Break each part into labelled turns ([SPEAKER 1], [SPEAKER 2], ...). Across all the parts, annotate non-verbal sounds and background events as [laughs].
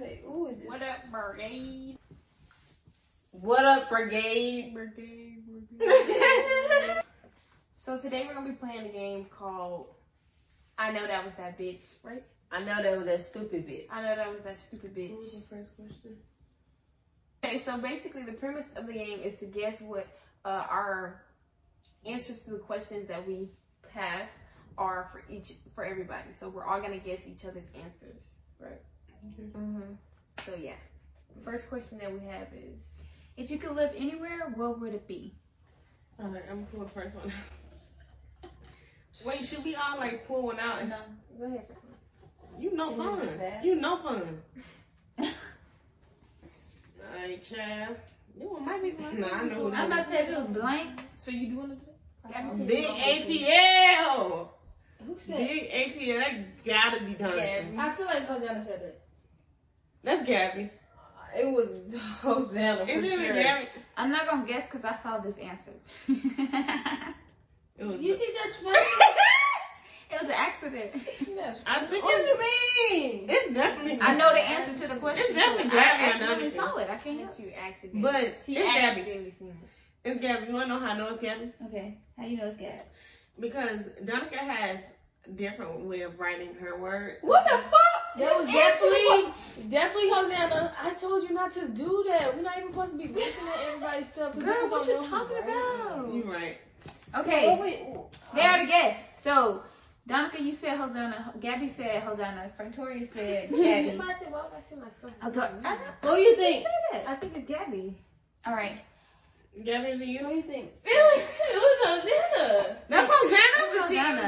[SPEAKER 1] Like, ooh, just-
[SPEAKER 2] What up, brigade?
[SPEAKER 1] [laughs] What up,
[SPEAKER 3] [laughs]
[SPEAKER 1] brigade?
[SPEAKER 2] Brigade, brigade. so today we're gonna be playing a game called I know that was that bitch, right?
[SPEAKER 1] I know that was that stupid bitch.
[SPEAKER 2] I know that was that stupid
[SPEAKER 4] What was
[SPEAKER 2] bitch.
[SPEAKER 4] the first question?
[SPEAKER 2] Okay, so basically the premise of the game is to guess what uh, our answers to the questions that we have are for each for everybody. So we're all gonna guess each other's answers.
[SPEAKER 1] Mm-hmm.
[SPEAKER 2] So yeah. The first question that we have is
[SPEAKER 3] If you could live anywhere, what would it be?
[SPEAKER 4] All right, I'm gonna pull the first one. [laughs] Wait, should we all like pull one out? And,
[SPEAKER 2] go ahead.
[SPEAKER 4] you know
[SPEAKER 1] Can you do
[SPEAKER 4] fun.
[SPEAKER 1] that?
[SPEAKER 4] You know fun. [laughs] All right, child. You one might be fun. Nah, I know. what
[SPEAKER 3] I'm
[SPEAKER 4] it
[SPEAKER 3] about to say if it was blank.
[SPEAKER 2] So you do wanna do that? Gabby
[SPEAKER 4] is.
[SPEAKER 2] said
[SPEAKER 4] Big
[SPEAKER 2] you don't want to.
[SPEAKER 4] ATL.
[SPEAKER 1] Who said?
[SPEAKER 4] Big ATL. That gotta be done.
[SPEAKER 2] Gabby.
[SPEAKER 3] I feel like Hosanna said that.
[SPEAKER 4] That's Gabby.
[SPEAKER 1] It was Hosanna for
[SPEAKER 4] Is it
[SPEAKER 1] sure.
[SPEAKER 4] Gabby?
[SPEAKER 3] I'm not gonna guess because I saw this
[SPEAKER 2] [laughs]
[SPEAKER 3] answer.
[SPEAKER 4] It was-
[SPEAKER 3] you think that's funny? it was an accident.
[SPEAKER 1] Yes.
[SPEAKER 4] [laughs] I think
[SPEAKER 1] What
[SPEAKER 4] it's,
[SPEAKER 1] you mean?
[SPEAKER 4] it's definitely.
[SPEAKER 3] I know the answer to the question.
[SPEAKER 4] It's definitely
[SPEAKER 3] but
[SPEAKER 4] Gabby, I
[SPEAKER 3] I
[SPEAKER 4] know
[SPEAKER 3] accidentally
[SPEAKER 4] it.
[SPEAKER 3] saw it. I can't help.
[SPEAKER 2] That you accidentally.
[SPEAKER 4] But it's
[SPEAKER 2] she
[SPEAKER 4] Gabby.
[SPEAKER 2] accidentally seen it.
[SPEAKER 4] It's Gabby. You wanna know how I know it's Gabby?
[SPEAKER 3] Okay, how you know it's Gab?
[SPEAKER 4] Because Donica has a different way of writing her words.
[SPEAKER 1] What the fuck?
[SPEAKER 3] That was
[SPEAKER 1] This answer
[SPEAKER 3] definitely-
[SPEAKER 1] definitely Hosanna. I told you not to do that. We're not even supposed to be looking at everybody's stuff. 'cause
[SPEAKER 3] Girl,
[SPEAKER 1] people
[SPEAKER 3] what
[SPEAKER 1] don't
[SPEAKER 3] you
[SPEAKER 1] know who
[SPEAKER 3] talking
[SPEAKER 1] writing
[SPEAKER 3] about?
[SPEAKER 4] You right.
[SPEAKER 1] it.
[SPEAKER 3] Okay,
[SPEAKER 1] What we-
[SPEAKER 3] they already guessed. So, Donica, you said Hosanna. Gabby said Hosanna. Frantoria said
[SPEAKER 2] [laughs]
[SPEAKER 3] Gabby.
[SPEAKER 2] Somebody said, why would I send my son?
[SPEAKER 3] I don't- I don't-
[SPEAKER 1] Who you think?
[SPEAKER 3] Say that.
[SPEAKER 2] Oh, I think it's Gabby.
[SPEAKER 3] All right.
[SPEAKER 4] Gabby, is it
[SPEAKER 1] Who
[SPEAKER 4] you?
[SPEAKER 1] you think?
[SPEAKER 3] Really?
[SPEAKER 1] It was Hosanna.
[SPEAKER 4] That's Hosanna.
[SPEAKER 3] Hosanna.
[SPEAKER 4] And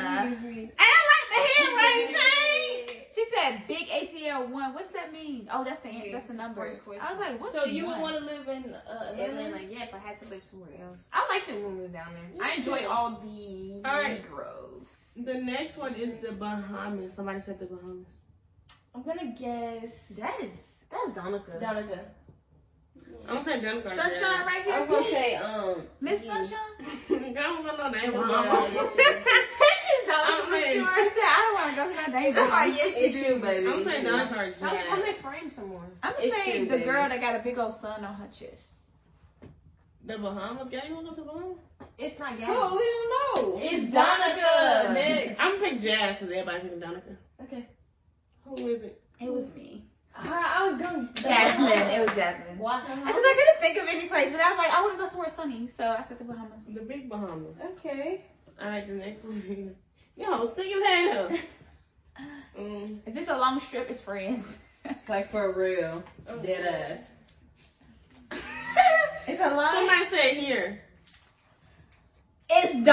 [SPEAKER 4] I like the handwriting change.
[SPEAKER 3] She said big ATL one. What's that mean? Oh, that's the an- that's the number.
[SPEAKER 2] First question.
[SPEAKER 3] I was like, what?
[SPEAKER 1] So you would
[SPEAKER 3] want?
[SPEAKER 1] want to live in uh,
[SPEAKER 2] And then,
[SPEAKER 1] Atlanta?
[SPEAKER 2] like, yeah, if I had to live somewhere else. I like the when we were down there. I
[SPEAKER 1] Me
[SPEAKER 2] enjoy
[SPEAKER 1] too.
[SPEAKER 2] all the
[SPEAKER 4] All right.
[SPEAKER 2] Negroes.
[SPEAKER 4] The next one is the Bahamas. Somebody said the Bahamas.
[SPEAKER 1] I'm gonna guess
[SPEAKER 2] That is, that's Donica.
[SPEAKER 1] Donica.
[SPEAKER 4] I'm gonna say Dunkirk.
[SPEAKER 3] Sunshine right here.
[SPEAKER 1] I'm gonna say um
[SPEAKER 3] Miss
[SPEAKER 1] yeah.
[SPEAKER 3] Sunshine.
[SPEAKER 4] [laughs] I don't know no name.
[SPEAKER 1] Yeah,
[SPEAKER 4] Bahamas.
[SPEAKER 3] [laughs]
[SPEAKER 1] [laughs] yes,
[SPEAKER 2] It's
[SPEAKER 4] I'm
[SPEAKER 2] Donica.
[SPEAKER 4] saying-
[SPEAKER 2] for
[SPEAKER 3] She
[SPEAKER 2] sure.
[SPEAKER 3] said, I don't want to go to that
[SPEAKER 2] I'm like,
[SPEAKER 3] neighborhood.
[SPEAKER 2] yes, you
[SPEAKER 1] It's
[SPEAKER 2] do.
[SPEAKER 1] you, baby.
[SPEAKER 4] I'm
[SPEAKER 1] it's
[SPEAKER 4] saying
[SPEAKER 1] you.
[SPEAKER 4] Dunkirk.
[SPEAKER 2] I'm, I'm
[SPEAKER 4] yeah.
[SPEAKER 2] in frame somewhere.
[SPEAKER 3] I'm gonna
[SPEAKER 1] It's
[SPEAKER 3] say
[SPEAKER 1] you,
[SPEAKER 3] the
[SPEAKER 1] baby.
[SPEAKER 3] girl that got a big old sun on her chest.
[SPEAKER 4] The Bahamas. Gabby, you wanna go to the Bahamas?
[SPEAKER 2] It's not Gabby.
[SPEAKER 1] Who? Oh, We don't know.
[SPEAKER 3] It's Donica.
[SPEAKER 1] Donica. Next.
[SPEAKER 4] I'm gonna pick Jazz because everybody picking Dunkirk.
[SPEAKER 1] Okay.
[SPEAKER 4] Who is it?
[SPEAKER 3] It was me,
[SPEAKER 1] I, I was gonna
[SPEAKER 3] Jasmine. It was Jasmine. Because
[SPEAKER 1] Wow.
[SPEAKER 3] I couldn't think of any place, but I was like, I want to go somewhere sunny, so I said the Bahamas.
[SPEAKER 4] The Big Bahamas.
[SPEAKER 1] Okay.
[SPEAKER 4] All right, the next one [laughs] is. Yo, think of [laughs] hell. Mm.
[SPEAKER 3] If it's a long strip, it's friends.
[SPEAKER 1] Like for real. Dead ass.
[SPEAKER 3] [laughs] it's a long.
[SPEAKER 4] Somebody said here.
[SPEAKER 3] [laughs] It's Donica. [laughs]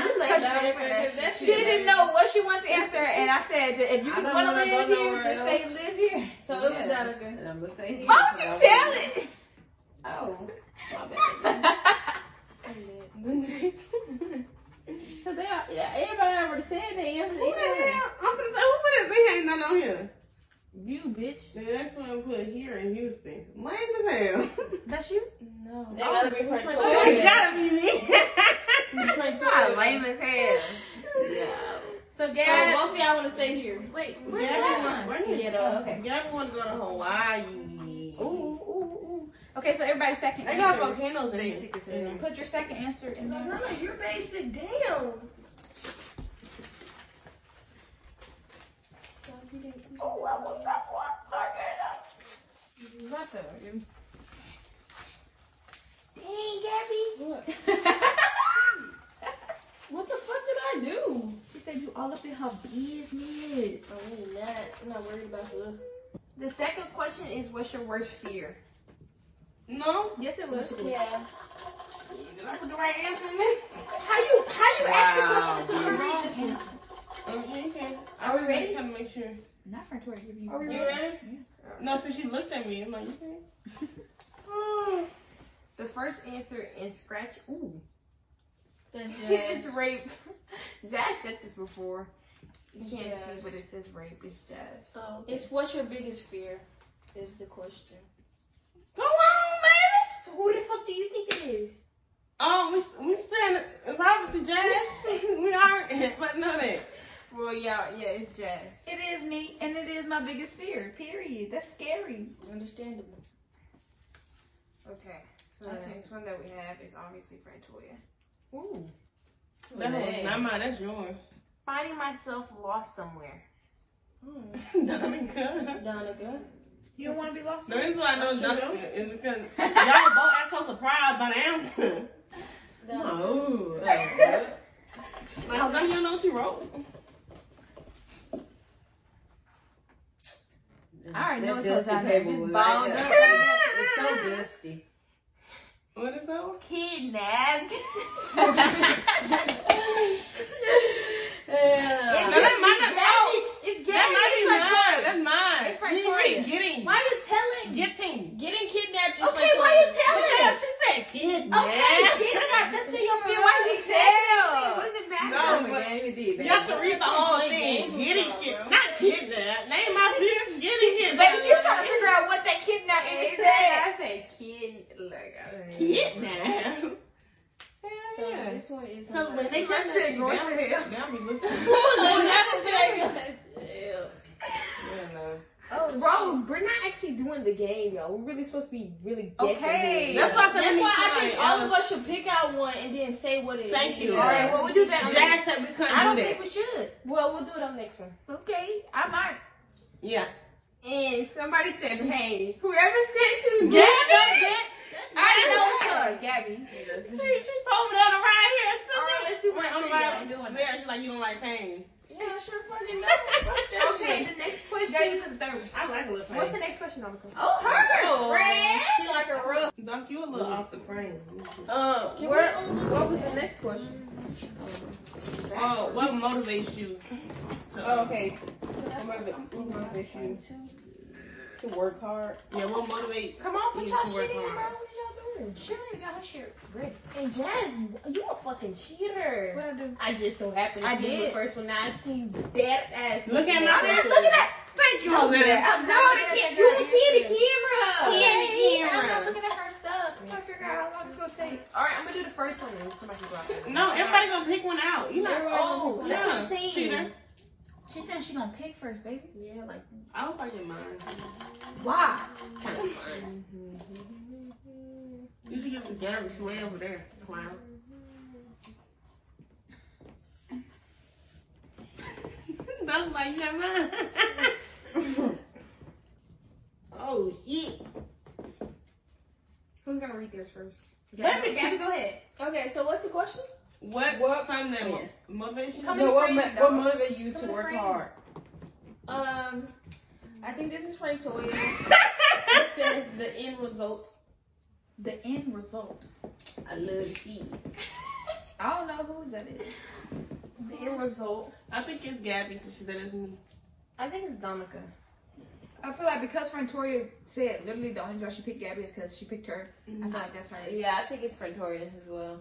[SPEAKER 1] I'm like,
[SPEAKER 3] 'Cause she-
[SPEAKER 1] Donica, 'cause that
[SPEAKER 3] she
[SPEAKER 1] shit
[SPEAKER 3] didn't
[SPEAKER 1] is-
[SPEAKER 3] know what she wanted to answer, and I said, if you
[SPEAKER 1] I don't
[SPEAKER 3] want to
[SPEAKER 1] wanna go
[SPEAKER 3] live here,
[SPEAKER 1] nowhere
[SPEAKER 3] just say
[SPEAKER 1] else.
[SPEAKER 3] live [laughs] here.
[SPEAKER 1] So it was
[SPEAKER 3] Yeah.
[SPEAKER 1] Donica.
[SPEAKER 5] Uh,
[SPEAKER 1] And I'm gonna say here.
[SPEAKER 3] Why would
[SPEAKER 1] so
[SPEAKER 3] you
[SPEAKER 1] I'm
[SPEAKER 3] tell
[SPEAKER 1] gonna-
[SPEAKER 3] it?
[SPEAKER 1] Oh,
[SPEAKER 3] Because
[SPEAKER 1] my bad.
[SPEAKER 4] The next one.
[SPEAKER 1] So they are, yeah, everybody already said they answered.
[SPEAKER 4] Who the hell? I'm gonna say, who put his ain't none on here?
[SPEAKER 1] You bitch.
[SPEAKER 4] The next one put here in Houston. Lame as hell.
[SPEAKER 3] that's [laughs] you.
[SPEAKER 1] No. They
[SPEAKER 2] Oh,
[SPEAKER 1] gotta be
[SPEAKER 2] this is
[SPEAKER 1] Pretoria.
[SPEAKER 4] Oh, it
[SPEAKER 2] Pretoria.
[SPEAKER 4] gotta be [laughs] me.
[SPEAKER 1] Pretoria.
[SPEAKER 3] as hell.
[SPEAKER 1] Yeah.
[SPEAKER 3] So
[SPEAKER 1] So
[SPEAKER 3] Gab,
[SPEAKER 1] both of y'all wanna stay here.
[SPEAKER 3] wait, where's the last
[SPEAKER 4] Gabby,
[SPEAKER 3] one?
[SPEAKER 4] where you-
[SPEAKER 1] Yeah,
[SPEAKER 3] Oh,
[SPEAKER 1] though, okay.
[SPEAKER 4] Gabby wanna go to Hawaii.
[SPEAKER 3] Ooh, ooh, ooh. Okay, so everybody second
[SPEAKER 4] They got
[SPEAKER 3] answer.
[SPEAKER 4] volcanoes in
[SPEAKER 2] Basic as hell.
[SPEAKER 4] there.
[SPEAKER 3] Put your second answer in there.
[SPEAKER 1] you're basic. Damn.
[SPEAKER 2] Oh, I want that one. Not the.
[SPEAKER 3] Dang,
[SPEAKER 1] What?
[SPEAKER 3] Gabby.
[SPEAKER 1] What the fuck did I do?
[SPEAKER 3] she said you all up in her business.
[SPEAKER 1] I'm really not. I'm not worried about her.
[SPEAKER 2] The second question is, what's your worst fear?
[SPEAKER 4] No?
[SPEAKER 2] Yes, it was.
[SPEAKER 1] Yeah.
[SPEAKER 4] Did I put the right answer in there?
[SPEAKER 2] How you how you
[SPEAKER 1] Wow,
[SPEAKER 2] ask the
[SPEAKER 1] dude.
[SPEAKER 2] question and come around?
[SPEAKER 4] Okay, okay.
[SPEAKER 3] Are we
[SPEAKER 4] I'm
[SPEAKER 3] ready?
[SPEAKER 4] just trying to make sure.
[SPEAKER 3] Not for Tori. You
[SPEAKER 1] Are we
[SPEAKER 4] You ready? No, because she looked at me. I'm like, okay. Oh.
[SPEAKER 2] The first answer in scratch. Ooh,
[SPEAKER 1] That's
[SPEAKER 5] [laughs]
[SPEAKER 2] it's rape. Jazz said this before. You can't
[SPEAKER 1] Jazz.
[SPEAKER 2] see, but it says rape. It's jazz.
[SPEAKER 1] Oh, it's what's your biggest fear? Is the question.
[SPEAKER 4] Go on, baby.
[SPEAKER 1] So who the fuck do you think it is?
[SPEAKER 4] Oh, we we said it's obviously jazz. we are, but know that.
[SPEAKER 2] Well, yeah, yeah, it's jazz.
[SPEAKER 3] It is me, and it is my biggest fear. Period. That's scary.
[SPEAKER 1] Understandable.
[SPEAKER 2] Okay. So the
[SPEAKER 1] Okay.
[SPEAKER 2] next one that we have is obviously Frantoya.
[SPEAKER 1] Ooh.
[SPEAKER 4] That was
[SPEAKER 1] Hey.
[SPEAKER 4] not mine. That's yours.
[SPEAKER 2] Finding myself lost somewhere.
[SPEAKER 4] Donica.
[SPEAKER 1] Donica.
[SPEAKER 3] You don't want to be lost.
[SPEAKER 4] The reason why I know it's
[SPEAKER 1] Don't you
[SPEAKER 4] Donica is because y'all both act so surprised by the answer. No. Uh, like, how don't you know what you wrote?
[SPEAKER 3] I already know
[SPEAKER 5] That
[SPEAKER 3] it's outside
[SPEAKER 5] dusty
[SPEAKER 3] there.
[SPEAKER 5] paper
[SPEAKER 3] It's
[SPEAKER 5] was [laughs]
[SPEAKER 3] balled
[SPEAKER 5] like
[SPEAKER 3] up.
[SPEAKER 5] that. It's so dusty.
[SPEAKER 4] What is that one?
[SPEAKER 2] Kidnapped.
[SPEAKER 4] No,
[SPEAKER 3] yeah.
[SPEAKER 4] that might not. Oh,
[SPEAKER 3] It's Gabby.
[SPEAKER 4] that might be
[SPEAKER 3] It's like
[SPEAKER 4] mine. That's mine.
[SPEAKER 3] It's
[SPEAKER 4] You
[SPEAKER 3] Victoria.
[SPEAKER 4] read getting.
[SPEAKER 3] Why are you telling?
[SPEAKER 4] Getting.
[SPEAKER 1] Getting kidnapped is
[SPEAKER 3] okay, why are you
[SPEAKER 4] Look
[SPEAKER 3] telling?
[SPEAKER 4] at that. She said kid.
[SPEAKER 3] Okay, kidnapped. That's still your fear. Why you
[SPEAKER 1] Uh,
[SPEAKER 2] It
[SPEAKER 3] tell?
[SPEAKER 2] wasn't bad.
[SPEAKER 4] No,
[SPEAKER 5] Dominica,
[SPEAKER 4] but-
[SPEAKER 5] Amy did, baby.
[SPEAKER 4] [laughs] You have to read the whole
[SPEAKER 1] Playing
[SPEAKER 4] thing.
[SPEAKER 1] games with
[SPEAKER 4] Getting
[SPEAKER 1] y'all,
[SPEAKER 4] kid,
[SPEAKER 1] bro.
[SPEAKER 4] not kidnapped. Name my fear. Getting
[SPEAKER 3] She,
[SPEAKER 4] kid.
[SPEAKER 3] baby, she was trying to figure out what that kidnapping
[SPEAKER 2] It
[SPEAKER 3] is.
[SPEAKER 2] said- I said kid. Like, I
[SPEAKER 4] kidnapped.
[SPEAKER 1] So
[SPEAKER 4] Hell yeah.
[SPEAKER 1] this one is.
[SPEAKER 4] Because when they
[SPEAKER 2] They
[SPEAKER 4] get
[SPEAKER 2] kept saying going to
[SPEAKER 4] to
[SPEAKER 2] hell.
[SPEAKER 4] they'll be [laughs] looking.
[SPEAKER 1] no, never say that.
[SPEAKER 4] Yeah, no.
[SPEAKER 3] Oh,
[SPEAKER 2] Bro, we're not actually doing the game, y'all. We're really supposed to be really guessing.
[SPEAKER 3] Okay.
[SPEAKER 2] this.
[SPEAKER 4] That's why I said
[SPEAKER 1] That's
[SPEAKER 4] we
[SPEAKER 1] why
[SPEAKER 4] need
[SPEAKER 1] I think
[SPEAKER 4] somebody
[SPEAKER 1] all of
[SPEAKER 4] else.
[SPEAKER 1] us should pick out one and then say what it is.
[SPEAKER 4] Thank you.
[SPEAKER 3] All right. Well, we'll do that. on the-
[SPEAKER 4] Jazz said we couldn't
[SPEAKER 3] I don't
[SPEAKER 4] do that.
[SPEAKER 3] think we should.
[SPEAKER 2] Well, we'll do it on the next one.
[SPEAKER 3] Okay, I might.
[SPEAKER 4] Yeah.
[SPEAKER 2] And somebody said, hey, whoever said this
[SPEAKER 3] Gabby,
[SPEAKER 2] game,
[SPEAKER 3] [laughs] I know it's her, Gabby.
[SPEAKER 4] She, she told me that on the ride here.
[SPEAKER 3] All right, let's do one
[SPEAKER 4] Wait, on the
[SPEAKER 3] thing,
[SPEAKER 4] ride
[SPEAKER 3] y'all ain't doing
[SPEAKER 4] there, she's like, you don't like pain.
[SPEAKER 1] Yeah, sure fucking know.
[SPEAKER 2] Okay, the next
[SPEAKER 3] Yeah, you
[SPEAKER 2] question.
[SPEAKER 3] took the third one.
[SPEAKER 4] I like a little pain.
[SPEAKER 2] What's the next question, Amica?
[SPEAKER 3] Oh, her, friend.
[SPEAKER 1] She like a rough.
[SPEAKER 4] Dunk, you a little off the frame.
[SPEAKER 5] Uh, where, what was the next question?
[SPEAKER 4] Oh, what motivates you? To,
[SPEAKER 5] Oh, okay. What motiv- what motivates you to work hard?
[SPEAKER 4] Yeah, what motivates?
[SPEAKER 2] Come on, put
[SPEAKER 4] You
[SPEAKER 2] y'all
[SPEAKER 4] can
[SPEAKER 2] shit
[SPEAKER 4] work
[SPEAKER 2] in, bro.
[SPEAKER 4] on it.
[SPEAKER 2] What y'all doing?
[SPEAKER 3] She already got her shit ready.
[SPEAKER 2] And Jazz, you a fucking cheater.
[SPEAKER 3] What I do?
[SPEAKER 2] I just so happened to
[SPEAKER 3] I
[SPEAKER 2] see
[SPEAKER 3] did.
[SPEAKER 2] you the first one. Now I see you dead ass.
[SPEAKER 4] Look at
[SPEAKER 2] looking
[SPEAKER 4] my
[SPEAKER 2] something.
[SPEAKER 4] ass. Look at that. Thank you,
[SPEAKER 2] No,
[SPEAKER 4] Jose.
[SPEAKER 2] I'm not looking at you. You see the camera.
[SPEAKER 4] Yeah.
[SPEAKER 3] Hey,
[SPEAKER 4] camera.
[SPEAKER 3] I'm not looking at her stuff. I'm trying to figure out how long it's gonna take.
[SPEAKER 2] All right, I'm gonna do the first one and somebody can go out. there.
[SPEAKER 4] No, everybody gonna pick one out. You not.
[SPEAKER 3] Oh,
[SPEAKER 4] yeah,
[SPEAKER 3] that's what I'm
[SPEAKER 4] cheater.
[SPEAKER 3] saying. She said she gonna pick first, baby.
[SPEAKER 2] Yeah, like
[SPEAKER 4] I don't fucking mind.
[SPEAKER 3] Why?
[SPEAKER 4] Kind of fun. You should give it to Gabby. She's way over there, clown. [laughs] That's like never mind. [laughs] oh shit.
[SPEAKER 2] who's gonna read theirs first?
[SPEAKER 4] Gabby.
[SPEAKER 2] Gabby, Gabby, go ahead.
[SPEAKER 1] Okay, so what's the question?
[SPEAKER 4] What?
[SPEAKER 5] What-
[SPEAKER 4] What? Something that mo- motivates you? [laughs]
[SPEAKER 2] How many
[SPEAKER 5] No, what,
[SPEAKER 2] friends,
[SPEAKER 5] mo- what
[SPEAKER 2] though?
[SPEAKER 5] motivates you
[SPEAKER 2] How
[SPEAKER 5] to
[SPEAKER 2] many
[SPEAKER 5] work
[SPEAKER 2] friends?
[SPEAKER 5] hard?
[SPEAKER 1] Um, I think this is Frank Toya. It
[SPEAKER 4] I
[SPEAKER 1] says the end result.
[SPEAKER 3] The end result.
[SPEAKER 5] love you.
[SPEAKER 3] I don't know whose that is.
[SPEAKER 1] The end result.
[SPEAKER 4] think it's Gabby, so she said it's me.
[SPEAKER 2] I think it's Dominica.
[SPEAKER 3] I feel like because Frantoria said literally the only reason why she picked Gabby is because she picked her. I
[SPEAKER 2] Mm-hmm.
[SPEAKER 3] feel like that's right.
[SPEAKER 5] Yeah, I think it's Frantorius as well.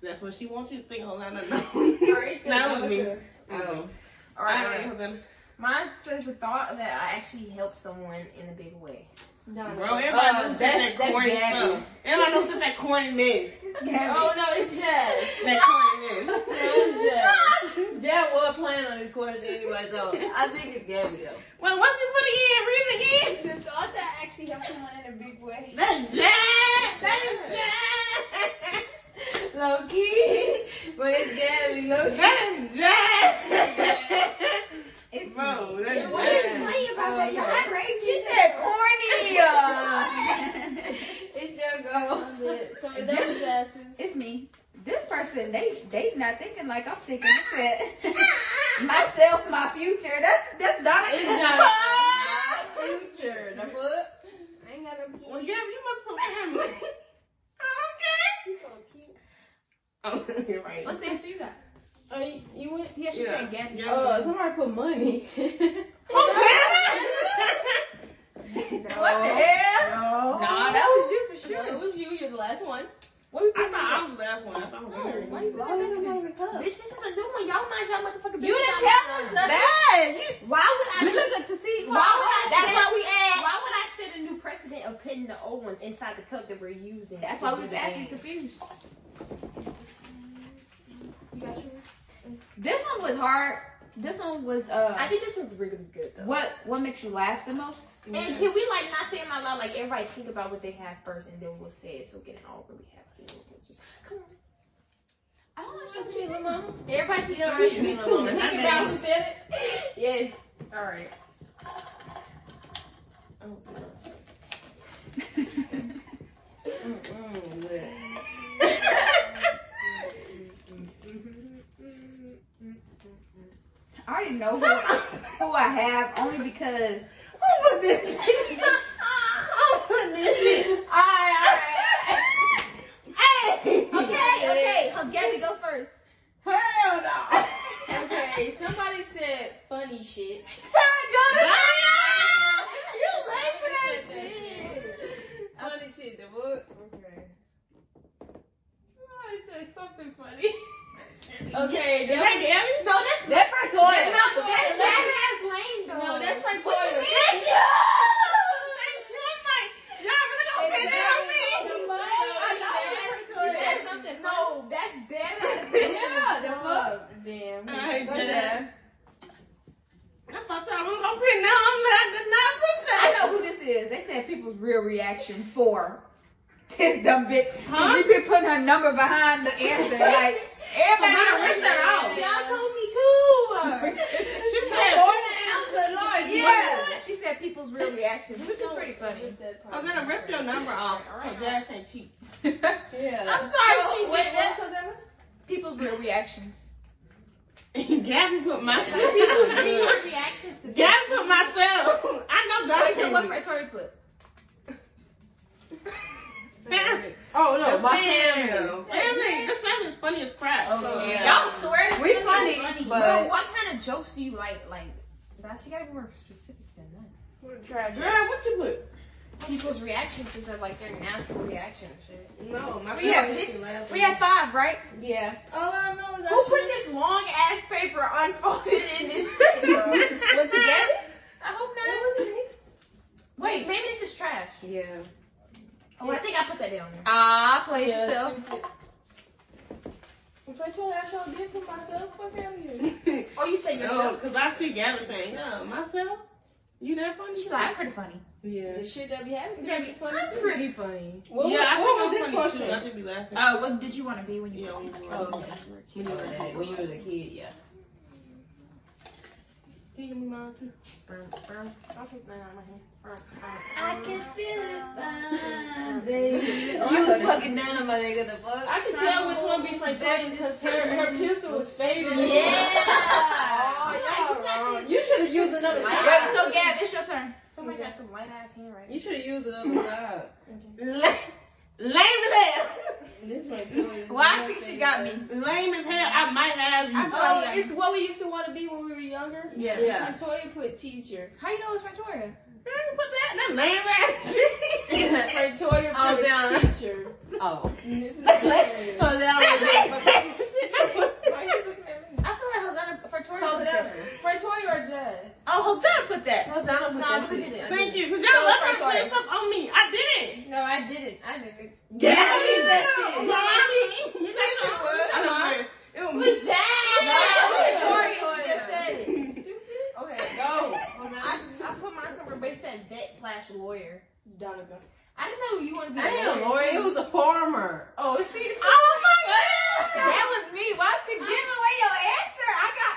[SPEAKER 4] That's what she wants you to think. Hold on, no, no. [laughs]
[SPEAKER 1] Sorry, it's
[SPEAKER 4] that was me.
[SPEAKER 1] Dominica.
[SPEAKER 5] Oh,
[SPEAKER 2] All
[SPEAKER 4] I
[SPEAKER 2] right,
[SPEAKER 4] don't
[SPEAKER 2] all
[SPEAKER 4] know,
[SPEAKER 2] right.
[SPEAKER 4] hold on.
[SPEAKER 2] Mine says the thought that I actually helped someone in a big way.
[SPEAKER 4] Bro,
[SPEAKER 1] Dominica.
[SPEAKER 4] everybody
[SPEAKER 5] Uh, that's-
[SPEAKER 4] knows that, that
[SPEAKER 5] that's
[SPEAKER 4] corny
[SPEAKER 5] Gabby.
[SPEAKER 4] stuff. Everybody knows that, that corny mess.
[SPEAKER 1] Oh no, it's Jazz.
[SPEAKER 4] That corny mess.
[SPEAKER 1] No,
[SPEAKER 5] [laughs]
[SPEAKER 1] it's
[SPEAKER 5] Jab was playing on this question anyway, so I think it's Gabby though.
[SPEAKER 4] Wait, what you put again? Read it again.
[SPEAKER 2] The thought that I actually helped someone in a big way.
[SPEAKER 4] That's Jack. That
[SPEAKER 2] Low key.
[SPEAKER 5] But it's Gabby, look.
[SPEAKER 4] is Jack. That is Jack.
[SPEAKER 2] It's
[SPEAKER 4] Bro, that is
[SPEAKER 2] What is
[SPEAKER 4] Jack.
[SPEAKER 2] funny about that? Y'all
[SPEAKER 5] Okay.
[SPEAKER 2] crazy.
[SPEAKER 3] She said corny.
[SPEAKER 2] [laughs]
[SPEAKER 5] It's your girl.
[SPEAKER 1] Jazz.
[SPEAKER 5] [laughs]
[SPEAKER 1] But- So that was Jazz's.
[SPEAKER 3] It's me. This person, they they not thinking like I'm thinking. I said [laughs] myself, my future. That's that's [laughs]
[SPEAKER 1] It's
[SPEAKER 3] Donna.
[SPEAKER 1] Dominica.
[SPEAKER 5] Future, the book.
[SPEAKER 2] I ain't got no
[SPEAKER 4] Well, Gabby, you must put family.
[SPEAKER 2] He's so cute.
[SPEAKER 4] Oh, [laughs] you're right.
[SPEAKER 3] What's the answer you got?
[SPEAKER 5] Oh, you, you went?
[SPEAKER 3] Yeah, she
[SPEAKER 4] Yeah.
[SPEAKER 3] said Gabby.
[SPEAKER 4] Yeah.
[SPEAKER 5] Uh, somebody put [laughs] money.
[SPEAKER 4] Oh,
[SPEAKER 2] No.
[SPEAKER 3] What the hell?
[SPEAKER 2] No.
[SPEAKER 3] Nah, that was you for
[SPEAKER 1] Sure, it
[SPEAKER 3] sure.
[SPEAKER 1] was you. You're the last one. What are we
[SPEAKER 4] I
[SPEAKER 1] picking?
[SPEAKER 4] thought I was the last one. I thought I was
[SPEAKER 1] Oh, why
[SPEAKER 4] Mary.
[SPEAKER 1] you
[SPEAKER 2] Why would I
[SPEAKER 1] picking
[SPEAKER 2] make
[SPEAKER 1] it tough?
[SPEAKER 2] Bitch, this is a new one. Y'all mind y'all motherfucking business.
[SPEAKER 3] You didn't tell us nothing.
[SPEAKER 2] Why would I?
[SPEAKER 3] You listen to see.
[SPEAKER 2] Why would I
[SPEAKER 3] That's
[SPEAKER 2] say-
[SPEAKER 3] why we asked.
[SPEAKER 2] Why would I set a new precedent of putting the old ones inside the cup that we're using?
[SPEAKER 3] That's why we was actually confused.
[SPEAKER 2] You got yours?
[SPEAKER 3] This one was hard. This one was uh.
[SPEAKER 2] I think this one's really good.
[SPEAKER 3] What what makes you laugh the
[SPEAKER 2] [laughs]
[SPEAKER 3] most? [laughs]
[SPEAKER 2] And can we like not say it out loud? Like everybody think about what they have first, and then we'll say it, so we can all really have feelings. Just- Come on.
[SPEAKER 3] I don't know.
[SPEAKER 1] Just leave it alone.
[SPEAKER 2] Everybody just starts being alone. And
[SPEAKER 1] Think
[SPEAKER 2] think
[SPEAKER 1] [laughs] about who
[SPEAKER 2] who's-
[SPEAKER 1] said
[SPEAKER 2] yes.
[SPEAKER 1] All right.
[SPEAKER 5] Mm-mm, look.
[SPEAKER 3] I already know who, who I have only because
[SPEAKER 4] Oh my bitch. Oh my bitch. Hey.
[SPEAKER 3] Okay, okay. Oh, Gabby, go first.
[SPEAKER 4] Hell no.
[SPEAKER 1] Okay, somebody said funny shit.
[SPEAKER 4] You late for that
[SPEAKER 1] Somebody said
[SPEAKER 4] shit.
[SPEAKER 1] Funny shit, the what? Okay.
[SPEAKER 4] Somebody said something funny.
[SPEAKER 1] Okay,
[SPEAKER 4] Is
[SPEAKER 1] that
[SPEAKER 4] that Gabby?
[SPEAKER 2] No, that's
[SPEAKER 3] That's for toys.
[SPEAKER 1] That's not-
[SPEAKER 2] that's, that's lame
[SPEAKER 1] was,
[SPEAKER 2] though.
[SPEAKER 1] no, that's Frank
[SPEAKER 4] What you
[SPEAKER 1] Toya.
[SPEAKER 4] mean? I'm like, y'all really don't pay attention to me?
[SPEAKER 1] No,
[SPEAKER 4] I know
[SPEAKER 1] she
[SPEAKER 4] it's
[SPEAKER 1] said- she
[SPEAKER 4] Frank
[SPEAKER 1] said something.
[SPEAKER 2] no, that's
[SPEAKER 3] [laughs]
[SPEAKER 2] dead.
[SPEAKER 4] Yeah, the fuck.
[SPEAKER 1] Damn.
[SPEAKER 4] I
[SPEAKER 5] Something.
[SPEAKER 4] did. I thought y'all was gonna put no, I'm not, I did not put
[SPEAKER 3] I
[SPEAKER 4] that.
[SPEAKER 3] know who this is. They said people's real reaction for this dumb bitch.
[SPEAKER 4] Huh?
[SPEAKER 3] Huh? She been putting her number behind the answer. Like [laughs] everybody
[SPEAKER 4] Somebody ripped that out.
[SPEAKER 2] Y'all told me
[SPEAKER 3] [laughs] She
[SPEAKER 4] She said,
[SPEAKER 3] said,
[SPEAKER 4] "Born to answer, Lord, yes."
[SPEAKER 3] yeah. She said people's real reaction, which is pretty funny. [laughs]
[SPEAKER 4] I was gonna rip your number off. So Jazz ain't cheap.
[SPEAKER 5] Yeah.
[SPEAKER 1] I'm sorry,
[SPEAKER 3] So,
[SPEAKER 1] she
[SPEAKER 3] wait,
[SPEAKER 1] did
[SPEAKER 3] what?
[SPEAKER 1] what, Sozanna?
[SPEAKER 3] people's real reactions.
[SPEAKER 4] Gabby put myself.
[SPEAKER 2] two. People's real reactions to
[SPEAKER 4] Gabby put myself. I know God
[SPEAKER 3] Wait, so
[SPEAKER 4] can
[SPEAKER 3] what
[SPEAKER 4] do.
[SPEAKER 3] Fred Tory put?
[SPEAKER 4] Family.
[SPEAKER 5] Oh no,
[SPEAKER 4] The
[SPEAKER 5] my family.
[SPEAKER 4] Family. This family's funny as crap.
[SPEAKER 5] Oh yeah.
[SPEAKER 2] Y'all swear to
[SPEAKER 5] We
[SPEAKER 2] goodness
[SPEAKER 5] funny,
[SPEAKER 2] funny.
[SPEAKER 5] but-
[SPEAKER 2] Bro, what kind of jokes do you like? Like, that's you gotta be more specific than that.
[SPEAKER 4] Girl, what you put?
[SPEAKER 2] People's reactions is uh, like their natural reaction and shit.
[SPEAKER 4] No, my
[SPEAKER 3] We have
[SPEAKER 4] family
[SPEAKER 3] this-
[SPEAKER 4] can laugh
[SPEAKER 3] We
[SPEAKER 4] at
[SPEAKER 3] had five, right?
[SPEAKER 4] [laughs]
[SPEAKER 5] Yeah.
[SPEAKER 1] All I know is I
[SPEAKER 2] Who put
[SPEAKER 1] should've-
[SPEAKER 2] this long ass paper unfolded in this shit,
[SPEAKER 4] me.
[SPEAKER 2] bro?
[SPEAKER 3] Was it Gabby?
[SPEAKER 2] I
[SPEAKER 4] Oh,
[SPEAKER 2] hope not. Wait, maybe this is trash.
[SPEAKER 5] Yeah.
[SPEAKER 2] Oh, I think I put that down there.
[SPEAKER 3] Ah, played
[SPEAKER 1] Yeah,
[SPEAKER 3] yourself.
[SPEAKER 1] stupid. If I told you I sure did put myself, fuck out of here.
[SPEAKER 4] It
[SPEAKER 2] Oh, you
[SPEAKER 4] [laughs]
[SPEAKER 2] said
[SPEAKER 4] no,
[SPEAKER 2] yourself.
[SPEAKER 4] because I see Gabby saying, no, myself? You that funny?
[SPEAKER 3] She's like, I'm pretty funny.
[SPEAKER 5] Yeah.
[SPEAKER 1] The shit that be happening
[SPEAKER 3] Yeah,
[SPEAKER 1] to be funny
[SPEAKER 2] That's
[SPEAKER 1] too.
[SPEAKER 2] pretty Oh, funny.
[SPEAKER 5] What,
[SPEAKER 4] yeah, I
[SPEAKER 5] was,
[SPEAKER 4] think
[SPEAKER 5] what was
[SPEAKER 4] I'm
[SPEAKER 5] this
[SPEAKER 4] funny too. I
[SPEAKER 5] question?
[SPEAKER 4] think we laughing.
[SPEAKER 3] Uh, what did you want to be when you
[SPEAKER 4] yeah,
[SPEAKER 3] were
[SPEAKER 4] we
[SPEAKER 3] young?
[SPEAKER 4] were.
[SPEAKER 5] Oh, okay. When you were a kid, when you was a kid, yeah.
[SPEAKER 4] Can you give me mine too? I'll take that out of my hand. [laughs] I
[SPEAKER 2] can feel it,
[SPEAKER 5] You
[SPEAKER 3] Oh, I know
[SPEAKER 5] was
[SPEAKER 3] this-
[SPEAKER 5] fucking dumb, my nigga. The fuck.
[SPEAKER 1] I could tell which one be Frank Toya because her, her pencil was faded.
[SPEAKER 5] Oh, y'all wrong. You should have used another
[SPEAKER 3] Wait,
[SPEAKER 5] side.
[SPEAKER 3] so Gab, it's your turn.
[SPEAKER 2] Somebody got some light ass handwriting.
[SPEAKER 5] You should have used another side.
[SPEAKER 4] Lame as
[SPEAKER 1] This Frank Toya. is
[SPEAKER 3] Well, I
[SPEAKER 1] one
[SPEAKER 3] think she
[SPEAKER 1] thing.
[SPEAKER 3] got me.
[SPEAKER 4] hell. Lame as hell. I might have you.
[SPEAKER 3] I feel
[SPEAKER 1] Oh,
[SPEAKER 3] like
[SPEAKER 1] it's what we used to want to be when we were younger.
[SPEAKER 3] yeah.
[SPEAKER 5] Yeah.
[SPEAKER 1] Frank Toya put teacher.
[SPEAKER 3] How you know it's Victoria?
[SPEAKER 4] Girl, you put that that lame [laughs] ass shit. [laughs]
[SPEAKER 1] Frank Toya
[SPEAKER 3] Oh,
[SPEAKER 1] put
[SPEAKER 3] damn.
[SPEAKER 1] teacher.
[SPEAKER 5] Oh.
[SPEAKER 1] This is
[SPEAKER 4] Lame.
[SPEAKER 1] hilarious.
[SPEAKER 4] That [laughs]
[SPEAKER 1] Why you looking at me?
[SPEAKER 3] I feel like Hosanna Victoria. put that.
[SPEAKER 1] Frank Toya or Jazz?
[SPEAKER 3] Oh, Hosanna put that.
[SPEAKER 5] Hosanna put
[SPEAKER 3] no,
[SPEAKER 5] that
[SPEAKER 3] we
[SPEAKER 5] shit.
[SPEAKER 3] didn't.
[SPEAKER 4] Thank you, because
[SPEAKER 3] That
[SPEAKER 4] y'all
[SPEAKER 3] was
[SPEAKER 4] love her putting
[SPEAKER 3] Frank Toya.
[SPEAKER 4] stuff on me. I didn't.
[SPEAKER 2] No, I didn't. I didn't.
[SPEAKER 3] that's it.
[SPEAKER 4] Gabby, Gabby.
[SPEAKER 5] [laughs]
[SPEAKER 4] You
[SPEAKER 2] Yes, it was.
[SPEAKER 4] I don't care. It was me.
[SPEAKER 2] Who's
[SPEAKER 5] No,
[SPEAKER 2] that?
[SPEAKER 5] it was Victoria.
[SPEAKER 2] Victoria. She just said it.
[SPEAKER 4] [laughs]
[SPEAKER 5] Okay, go.
[SPEAKER 2] I, I put mine somewhere, but it said vet slash lawyer.
[SPEAKER 1] Donovan.
[SPEAKER 2] I didn't know you wanted to be
[SPEAKER 5] Damn,
[SPEAKER 2] a lawyer.
[SPEAKER 5] Lori, it was a farmer.
[SPEAKER 2] Oh, see, see
[SPEAKER 4] Oh my god.
[SPEAKER 2] that was me. Why don't you give away your answer? I got.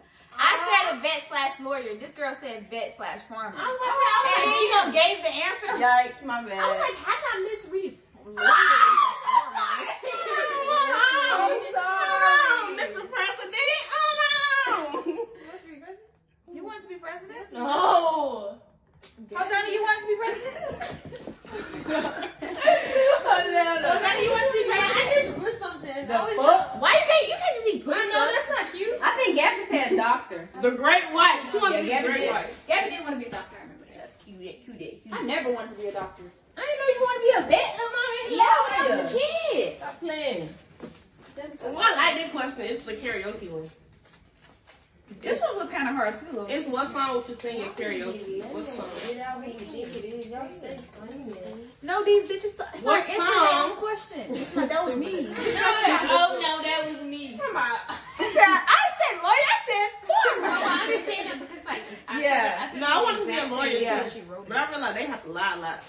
[SPEAKER 3] [laughs] I said a vet slash lawyer. This girl said vet slash farmer.
[SPEAKER 2] I was
[SPEAKER 5] Oh
[SPEAKER 2] like, I
[SPEAKER 3] and
[SPEAKER 2] was
[SPEAKER 3] then
[SPEAKER 2] like,
[SPEAKER 3] you done gave the answer.
[SPEAKER 5] Yikes, my bad.
[SPEAKER 2] I was like, how did I
[SPEAKER 3] [laughs]
[SPEAKER 2] misread?
[SPEAKER 4] Oh, Mr. President, oh no!
[SPEAKER 3] You wanted to be president?
[SPEAKER 1] No.
[SPEAKER 3] Hosanna, you wanted to be president?
[SPEAKER 5] oh,
[SPEAKER 3] Hosanna, you wanted to be president?
[SPEAKER 2] I just put something.
[SPEAKER 5] no, no. The fuck?
[SPEAKER 3] Why you can't? You can't just be
[SPEAKER 1] I
[SPEAKER 3] president.
[SPEAKER 1] know that's not cute.
[SPEAKER 5] I think Gabby said doctor.
[SPEAKER 4] The Great White. She wanted to be
[SPEAKER 5] Yeah, Gabby
[SPEAKER 4] the Great
[SPEAKER 5] did.
[SPEAKER 4] White.
[SPEAKER 3] Gabby didn't want to be a doctor. I remember that.
[SPEAKER 5] That's cute, cute, cute.
[SPEAKER 3] I never wanted to be a doctor.
[SPEAKER 5] I didn't know you wanted to be a vet no more.
[SPEAKER 3] Yeah, when I was a kid.
[SPEAKER 5] Stop playing.
[SPEAKER 4] Well, I like this question. It's the karaoke one.
[SPEAKER 3] This one was kind of hard too.
[SPEAKER 4] It's what song would you sing at karaoke? What song?
[SPEAKER 1] Get out when you think it is. Y'all stay screaming.
[SPEAKER 3] No, these bitches start
[SPEAKER 4] What
[SPEAKER 3] answering their
[SPEAKER 4] song?
[SPEAKER 3] own [laughs] questions. It's like, that was me.
[SPEAKER 1] Oh no, that was me.
[SPEAKER 3] She said, I said lawyer, I said
[SPEAKER 2] No, I
[SPEAKER 3] farmer.
[SPEAKER 2] understand that because like I
[SPEAKER 3] [laughs] Yeah.
[SPEAKER 2] said
[SPEAKER 4] No, I
[SPEAKER 2] the
[SPEAKER 4] wanted to be a
[SPEAKER 2] exact same
[SPEAKER 4] lawyer,
[SPEAKER 2] thing
[SPEAKER 3] yeah.
[SPEAKER 2] when She wrote
[SPEAKER 4] But I realized they have to lie a lot.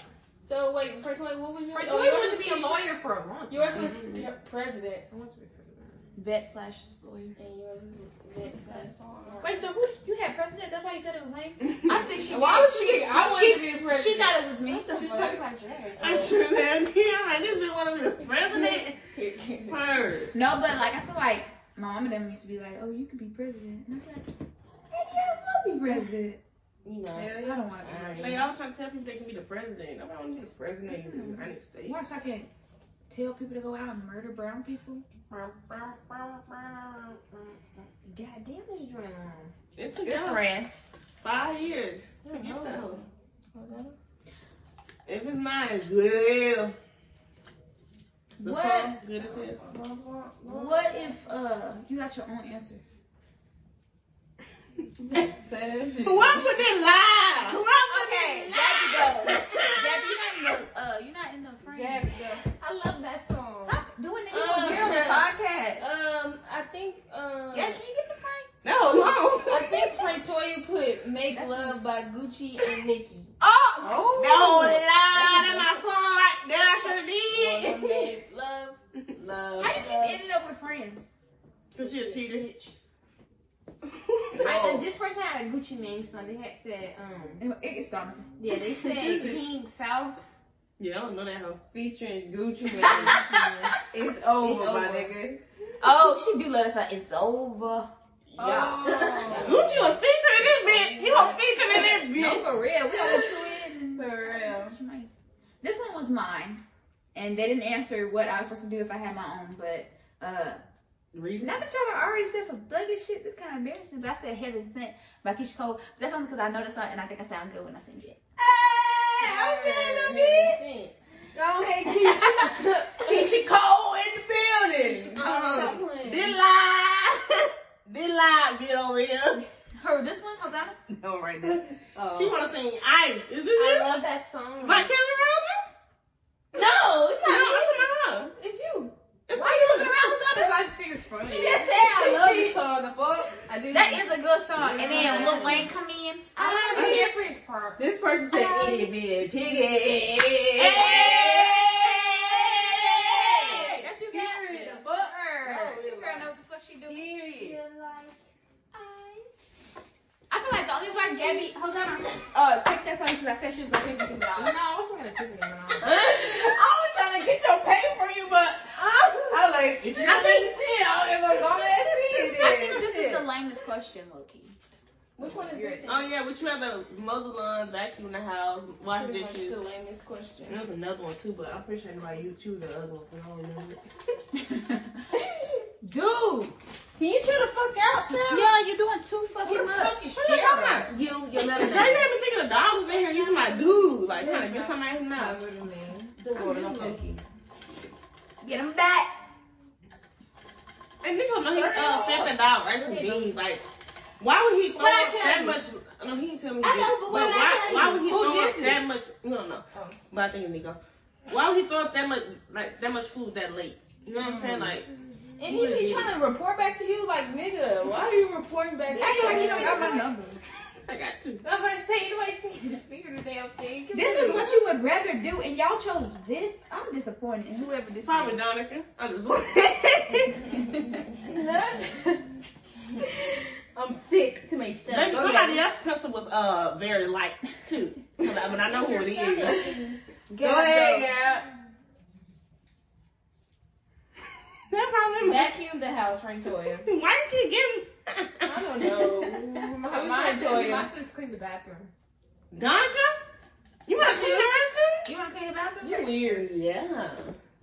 [SPEAKER 1] So wait, Francois, what was your?
[SPEAKER 2] French
[SPEAKER 1] oh,
[SPEAKER 2] we
[SPEAKER 1] yours was
[SPEAKER 2] wanted to be a
[SPEAKER 1] teacher.
[SPEAKER 2] lawyer for a long time.
[SPEAKER 1] Yours was pre- president,
[SPEAKER 2] I wanted to be a president.
[SPEAKER 3] Vet slash lawyer.
[SPEAKER 1] Mm-hmm. and yours was next class.
[SPEAKER 3] Wait, so who you had president? That's why you said it was lame.
[SPEAKER 4] [laughs]
[SPEAKER 3] I think she.
[SPEAKER 1] Why would she? I wanted
[SPEAKER 3] she-
[SPEAKER 1] to be the president.
[SPEAKER 3] She thought it was me.
[SPEAKER 2] She was talking about Jay.
[SPEAKER 4] I should have [laughs] been. I didn't even want to be the president. Word.
[SPEAKER 3] No, but like I feel like my mom and them used to be like, "Oh, you could be president," and I'm like, "Heck yeah, I want to be president.
[SPEAKER 4] You know.
[SPEAKER 3] I Mm-hmm. don't want to be president.
[SPEAKER 4] They always try to tell people they can be the president. Nobody want to be the president of the United States.
[SPEAKER 3] Watch, I can tell people to go out and murder brown people.
[SPEAKER 2] God damn this drum.
[SPEAKER 4] It took us
[SPEAKER 3] France.
[SPEAKER 4] five years to get that.
[SPEAKER 2] Oh.
[SPEAKER 4] If it's not, it's good as hell. The
[SPEAKER 3] What?
[SPEAKER 4] song, good as hell.
[SPEAKER 3] What if uh you got your own answer?
[SPEAKER 4] Why would they lie? Why would
[SPEAKER 3] Okay,
[SPEAKER 4] they
[SPEAKER 3] there
[SPEAKER 4] lie?
[SPEAKER 3] you go. Gabby, you're not in the uh, you're not in the frame.
[SPEAKER 2] I love that song.
[SPEAKER 3] Stop doing that.
[SPEAKER 1] Uh,
[SPEAKER 3] You're
[SPEAKER 2] You're on the
[SPEAKER 3] on the-
[SPEAKER 2] podcast.
[SPEAKER 1] Um, I think. Um,
[SPEAKER 3] yeah, can you get the frame?
[SPEAKER 4] No, no.
[SPEAKER 1] I think Francois put "Make Love" by Gucci and Nicki.
[SPEAKER 5] Oh,
[SPEAKER 4] Oh, no lie. That's my song right there. I sure did.
[SPEAKER 1] Wanna make love, love.
[SPEAKER 3] How you keep ending up with friends?
[SPEAKER 4] Cause she a cheater. [laughs]
[SPEAKER 1] bitch.
[SPEAKER 2] I, uh,
[SPEAKER 4] Oh.
[SPEAKER 2] this person had a Gucci Mane song. They had said, um,
[SPEAKER 3] It gets dark.
[SPEAKER 2] yeah, they said King South.
[SPEAKER 4] Yeah, I don't know that hoe.
[SPEAKER 5] Featuring Gucci Mane.
[SPEAKER 3] oh,
[SPEAKER 5] it's over,
[SPEAKER 2] It's
[SPEAKER 5] my
[SPEAKER 2] over.
[SPEAKER 5] nigga.
[SPEAKER 3] she do let us out. It's over.
[SPEAKER 5] Yeah.
[SPEAKER 4] [laughs] Gucci was featuring this bitch. He was featuring this
[SPEAKER 3] No,
[SPEAKER 4] bitch.
[SPEAKER 3] for real. We don't want you [laughs] in.
[SPEAKER 5] For real.
[SPEAKER 3] This one was mine, and they didn't answer what I was supposed to do if I had my own. But uh,
[SPEAKER 4] Reason.
[SPEAKER 3] now that y'all done already said some thuggish shit, that's kind of embarrassing. But I said "Heaven Sent" by Keisha Cole. But that's only because I know the song and I think I sound good when I sing it.
[SPEAKER 2] I'm feeling a bit. Go ahead,
[SPEAKER 3] [laughs] Keisha Cole in the building.
[SPEAKER 4] Uh,
[SPEAKER 1] Stop playing.
[SPEAKER 4] did lie. [laughs] Did lie. Get over here.
[SPEAKER 3] Her this one, Hosanna.
[SPEAKER 5] No, right now. Oh.
[SPEAKER 4] She wanna sing Ice. Is this
[SPEAKER 2] I
[SPEAKER 4] you?
[SPEAKER 2] love that song.
[SPEAKER 4] By Kelly Rowland?
[SPEAKER 1] No, it's
[SPEAKER 4] No,
[SPEAKER 1] not. me.
[SPEAKER 4] that's my hoe.
[SPEAKER 1] It's you.
[SPEAKER 4] It's
[SPEAKER 3] Why you looking around, Hosanna?
[SPEAKER 2] I just think it's funny.
[SPEAKER 3] She just said
[SPEAKER 5] I
[SPEAKER 3] I
[SPEAKER 5] love this song. The fuck?
[SPEAKER 2] I did.
[SPEAKER 3] That is a good song. And then Lil Wayne come in.
[SPEAKER 2] I don't care for his part.
[SPEAKER 5] This person said,
[SPEAKER 3] I-
[SPEAKER 5] "Itty bitty piggy."
[SPEAKER 4] Hey!
[SPEAKER 3] That's your
[SPEAKER 5] Period. The
[SPEAKER 3] girl.
[SPEAKER 5] fuck?
[SPEAKER 3] Girl,
[SPEAKER 5] No,
[SPEAKER 3] Your girl know what the fuck she doing.
[SPEAKER 5] Period.
[SPEAKER 3] I feel like the only reason why Gabby, hold on, uh, picked that song because I said she was gonna pick the
[SPEAKER 2] No,
[SPEAKER 3] dog.
[SPEAKER 2] I wasn't gonna pick him out.
[SPEAKER 5] I was trying to get your pay for you, but I was like, if you
[SPEAKER 3] I
[SPEAKER 5] don't
[SPEAKER 3] think-
[SPEAKER 5] think, see it, I'm gonna go ahead
[SPEAKER 3] I think this is the lamest question, Loki.
[SPEAKER 1] Which one is
[SPEAKER 2] You're
[SPEAKER 1] this?
[SPEAKER 4] Oh yeah, would you rather mow the lawn, vacuum the house, wash
[SPEAKER 1] Pretty much
[SPEAKER 4] dishes?
[SPEAKER 1] the lamest question.
[SPEAKER 4] And there's another one too, but I'm pretty sure anybody you choose the other one. 'cause I don't remember it.
[SPEAKER 3] Dude,
[SPEAKER 5] Can you chill the fuck out, Sarah?
[SPEAKER 3] yeah, you're doing too
[SPEAKER 5] What
[SPEAKER 3] fucking
[SPEAKER 5] the
[SPEAKER 3] much.
[SPEAKER 5] fuck is- what are you talking
[SPEAKER 3] Sarah, You, your
[SPEAKER 4] Girl,
[SPEAKER 3] letter.
[SPEAKER 4] you
[SPEAKER 5] [laughs]
[SPEAKER 4] had me thinking the dog was in here. You see my dude, like trying to get somebody in his mouth.
[SPEAKER 3] [laughs] Get him back.
[SPEAKER 4] And Nico know he uh, fed the dog rice and beans. Like, why would he throw
[SPEAKER 3] What'd I
[SPEAKER 4] up
[SPEAKER 3] tell
[SPEAKER 4] that
[SPEAKER 3] you?
[SPEAKER 4] much? No, he didn't tell me.
[SPEAKER 3] I
[SPEAKER 4] he
[SPEAKER 3] know,
[SPEAKER 4] did.
[SPEAKER 3] but what did I
[SPEAKER 4] why,
[SPEAKER 3] tell
[SPEAKER 4] why
[SPEAKER 3] you?
[SPEAKER 4] would he
[SPEAKER 3] Who
[SPEAKER 4] throw up
[SPEAKER 3] did it? Oh.
[SPEAKER 4] that much? No, no. But I think it's Nico. Why would he throw up that much, like that much food that late? You know what I'm saying? Like,
[SPEAKER 3] Mm-hmm.
[SPEAKER 1] And he be trying to report back to you like, nigga, why are you reporting back?
[SPEAKER 3] I feel like you don't
[SPEAKER 1] to
[SPEAKER 3] got my number.
[SPEAKER 4] [laughs] I got two.
[SPEAKER 2] I'm about to say anybody taking the finger the damn thing.
[SPEAKER 3] This is what you would rather do, and y'all chose this. I'm disappointed in whoever this
[SPEAKER 4] It's probably
[SPEAKER 3] was.
[SPEAKER 4] Donica. I [laughs] just
[SPEAKER 5] [laughs] I'm sick to my stomach.
[SPEAKER 4] Maybe somebody else's pencil was uh very light too. But I, but I know who it is.
[SPEAKER 5] Go ahead,
[SPEAKER 4] [laughs] That probably
[SPEAKER 1] Vacuum the house, Francois.
[SPEAKER 4] [laughs] Why you keep getting?
[SPEAKER 1] I don't
[SPEAKER 4] [laughs]
[SPEAKER 1] know.
[SPEAKER 2] I was
[SPEAKER 1] Mine
[SPEAKER 2] trying to
[SPEAKER 1] too.
[SPEAKER 2] Mm-hmm. My sis cleaned the bathroom.
[SPEAKER 4] Donica, you want to see the restroom?
[SPEAKER 3] You want to clean the bathroom?
[SPEAKER 1] You weird.
[SPEAKER 5] Yeah.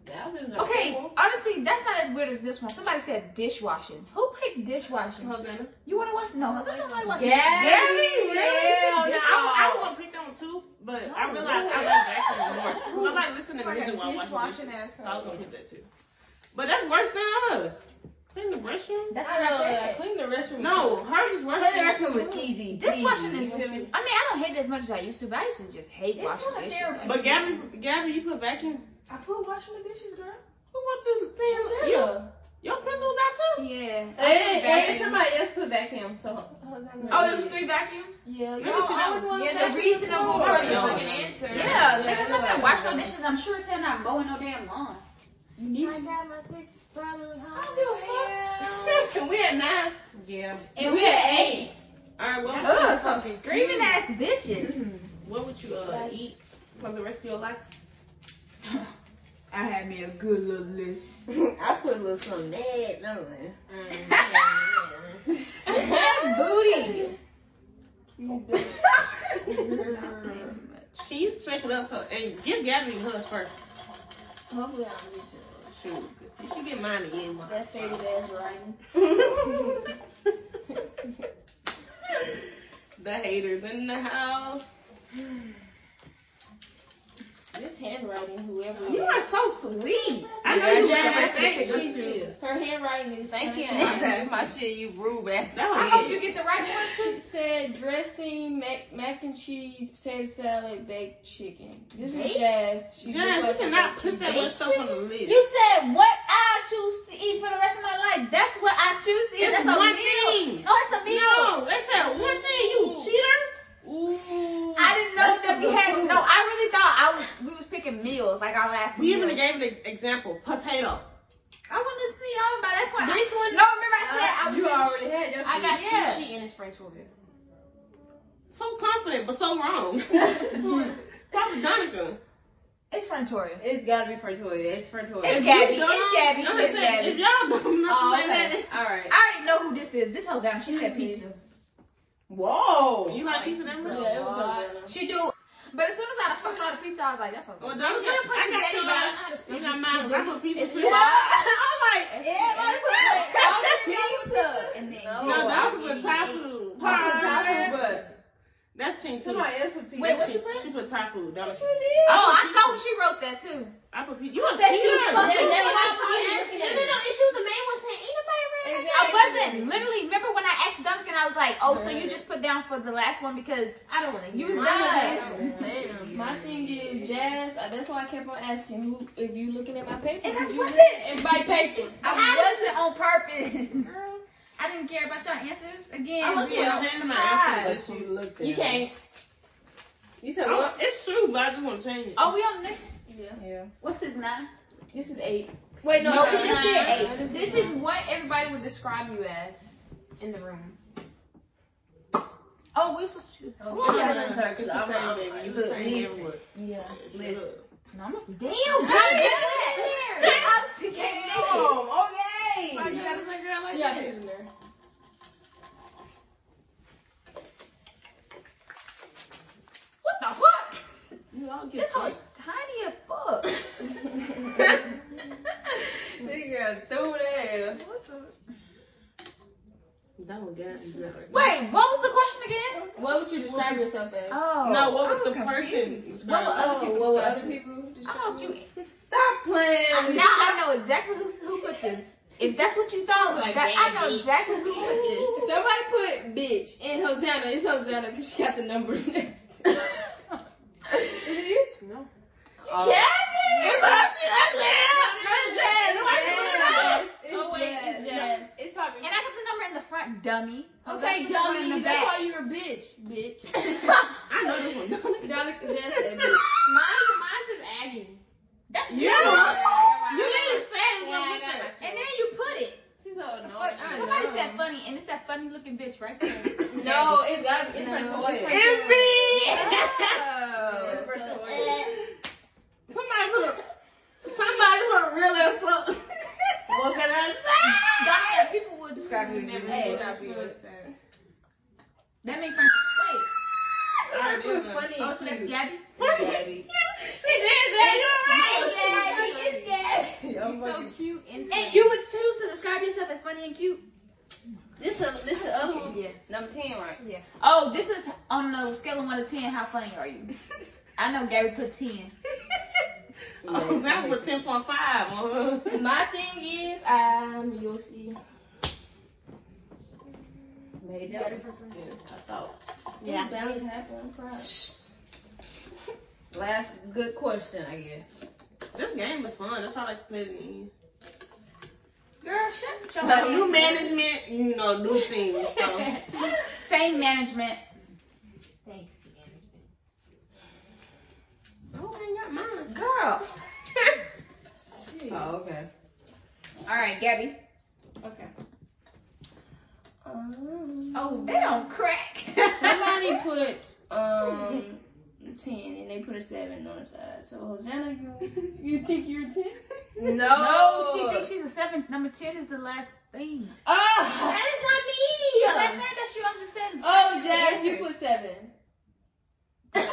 [SPEAKER 5] That was a
[SPEAKER 3] Okay,
[SPEAKER 5] cool.
[SPEAKER 3] honestly, that's not as weird as this one. Somebody said dishwashing. Who picked dishwashing?
[SPEAKER 4] Hosanna.
[SPEAKER 3] You want to wash? No, I don't like washing.
[SPEAKER 5] Yeah.
[SPEAKER 4] Gabby, really?
[SPEAKER 5] Hell
[SPEAKER 4] I, I was gonna pick that one too, but I realized I like vacuuming more. 'Cause I like listening to
[SPEAKER 2] Like
[SPEAKER 4] music
[SPEAKER 2] a
[SPEAKER 4] while I'm watching
[SPEAKER 2] dishwashing
[SPEAKER 4] dishes. So I was
[SPEAKER 2] asshole.
[SPEAKER 4] gonna pick that too. But that's worse than us. Clean the restroom.
[SPEAKER 3] That's
[SPEAKER 1] I
[SPEAKER 5] uh,
[SPEAKER 3] what I
[SPEAKER 1] know.
[SPEAKER 3] said.
[SPEAKER 1] Clean the restroom.
[SPEAKER 4] No, hers is worse.
[SPEAKER 5] Play the
[SPEAKER 4] Than
[SPEAKER 5] rest of it was easy.
[SPEAKER 3] Dishwashing is.
[SPEAKER 5] peasy.
[SPEAKER 3] I mean, I don't hate it as much as I used to, but I used to just hate
[SPEAKER 1] It's
[SPEAKER 3] washing
[SPEAKER 1] not
[SPEAKER 3] dishes.
[SPEAKER 1] therapy.
[SPEAKER 3] Like,
[SPEAKER 4] but Gabby, Gabby, you put vacuum.
[SPEAKER 1] I put washing the dishes, girl.
[SPEAKER 4] Who wrote this thing?
[SPEAKER 1] Angela.
[SPEAKER 4] Your pencil was out too?
[SPEAKER 3] Yeah.
[SPEAKER 5] Hey, hey, somebody else put vacuum. So
[SPEAKER 2] Oh, there was three vacuums.
[SPEAKER 1] Yeah,
[SPEAKER 4] Let me
[SPEAKER 1] you
[SPEAKER 4] see that
[SPEAKER 1] always
[SPEAKER 4] one.
[SPEAKER 1] want
[SPEAKER 3] Yeah, the reasonable
[SPEAKER 1] before.
[SPEAKER 3] part is
[SPEAKER 2] Probably the
[SPEAKER 4] Yeah.
[SPEAKER 2] fucking answer.
[SPEAKER 3] Yeah,
[SPEAKER 4] [laughs]
[SPEAKER 5] Yeah,
[SPEAKER 3] niggas not
[SPEAKER 5] yeah.
[SPEAKER 3] gonna wash no dishes. I'm sure it's hell not mowing no damn lawn.
[SPEAKER 4] You need
[SPEAKER 1] I
[SPEAKER 4] to.
[SPEAKER 1] got my ticket from home.
[SPEAKER 4] I don't give a fuck. we at nine.
[SPEAKER 5] yeah,
[SPEAKER 3] And we at eight.
[SPEAKER 4] All right, what would,
[SPEAKER 3] Ugh, some screaming ass bitches.
[SPEAKER 4] what would you uh, eat for the rest of your life?
[SPEAKER 2] I had me a good little list.
[SPEAKER 5] [laughs] I put a little something mad, nothing.
[SPEAKER 3] Mm,
[SPEAKER 5] [laughs]
[SPEAKER 3] That booty.
[SPEAKER 4] [laughs]
[SPEAKER 3] Way too much.
[SPEAKER 4] Can you straighten up so, and give Gabby hers first?
[SPEAKER 1] Hopefully I'm reaching.
[SPEAKER 4] Shoot, 'cause she should get mine again. motherfucker.
[SPEAKER 1] That faded ass writing.
[SPEAKER 4] [laughs] the haters in the house.
[SPEAKER 1] This handwriting, whoever.
[SPEAKER 4] You are so sweet. I know
[SPEAKER 5] Yeah,
[SPEAKER 4] you
[SPEAKER 5] yeah,
[SPEAKER 4] were
[SPEAKER 5] that's
[SPEAKER 4] thank
[SPEAKER 5] it.
[SPEAKER 4] you.
[SPEAKER 1] Her handwriting is.
[SPEAKER 5] Thank you.
[SPEAKER 1] Okay.
[SPEAKER 5] [laughs] My shit, you rude bastard.
[SPEAKER 4] That was
[SPEAKER 3] I hope you get the right one too.
[SPEAKER 1] [laughs] She said dressing, mac, mac and cheese, potato salad, baked chicken. This is
[SPEAKER 3] Baked?
[SPEAKER 1] Jazz. She's
[SPEAKER 4] Guys, you cannot put that much
[SPEAKER 3] Baked
[SPEAKER 4] stuff on the list.
[SPEAKER 3] You said what I choose to eat for the rest of my life. That's what I choose to eat.
[SPEAKER 4] It's
[SPEAKER 3] That's a
[SPEAKER 4] one
[SPEAKER 3] meal.
[SPEAKER 4] thing.
[SPEAKER 3] No, it's a meal.
[SPEAKER 4] no, that's that one thing, you cheater. Ooh.
[SPEAKER 3] I didn't know
[SPEAKER 5] That's
[SPEAKER 3] that we
[SPEAKER 5] some
[SPEAKER 3] had.
[SPEAKER 5] good
[SPEAKER 3] No, I really thought I was. We was picking meals like our last.
[SPEAKER 4] We
[SPEAKER 3] meal.
[SPEAKER 4] even gave an e- example. Potato.
[SPEAKER 3] I want to see y'all by that point.
[SPEAKER 5] This one- Uh,
[SPEAKER 3] No, remember I said I was.
[SPEAKER 5] you
[SPEAKER 3] gonna-
[SPEAKER 5] already had your.
[SPEAKER 1] I got
[SPEAKER 5] shit.
[SPEAKER 3] Yeah.
[SPEAKER 1] sushi and it's French toast.
[SPEAKER 4] So confident, but so wrong. Probably Donica.
[SPEAKER 3] It's Frontoria.
[SPEAKER 5] It's gotta be for toy. It's for toy.
[SPEAKER 3] It's
[SPEAKER 4] If
[SPEAKER 3] Gabby.
[SPEAKER 4] you don't-
[SPEAKER 3] It's Gabby.
[SPEAKER 4] I'm
[SPEAKER 3] It's
[SPEAKER 4] just saying,
[SPEAKER 3] Gabby.
[SPEAKER 4] If y'all don't know
[SPEAKER 5] Oh,
[SPEAKER 4] say
[SPEAKER 5] okay. All right.
[SPEAKER 3] I already know who this is. This hoe's down. She said pizza.
[SPEAKER 4] that,
[SPEAKER 5] [laughs] Whoa.
[SPEAKER 4] you like pizza that much?
[SPEAKER 1] Yeah, it was
[SPEAKER 5] God.
[SPEAKER 1] Hosanna.
[SPEAKER 3] She do. But as soon as I fucked out the pizza, I was like, that's okay.
[SPEAKER 4] [laughs] Well, don't-
[SPEAKER 3] She put
[SPEAKER 4] I got
[SPEAKER 3] spaghetti,
[SPEAKER 4] some.
[SPEAKER 3] but I- I just-
[SPEAKER 4] You know mine, I put pizza
[SPEAKER 3] It's-
[SPEAKER 4] too. [laughs]
[SPEAKER 3] yeah.
[SPEAKER 4] I'm like,
[SPEAKER 3] Pizza. And then
[SPEAKER 5] [laughs] No.
[SPEAKER 4] no, that was
[SPEAKER 3] I
[SPEAKER 4] a
[SPEAKER 3] eat-
[SPEAKER 4] taco.
[SPEAKER 5] I put taco, but
[SPEAKER 4] That's ching too.
[SPEAKER 5] somebody else put pizza.
[SPEAKER 3] Wait, what you
[SPEAKER 4] She-
[SPEAKER 3] put?
[SPEAKER 4] She put taco. That was
[SPEAKER 3] Oh, I saw when she wrote that too.
[SPEAKER 4] I put pizza. You a
[SPEAKER 5] That you
[SPEAKER 4] cheater.
[SPEAKER 5] fucking-
[SPEAKER 3] That's, that's why
[SPEAKER 1] probably
[SPEAKER 3] she asked me.
[SPEAKER 1] looking
[SPEAKER 3] No,
[SPEAKER 1] at
[SPEAKER 3] no,
[SPEAKER 1] it.
[SPEAKER 3] no. She was the main one saying, ain't nobody around that
[SPEAKER 1] Exactly.
[SPEAKER 3] I wasn't. Literally, remember when I asked Duncan, I was like, oh, so you just put down for the last one because
[SPEAKER 1] I don't want to.
[SPEAKER 3] you
[SPEAKER 1] You
[SPEAKER 3] was
[SPEAKER 1] done.
[SPEAKER 3] done.
[SPEAKER 5] Damn.
[SPEAKER 1] My thing is jazz. uh, That's why I kept on asking who if you looking at my paper.
[SPEAKER 3] And I
[SPEAKER 1] because you
[SPEAKER 3] wasn't.
[SPEAKER 1] looking- And by patient.
[SPEAKER 3] I wasn't on purpose. I didn't care about your answers again.
[SPEAKER 4] I'm looking
[SPEAKER 3] we
[SPEAKER 4] at
[SPEAKER 3] are
[SPEAKER 4] hand in my
[SPEAKER 3] five.
[SPEAKER 4] ass.
[SPEAKER 5] you looked at
[SPEAKER 1] You can't.
[SPEAKER 5] You said
[SPEAKER 4] Oh,
[SPEAKER 5] what?
[SPEAKER 4] It's true, but I just want to change it.
[SPEAKER 3] Oh, we on next.
[SPEAKER 1] Yeah.
[SPEAKER 5] Yeah.
[SPEAKER 3] What's this nine?
[SPEAKER 1] This is eight.
[SPEAKER 3] Wait,
[SPEAKER 1] no,
[SPEAKER 3] we
[SPEAKER 1] it's
[SPEAKER 3] just
[SPEAKER 1] nine.
[SPEAKER 3] did
[SPEAKER 1] I
[SPEAKER 3] eight.
[SPEAKER 1] just
[SPEAKER 2] This is what everybody would describe you as in the room.
[SPEAKER 3] Oh, we supposed to.
[SPEAKER 5] Who am I gonna turn?
[SPEAKER 4] It's
[SPEAKER 5] Cause
[SPEAKER 4] the
[SPEAKER 5] I'm
[SPEAKER 4] same,
[SPEAKER 5] I'm-
[SPEAKER 4] baby. You
[SPEAKER 5] Oh, Look,
[SPEAKER 4] the same
[SPEAKER 5] listen.
[SPEAKER 4] everywhere.
[SPEAKER 1] Yeah.
[SPEAKER 5] Listen.
[SPEAKER 3] No, I'm not. Damn, bitch.
[SPEAKER 1] Oh,
[SPEAKER 5] Damn.
[SPEAKER 4] Why
[SPEAKER 5] Okay.
[SPEAKER 4] you gotta say girl like
[SPEAKER 1] Yeah. I put
[SPEAKER 4] that?
[SPEAKER 1] it in there.
[SPEAKER 3] What the fuck?
[SPEAKER 1] You all get
[SPEAKER 3] This hoe is tiny as fuck.
[SPEAKER 5] Nigga, stupid ass.
[SPEAKER 4] That one got me.
[SPEAKER 3] Wait, what was the question again?
[SPEAKER 1] What would you describe yourself as?
[SPEAKER 3] Oh.
[SPEAKER 4] No, what
[SPEAKER 3] I
[SPEAKER 4] would the
[SPEAKER 3] was
[SPEAKER 4] person
[SPEAKER 3] confused.
[SPEAKER 4] describe?
[SPEAKER 3] What would
[SPEAKER 4] you?
[SPEAKER 3] other people
[SPEAKER 1] what would
[SPEAKER 3] describe
[SPEAKER 1] other
[SPEAKER 3] I
[SPEAKER 1] people describe
[SPEAKER 3] hope
[SPEAKER 1] you
[SPEAKER 3] you.
[SPEAKER 1] as?
[SPEAKER 5] Stop playing. with
[SPEAKER 3] Now I know exactly who, who put this. If that's what you thought,
[SPEAKER 4] Like
[SPEAKER 3] that, I know
[SPEAKER 4] Gabby.
[SPEAKER 3] exactly who put this.
[SPEAKER 1] Somebody put bitch in Hosanna. It's Hosanna because she got the number [laughs] next. to it. Is it you?
[SPEAKER 5] Oh.
[SPEAKER 4] It's
[SPEAKER 3] Gabby!
[SPEAKER 4] us, it's us, man. No, I
[SPEAKER 3] Yes.
[SPEAKER 4] can't do that.
[SPEAKER 1] Oh wait, it's Jazz. It's probably.
[SPEAKER 3] And I got the number in the front, dummy.
[SPEAKER 1] Okay,
[SPEAKER 3] Got the number
[SPEAKER 1] dummy.
[SPEAKER 3] in the
[SPEAKER 1] That's
[SPEAKER 3] back.
[SPEAKER 1] why you're a bitch, bitch.
[SPEAKER 4] I know this one.
[SPEAKER 1] Donna, Jazz
[SPEAKER 5] [laughs]
[SPEAKER 1] said bitch. Mine, mine says Aggie.
[SPEAKER 3] [laughs] That's
[SPEAKER 4] You-
[SPEAKER 3] yours.
[SPEAKER 4] You didn't say it
[SPEAKER 1] Yeah, I
[SPEAKER 4] was
[SPEAKER 1] got
[SPEAKER 4] with
[SPEAKER 3] And then you put it.
[SPEAKER 5] She's so
[SPEAKER 3] Fuck,
[SPEAKER 5] annoying.
[SPEAKER 3] Somebody said funny, and it's that funny looking bitch right there. [laughs]
[SPEAKER 1] No, it's gotta be.
[SPEAKER 5] It's
[SPEAKER 1] It's
[SPEAKER 5] for
[SPEAKER 1] no.
[SPEAKER 5] toys.
[SPEAKER 4] that. Envy.
[SPEAKER 3] Oh.
[SPEAKER 5] For
[SPEAKER 1] so-
[SPEAKER 5] toys.
[SPEAKER 4] Somebody put. Somebody put real as fuck.
[SPEAKER 5] What can I
[SPEAKER 3] Donna, people would describe you
[SPEAKER 1] Never
[SPEAKER 3] as
[SPEAKER 1] knew
[SPEAKER 3] bitch.
[SPEAKER 1] that was-
[SPEAKER 3] That makes sense. Wait.
[SPEAKER 5] Somebody put
[SPEAKER 4] Yeah.
[SPEAKER 5] funny
[SPEAKER 3] Oh,
[SPEAKER 5] and
[SPEAKER 3] so that's
[SPEAKER 5] cute.
[SPEAKER 3] Gabby?
[SPEAKER 5] Daddy.
[SPEAKER 4] She did that. You're right.
[SPEAKER 5] Daddy, Daddy. I'm
[SPEAKER 1] You're so
[SPEAKER 5] fucking-
[SPEAKER 1] cute and.
[SPEAKER 3] And you would choose to describe yourself as funny and cute.
[SPEAKER 5] This a
[SPEAKER 3] uh,
[SPEAKER 5] this is other one.
[SPEAKER 3] [laughs] Yeah.
[SPEAKER 5] Number ten, right?
[SPEAKER 3] Oh, this is on the scale of 1 to 10. How funny are you? I know Gabby put 10.
[SPEAKER 4] Oh, that was ten point five. huh?
[SPEAKER 1] My thing is, I'm Yossi.
[SPEAKER 5] Made up. I thought.
[SPEAKER 3] Yeah.
[SPEAKER 1] Balance half one pride.
[SPEAKER 5] Last good question, I guess.
[SPEAKER 4] [laughs] This game was fun. That's all I played.
[SPEAKER 1] Girl, shut your
[SPEAKER 4] No, new
[SPEAKER 1] ass.
[SPEAKER 4] management, you know, new things. [laughs] So
[SPEAKER 3] Same management.
[SPEAKER 2] Thanks, Ian.
[SPEAKER 4] Oh, I ain't got mine.
[SPEAKER 3] Girl.
[SPEAKER 4] Oh, okay.
[SPEAKER 3] All right, Gabby.
[SPEAKER 1] Okay.
[SPEAKER 2] Um,
[SPEAKER 3] Oh, they don't crack.
[SPEAKER 1] [laughs] Somebody put um ten and they put a seven on the side. So Hosanna, you you think you're a ten?
[SPEAKER 5] No.
[SPEAKER 3] No,
[SPEAKER 5] Oh.
[SPEAKER 3] she thinks she's a seventh. Number ten is the last thing.
[SPEAKER 1] Oh,
[SPEAKER 3] That's not that you. I'm just saying.
[SPEAKER 1] oh, Jazz, you put seven.
[SPEAKER 4] [laughs]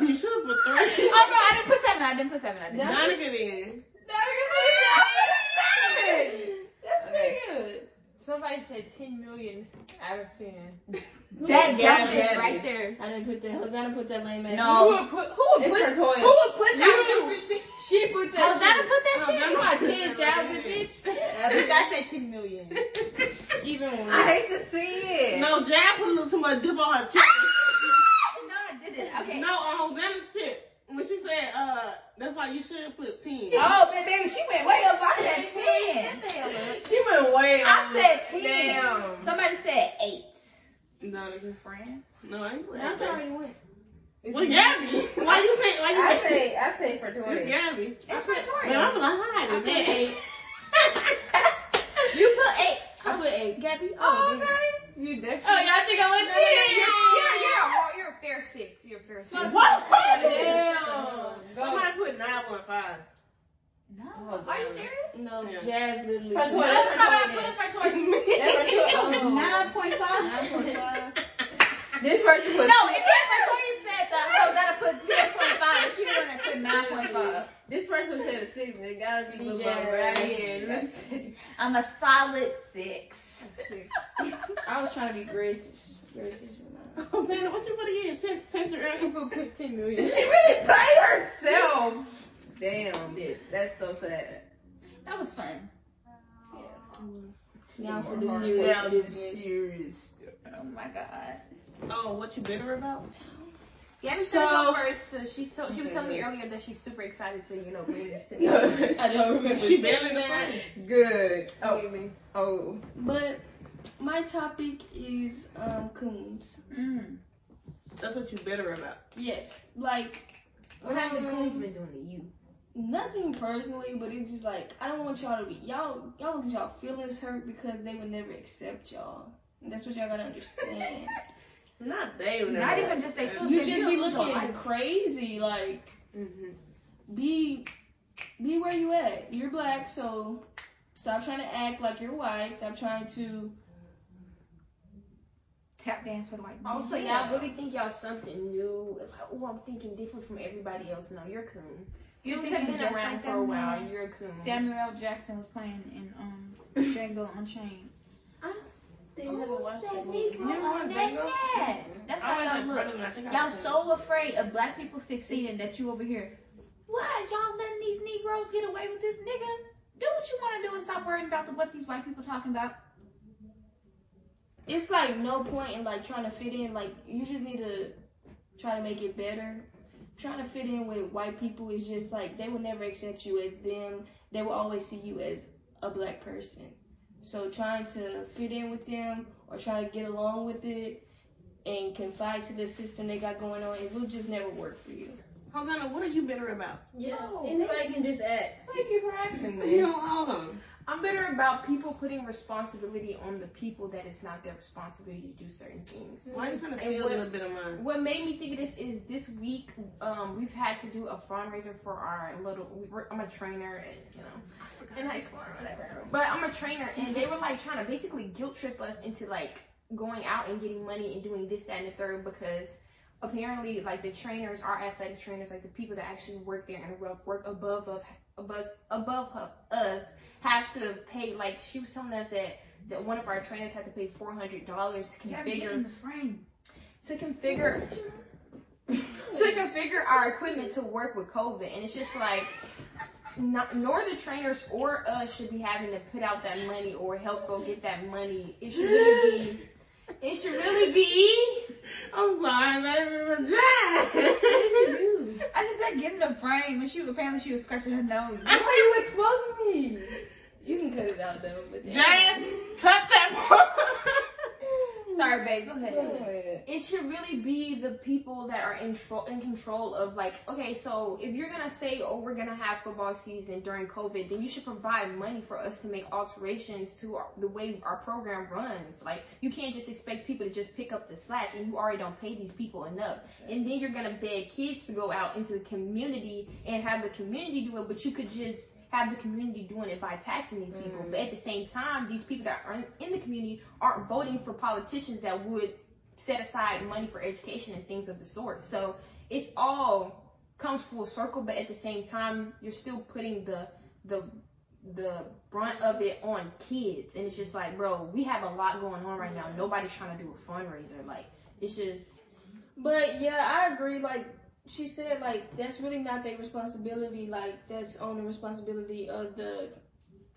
[SPEAKER 4] You should have put [laughs] three.
[SPEAKER 3] [laughs] Oh no, I didn't put seven. I didn't put seven. I didn't.
[SPEAKER 4] Monica then.
[SPEAKER 1] No, you put seven. That's
[SPEAKER 5] Okay.
[SPEAKER 1] pretty good.
[SPEAKER 2] somebody said 10 million out of 10.
[SPEAKER 3] That
[SPEAKER 1] Who-
[SPEAKER 3] that's
[SPEAKER 1] Gabby.
[SPEAKER 3] it right there.
[SPEAKER 1] I didn't put that. Hosanna put that lame ass.
[SPEAKER 3] No.
[SPEAKER 2] Who would put, who would
[SPEAKER 1] It's
[SPEAKER 2] put,
[SPEAKER 1] her toy.
[SPEAKER 2] who would put
[SPEAKER 1] You.
[SPEAKER 2] that [laughs] stupid shit?
[SPEAKER 1] She put that.
[SPEAKER 3] Hosanna
[SPEAKER 1] shit.
[SPEAKER 3] Oh, put
[SPEAKER 4] Oh,
[SPEAKER 3] that shit.
[SPEAKER 1] That's my ten thousand,
[SPEAKER 4] [laughs]
[SPEAKER 1] bitch.
[SPEAKER 2] Bitch, I said 10 million.
[SPEAKER 1] Even when
[SPEAKER 5] I hate to see it.
[SPEAKER 4] No, Jab put a little too much dip on her chip.
[SPEAKER 3] No, I didn't. Okay.
[SPEAKER 4] [laughs] No, on Hosanna's chip. When she said, uh, that's why you should put 10.
[SPEAKER 5] Oh, but baby, she went way up. I said ten. She went way up.
[SPEAKER 3] I said ten.
[SPEAKER 5] Damn.
[SPEAKER 3] Somebody said eight.
[SPEAKER 4] No, they-
[SPEAKER 5] Friend.
[SPEAKER 4] no, I ain't
[SPEAKER 1] I
[SPEAKER 4] laughing.
[SPEAKER 1] already went.
[SPEAKER 4] Well, Gabby. Why you saying, why you
[SPEAKER 5] I
[SPEAKER 4] saying?
[SPEAKER 5] say, I say for
[SPEAKER 4] It's
[SPEAKER 5] doing.
[SPEAKER 4] Gabby. But
[SPEAKER 3] It's Pretoria.
[SPEAKER 4] I'm like, hi.
[SPEAKER 1] I
[SPEAKER 4] is
[SPEAKER 1] put
[SPEAKER 4] that
[SPEAKER 1] eight.
[SPEAKER 3] you put eight.
[SPEAKER 1] I put eight.
[SPEAKER 3] Gabby.
[SPEAKER 2] Oh,
[SPEAKER 3] okay.
[SPEAKER 2] You definitely.
[SPEAKER 1] Oh, y'all think I went ten?
[SPEAKER 2] Yeah, you're, you're, you're, a fair six. You're a fair six.
[SPEAKER 1] Fuck.
[SPEAKER 4] What?
[SPEAKER 1] Damn.
[SPEAKER 5] Go.
[SPEAKER 4] Somebody put 915.
[SPEAKER 3] No.
[SPEAKER 5] Oh,
[SPEAKER 3] Are you
[SPEAKER 5] damn.
[SPEAKER 3] serious?
[SPEAKER 1] No,
[SPEAKER 4] Yeah.
[SPEAKER 1] Jazz literally.
[SPEAKER 5] That's
[SPEAKER 1] put- Oh.
[SPEAKER 5] what
[SPEAKER 2] That's not what I
[SPEAKER 5] Pretoria.
[SPEAKER 2] put for choice.
[SPEAKER 5] That's for doing.
[SPEAKER 3] Nine point five.
[SPEAKER 1] Nine point five.
[SPEAKER 4] [laughs]
[SPEAKER 5] This person
[SPEAKER 3] No,
[SPEAKER 5] was.
[SPEAKER 3] if Pretoria said that, I gotta put ten point five, and she wanted to put nine point five.
[SPEAKER 5] This person was here to six. and It gotta be Lil
[SPEAKER 1] Yeah.
[SPEAKER 5] Bo right here. Let's [laughs] see.
[SPEAKER 3] I'm a solid six.
[SPEAKER 2] Six. [laughs]
[SPEAKER 1] I was trying to be gracious. Gracious with mine.
[SPEAKER 4] Hosanna, Oh, what you put again? 10, 10 to
[SPEAKER 2] Who put 10
[SPEAKER 5] She
[SPEAKER 2] million?
[SPEAKER 5] really played herself. Damn.
[SPEAKER 4] earn?
[SPEAKER 5] That's so sad.
[SPEAKER 3] [laughs] That was fun.
[SPEAKER 1] Now for the serious
[SPEAKER 5] [laughs]
[SPEAKER 1] business.
[SPEAKER 5] serious.
[SPEAKER 3] Oh my god.
[SPEAKER 4] Oh, what you bitter about?
[SPEAKER 2] Gabby
[SPEAKER 5] So-
[SPEAKER 2] so, go first. So she, so, she was
[SPEAKER 5] Okay,
[SPEAKER 2] telling me
[SPEAKER 5] good.
[SPEAKER 2] earlier that she's super excited to, you know, [laughs] bring this to
[SPEAKER 5] business.
[SPEAKER 1] I don't remember
[SPEAKER 4] She
[SPEAKER 1] saying
[SPEAKER 4] barely
[SPEAKER 1] that.
[SPEAKER 5] Good. Oh,
[SPEAKER 2] Really.
[SPEAKER 5] oh.
[SPEAKER 1] But my topic is um coons.
[SPEAKER 3] Mm.
[SPEAKER 4] That's what you bitter about.
[SPEAKER 1] Yes, like
[SPEAKER 2] What has the
[SPEAKER 1] um,
[SPEAKER 2] coons been doing to you?
[SPEAKER 1] Nothing personally, but it's just like I don't want y'all to be y'all y'all don't get y'all feelings hurt because they would never accept y'all. And that's what y'all gotta understand.
[SPEAKER 4] Not they. would
[SPEAKER 3] Not
[SPEAKER 4] never-
[SPEAKER 3] even just they feel
[SPEAKER 1] you
[SPEAKER 3] good,
[SPEAKER 1] just
[SPEAKER 3] don't
[SPEAKER 1] be
[SPEAKER 3] lose your
[SPEAKER 1] looking
[SPEAKER 3] life.
[SPEAKER 1] crazy, like
[SPEAKER 4] Mhm.
[SPEAKER 1] be be where you at. You're black, so stop trying to act like you're white. Stop trying to.
[SPEAKER 3] Tap dance with white.
[SPEAKER 2] Also,
[SPEAKER 3] men.
[SPEAKER 2] y'all really think y'all something new. Like, oh, I'm thinking different from everybody else. No, you're a coon.
[SPEAKER 3] You
[SPEAKER 2] Coons
[SPEAKER 3] think
[SPEAKER 2] have
[SPEAKER 3] you
[SPEAKER 2] been
[SPEAKER 3] just
[SPEAKER 2] around
[SPEAKER 3] like
[SPEAKER 2] for a
[SPEAKER 3] that
[SPEAKER 2] while.
[SPEAKER 3] man.
[SPEAKER 2] You're a coon.
[SPEAKER 3] Samuel L. Jackson was playing in um Django Unchained.
[SPEAKER 2] I
[SPEAKER 1] They never watched that
[SPEAKER 4] You never watched Django?
[SPEAKER 3] net. That's
[SPEAKER 4] I
[SPEAKER 3] how
[SPEAKER 4] was
[SPEAKER 3] y'all
[SPEAKER 4] in
[SPEAKER 3] look.
[SPEAKER 4] Parliament, I think I
[SPEAKER 3] Y'all
[SPEAKER 4] was in-
[SPEAKER 3] so afraid of black people succeeding that you over here. What? Y'all letting these Negroes get away with this nigga? Do what you want to do and stop worrying about the, what these white people talking about.
[SPEAKER 1] It's like no point in like trying to fit in. Like you just need to try to make it better. Trying to fit in with white people is just like they will never accept you as them. They will always see you as a black person. So trying to fit in with them or trying to get along with it and confide to the system they got going on, it will just never work for you.
[SPEAKER 4] Hosanna, what are you bitter about?
[SPEAKER 5] Yeah.
[SPEAKER 1] anybody can just act.
[SPEAKER 4] Thank you for
[SPEAKER 2] [laughs]
[SPEAKER 4] asking me. No, [laughs] hold on.
[SPEAKER 2] I'm bitter about people putting responsibility on the people that it's not their responsibility to do certain things.
[SPEAKER 4] Why are you trying to
[SPEAKER 2] And
[SPEAKER 4] steal a
[SPEAKER 2] what-
[SPEAKER 4] little bit of mine?
[SPEAKER 2] What made me think of this is this week um, we've had to do a fundraiser for our little. We were, I'm a trainer, and, you know, in high school or whatever. But I'm a trainer, and they were like trying to basically guilt trip us into like going out and getting money and doing this, that, and the third because apparently like the trainers, our athletic trainers, like the people that actually work there and work work above of above above hu- us have to pay. Like she was telling us that that one of our trainers had to pay four hundred dollars to
[SPEAKER 3] Gotta get
[SPEAKER 2] configure
[SPEAKER 3] in the frame.
[SPEAKER 2] to configure to configure our equipment to work with COVID, and it's just like not, nor the trainers or us should be having to put out that money or help go get that money. It should really be. It should really be.
[SPEAKER 4] I'm sorry, baby, but Jack.
[SPEAKER 2] What did
[SPEAKER 4] [laughs]
[SPEAKER 2] you do?
[SPEAKER 3] I just said get in the frame, and she apparently she was scratching her nose.
[SPEAKER 2] Why are you exposing me?
[SPEAKER 1] You can cut it out though. But then-
[SPEAKER 2] Jan, cut that part.
[SPEAKER 3] Sorry, babe. Go
[SPEAKER 5] Go
[SPEAKER 3] ahead.
[SPEAKER 5] ahead.
[SPEAKER 2] it should really be the people that are in, tro- in control of like okay so if you're gonna say oh we're gonna have football season during covid then you should provide money for us to make alterations to our, the way our program runs like you can't just expect people to just pick up the slack and you already don't pay these people enough and then you're gonna beg kids to go out into the community and have the community do it but you could just have the community doing it by taxing these people but at the same time these people that aren't in the community aren't voting for politicians that would set aside money for education and things of the sort. So it's all comes full circle, but at the same time, you're still putting the the the brunt of it on kids, and it's just like, bro, we have a lot going on right now. Nobody's trying to do a fundraiser. Like it's just
[SPEAKER 1] But yeah, I agree. Like she said, like that's really not their responsibility. Like that's on the responsibility of the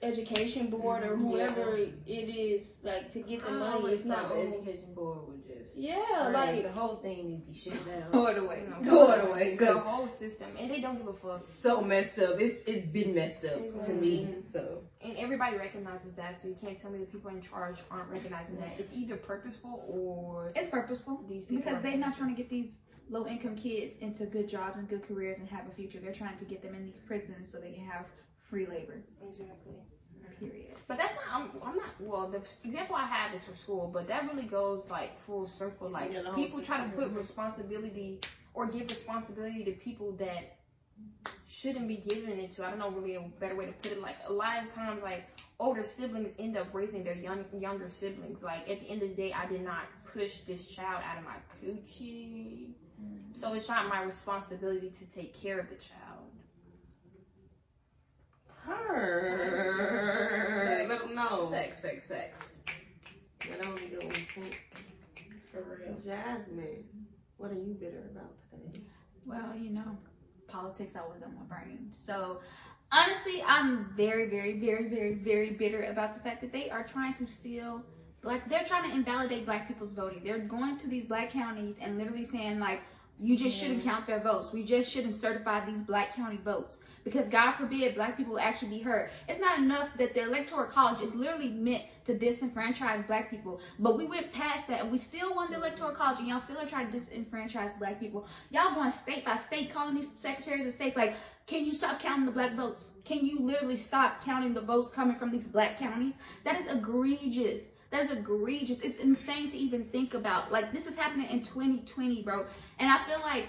[SPEAKER 1] education board or
[SPEAKER 5] Mm-hmm.
[SPEAKER 1] whoever it is. Like to get the money, it's not
[SPEAKER 5] the
[SPEAKER 1] on.
[SPEAKER 5] education board would just.
[SPEAKER 1] Yeah,
[SPEAKER 5] Like
[SPEAKER 1] like
[SPEAKER 5] the whole thing need to be shut down. [laughs]
[SPEAKER 3] Throw it away.
[SPEAKER 2] you know,
[SPEAKER 5] Throw it away,
[SPEAKER 2] [laughs] The
[SPEAKER 5] good.
[SPEAKER 2] whole system, and they don't give a fuck.
[SPEAKER 5] So messed up. It's it's been messed up to me. So
[SPEAKER 2] And everybody recognizes that, so you can't tell me the people in charge aren't recognizing that. It's either purposeful or
[SPEAKER 3] It's purposeful.
[SPEAKER 2] these people
[SPEAKER 3] Because
[SPEAKER 2] are-
[SPEAKER 3] they're not trying to get these low income kids into good jobs and good careers and have a future. They're trying to get them in these prisons so they can have free labor.
[SPEAKER 1] exactly.
[SPEAKER 3] Period.
[SPEAKER 2] But that's not. I'm, I'm not. Well, the example I have is for school, but that really goes like full circle. Like
[SPEAKER 4] Yeah, the whole
[SPEAKER 2] people try to
[SPEAKER 4] system.
[SPEAKER 2] put responsibility or give responsibility to people that shouldn't be giving it to. I don't know really a better way to put it. Like a lot of times, like older siblings end up raising their young younger siblings. Like at the end of the day, I did not push this child out of my coochie, so it's not my responsibility to take care of the child.
[SPEAKER 4] Her. Let them know.
[SPEAKER 5] facts, facts, facts.
[SPEAKER 4] That only go one point.
[SPEAKER 5] For real.
[SPEAKER 4] Jasmine, what are you bitter about today?
[SPEAKER 3] Well, you know, politics always on my brain. So honestly, I'm very, very, very, very, very bitter about the fact that they are trying to steal black they're trying to invalidate black people's voting. They're going to these black counties and literally saying like you just shouldn't count their votes. We just shouldn't certify these black county votes. Because God forbid black people actually be hurt. It's not enough that the electoral college is literally meant to disenfranchise black people. But we went past that and we still won the electoral college and y'all still are trying to disenfranchise black people. Y'all going state by state, calling these secretaries of states like, can you stop counting the black votes? Can you literally stop counting the votes coming from these black counties? That is egregious. That is egregious. It's insane to even think about. Like this is happening in 2020, bro. And I feel like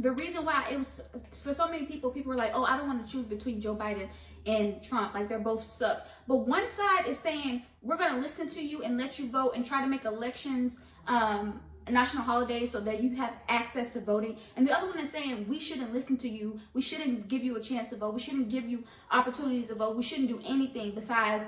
[SPEAKER 3] the reason why it was for so many people, people were like, oh, I don't want to choose between Joe Biden and Trump. Like they're both suck. But one side is saying we're gonna listen to you and let you vote and try to make elections. Um, national holidays so that you have access to voting. And the other one is saying we shouldn't listen to you. We shouldn't give you a chance to vote. We shouldn't give you opportunities to vote. We shouldn't do anything besides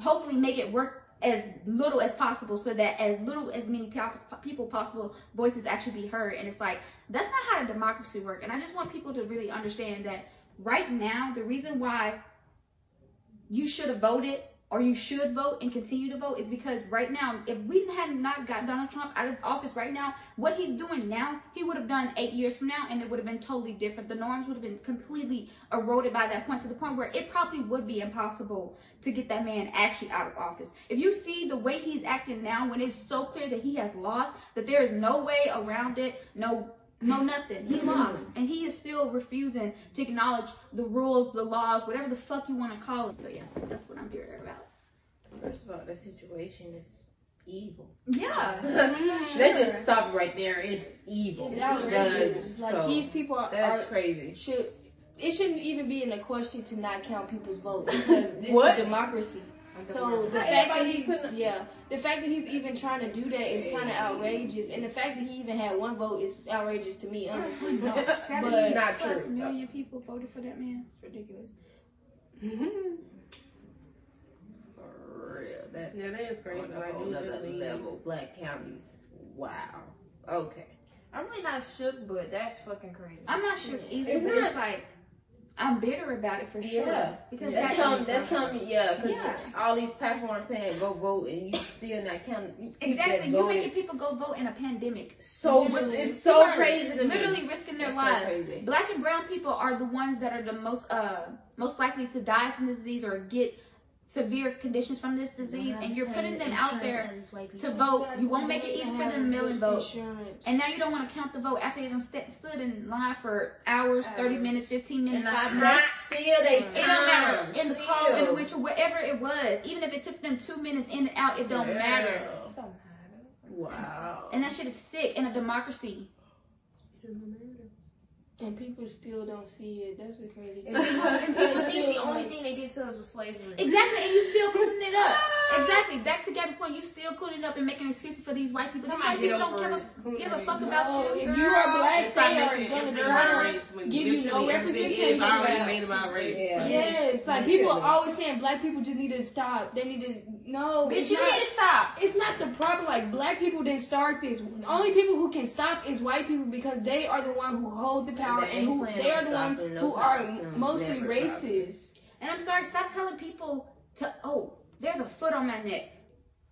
[SPEAKER 3] hopefully make it work as little as possible so that as little as many po- people possible voices actually be heard. And it's like that's not how a democracy works. And I just want people to really understand that right now the reason why you should have voted or you should vote and continue to vote is because right now, if we had not got Donald Trump out of office right now, what he's doing now, he would have done eight years from now and it would have been totally different. The norms would have been completely eroded by that point to the point where it probably would be impossible to get that man actually out of office. If you see the way he's acting now when it's so clear that he has lost, that there is no way around it, no no nothing. He lost. And he is still refusing to acknowledge the rules, the laws, whatever the fuck you want to call it. So yeah, that's what I'm bitter about.
[SPEAKER 5] First of all, the situation is evil. [laughs]
[SPEAKER 3] Yeah.
[SPEAKER 5] Let's just stop it right there. It's evil.
[SPEAKER 1] It's
[SPEAKER 5] Because-
[SPEAKER 1] outrageous. Like
[SPEAKER 5] so,
[SPEAKER 1] these people are,
[SPEAKER 5] that's
[SPEAKER 1] are
[SPEAKER 5] crazy.
[SPEAKER 1] should. It shouldn't even be in the question to not count people's
[SPEAKER 5] [laughs]
[SPEAKER 1] votes because this is
[SPEAKER 5] What?
[SPEAKER 1] democracy. So the
[SPEAKER 5] How
[SPEAKER 1] fact that
[SPEAKER 5] everybody
[SPEAKER 1] he's
[SPEAKER 5] couldn't-
[SPEAKER 1] yeah, the fact that he's even trying to do that is kind of outrageous, and the fact that he even had one vote is outrageous to me, honestly.
[SPEAKER 5] It's not
[SPEAKER 3] plus
[SPEAKER 5] true.
[SPEAKER 3] million people voted for that man. It's ridiculous.
[SPEAKER 5] Mm-hmm. For real. That's
[SPEAKER 4] Yeah, that is crazy,
[SPEAKER 5] On
[SPEAKER 4] but I
[SPEAKER 5] a whole
[SPEAKER 4] do
[SPEAKER 5] nother
[SPEAKER 4] believe-
[SPEAKER 5] level. Black counties. Wow. Okay.
[SPEAKER 2] I'm really not shook, but that's fucking crazy.
[SPEAKER 3] I'm not sure either,
[SPEAKER 5] It's
[SPEAKER 3] but
[SPEAKER 5] not-
[SPEAKER 3] it's like I'm bitter about it for sure.
[SPEAKER 5] Yeah.
[SPEAKER 3] Because
[SPEAKER 5] That's
[SPEAKER 3] that-
[SPEAKER 5] some. That's some. Yeah. Because
[SPEAKER 3] Yeah.
[SPEAKER 5] all these platforms saying go vote and you still not counting.
[SPEAKER 3] Exactly. You making
[SPEAKER 5] voted.
[SPEAKER 3] people go vote in a pandemic.
[SPEAKER 5] So
[SPEAKER 3] Literally.
[SPEAKER 5] it's
[SPEAKER 3] People
[SPEAKER 5] so
[SPEAKER 3] are
[SPEAKER 5] crazy to me.
[SPEAKER 3] Literally risking their
[SPEAKER 5] It's so
[SPEAKER 3] lives.
[SPEAKER 5] crazy.
[SPEAKER 3] Black and brown people are the ones that are the most uh most likely to die from this disease or get severe conditions from this disease, and you're putting them out there to vote. You won't make it easy for them to mill and vote.
[SPEAKER 1] Insurance.
[SPEAKER 3] And now you don't want to count the vote after they've st- stood in line for hours, 30
[SPEAKER 2] Hours.
[SPEAKER 3] minutes, 15 minutes,
[SPEAKER 6] And I
[SPEAKER 3] 5 minutes.
[SPEAKER 6] still they time.
[SPEAKER 3] It don't matter. In the cold, in the
[SPEAKER 6] Still.
[SPEAKER 3] winter, wherever it was, even if it took them two minutes in and out, it don't matter.
[SPEAKER 2] Don't matter.
[SPEAKER 6] Wow.
[SPEAKER 3] And that shit is sick in a democracy.
[SPEAKER 2] It don't matter.
[SPEAKER 1] And people still don't see it. That's the crazy
[SPEAKER 2] And people, and
[SPEAKER 1] They
[SPEAKER 2] people think the
[SPEAKER 1] still,
[SPEAKER 2] only
[SPEAKER 1] like-
[SPEAKER 2] thing they did to us was slavery.
[SPEAKER 3] Exactly, and you still cooling it up.
[SPEAKER 2] Ah.
[SPEAKER 3] Exactly. Back to Gabby point, you still cooling up and making excuses for these white people. These
[SPEAKER 2] Somebody
[SPEAKER 3] white
[SPEAKER 2] get
[SPEAKER 3] people don't
[SPEAKER 2] over
[SPEAKER 3] give
[SPEAKER 2] it.
[SPEAKER 3] a give a fuck
[SPEAKER 1] No,
[SPEAKER 3] about you.
[SPEAKER 1] if you are black,
[SPEAKER 4] It's like
[SPEAKER 1] they are
[SPEAKER 4] making
[SPEAKER 1] gonna
[SPEAKER 4] it
[SPEAKER 1] try.
[SPEAKER 4] race when
[SPEAKER 1] give you no
[SPEAKER 4] literally everything is
[SPEAKER 1] representation.
[SPEAKER 4] already made about race.
[SPEAKER 6] Yeah.
[SPEAKER 4] Like,
[SPEAKER 1] Yes, like
[SPEAKER 6] Literally.
[SPEAKER 1] people are always saying black people just need to stop. They need to no.
[SPEAKER 2] Bitch,
[SPEAKER 1] it's
[SPEAKER 2] you
[SPEAKER 1] not-
[SPEAKER 2] need to stop.
[SPEAKER 1] It's not the problem. Like black people didn't start this. The Only people who can stop is white people because they are the one who hold the power
[SPEAKER 6] They
[SPEAKER 1] and
[SPEAKER 6] ain't
[SPEAKER 1] who
[SPEAKER 6] planning
[SPEAKER 1] they are
[SPEAKER 6] on
[SPEAKER 1] the one
[SPEAKER 6] stopping no
[SPEAKER 1] who
[SPEAKER 6] time
[SPEAKER 1] are
[SPEAKER 6] soon.
[SPEAKER 1] mostly
[SPEAKER 6] Never
[SPEAKER 1] racist.
[SPEAKER 3] And I'm sorry, stop telling people to oh, there's a foot on my neck.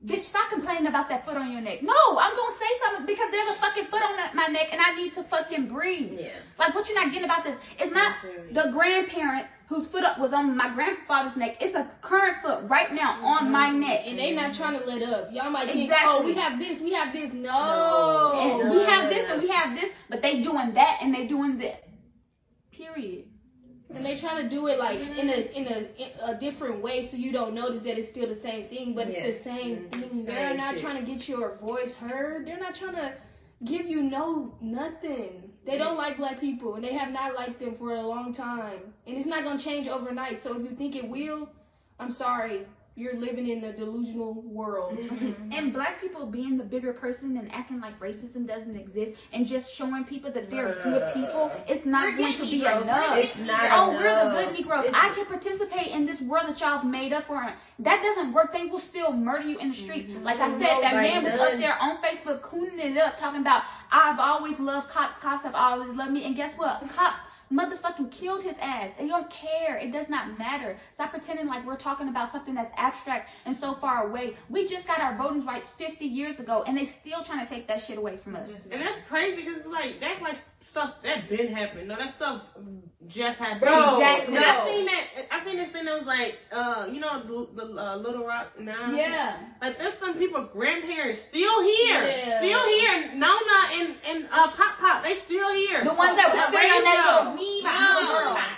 [SPEAKER 3] Bitch, stop complaining about that foot on your neck. No, I'm gonna say something because there's a fucking foot on my neck and I need to fucking breathe.
[SPEAKER 6] Yeah.
[SPEAKER 3] Like what you're not getting about this? It's not the grandparent whose foot up was on my grandfather's neck. It's a current foot right now on my neck.
[SPEAKER 1] And they not trying to let up. Y'all might think,
[SPEAKER 3] Exactly.
[SPEAKER 1] oh, we have this, we have this. No,
[SPEAKER 3] And
[SPEAKER 6] No,
[SPEAKER 3] we
[SPEAKER 6] no,
[SPEAKER 3] have
[SPEAKER 6] no,
[SPEAKER 3] this
[SPEAKER 6] no.
[SPEAKER 3] and we have this, but they doing that and they doing this. Period.
[SPEAKER 1] and they trying to do it like in a in a in a different way, so you don't notice that it's still the same thing, but it's
[SPEAKER 6] Yeah.
[SPEAKER 1] the same
[SPEAKER 6] Mhm.
[SPEAKER 1] thing.
[SPEAKER 6] Same
[SPEAKER 1] They're not
[SPEAKER 6] shit.
[SPEAKER 1] trying to get your voice heard. They're not trying to give you no nothing. They don't like black people, and they have not liked them for a long time, and it's not gonna change overnight. So if you think it will, I'm sorry, you're living in a delusional world.
[SPEAKER 3] And black people being the bigger person and acting like racism doesn't exist and just showing people that they're good people, it's not
[SPEAKER 6] We're
[SPEAKER 3] going
[SPEAKER 6] good
[SPEAKER 3] to be
[SPEAKER 6] Negroes.
[SPEAKER 3] enough.
[SPEAKER 6] It's not
[SPEAKER 3] oh,
[SPEAKER 6] enough.
[SPEAKER 3] we're the good Negroes.
[SPEAKER 6] It's-
[SPEAKER 3] I can participate in this world that y'all made up for. That doesn't work. They will still murder you in the street. Like I said, that
[SPEAKER 6] Like
[SPEAKER 3] man was up
[SPEAKER 6] none.
[SPEAKER 3] there on Facebook cooning it up, talking about I've always loved cops, cops have always loved me, and guess what? Cops motherfucking killed his ass. They don't care. It does not matter. Stop pretending like we're talking about something that's abstract and so far away. We just got our voting rights 50 years ago, and they still trying to take that shit away from us.
[SPEAKER 4] And that's crazy because like that like stuff that been happened. No, that stuff just happened.
[SPEAKER 6] Bro,
[SPEAKER 3] Exactly.
[SPEAKER 4] And I
[SPEAKER 6] no.
[SPEAKER 4] seen that. I seen this thing that was like, uh, you know, the, the uh, Little Rock
[SPEAKER 6] Mm-hmm.
[SPEAKER 4] Nine.
[SPEAKER 3] Yeah.
[SPEAKER 4] Like there's some people grandparents still here,
[SPEAKER 1] Yeah.
[SPEAKER 4] still here. Nona and and uh, Pop Pop, they still here.
[SPEAKER 3] The ones that was spitting on that
[SPEAKER 4] radio.
[SPEAKER 3] little me.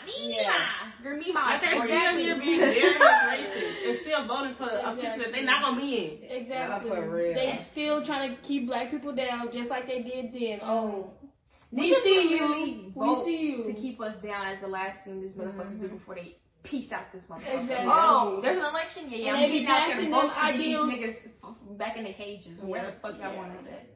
[SPEAKER 2] Your Mima.
[SPEAKER 4] Like they're still
[SPEAKER 2] Exactly.
[SPEAKER 4] here being very racist and still voting for a future that they're not gonna be in.
[SPEAKER 1] Exactly.
[SPEAKER 6] Nah, for real.
[SPEAKER 1] They still trying to keep black people down, just like they did then. Oh,
[SPEAKER 2] We see
[SPEAKER 1] really
[SPEAKER 2] you.
[SPEAKER 1] vote
[SPEAKER 2] We see you. Mm-hmm.
[SPEAKER 1] to
[SPEAKER 2] To keep us down as the last thing these motherfuckers do before they peace out this motherfucker.
[SPEAKER 1] Exactly.
[SPEAKER 2] Oh, there's an election. Yeah, yeah.
[SPEAKER 1] And
[SPEAKER 2] I'm
[SPEAKER 1] they be
[SPEAKER 2] getting out there
[SPEAKER 1] passing
[SPEAKER 2] to
[SPEAKER 1] them
[SPEAKER 2] vote to get these
[SPEAKER 1] ideals.
[SPEAKER 2] niggas f- f- back in the cages. Where the fuck y'all want us at?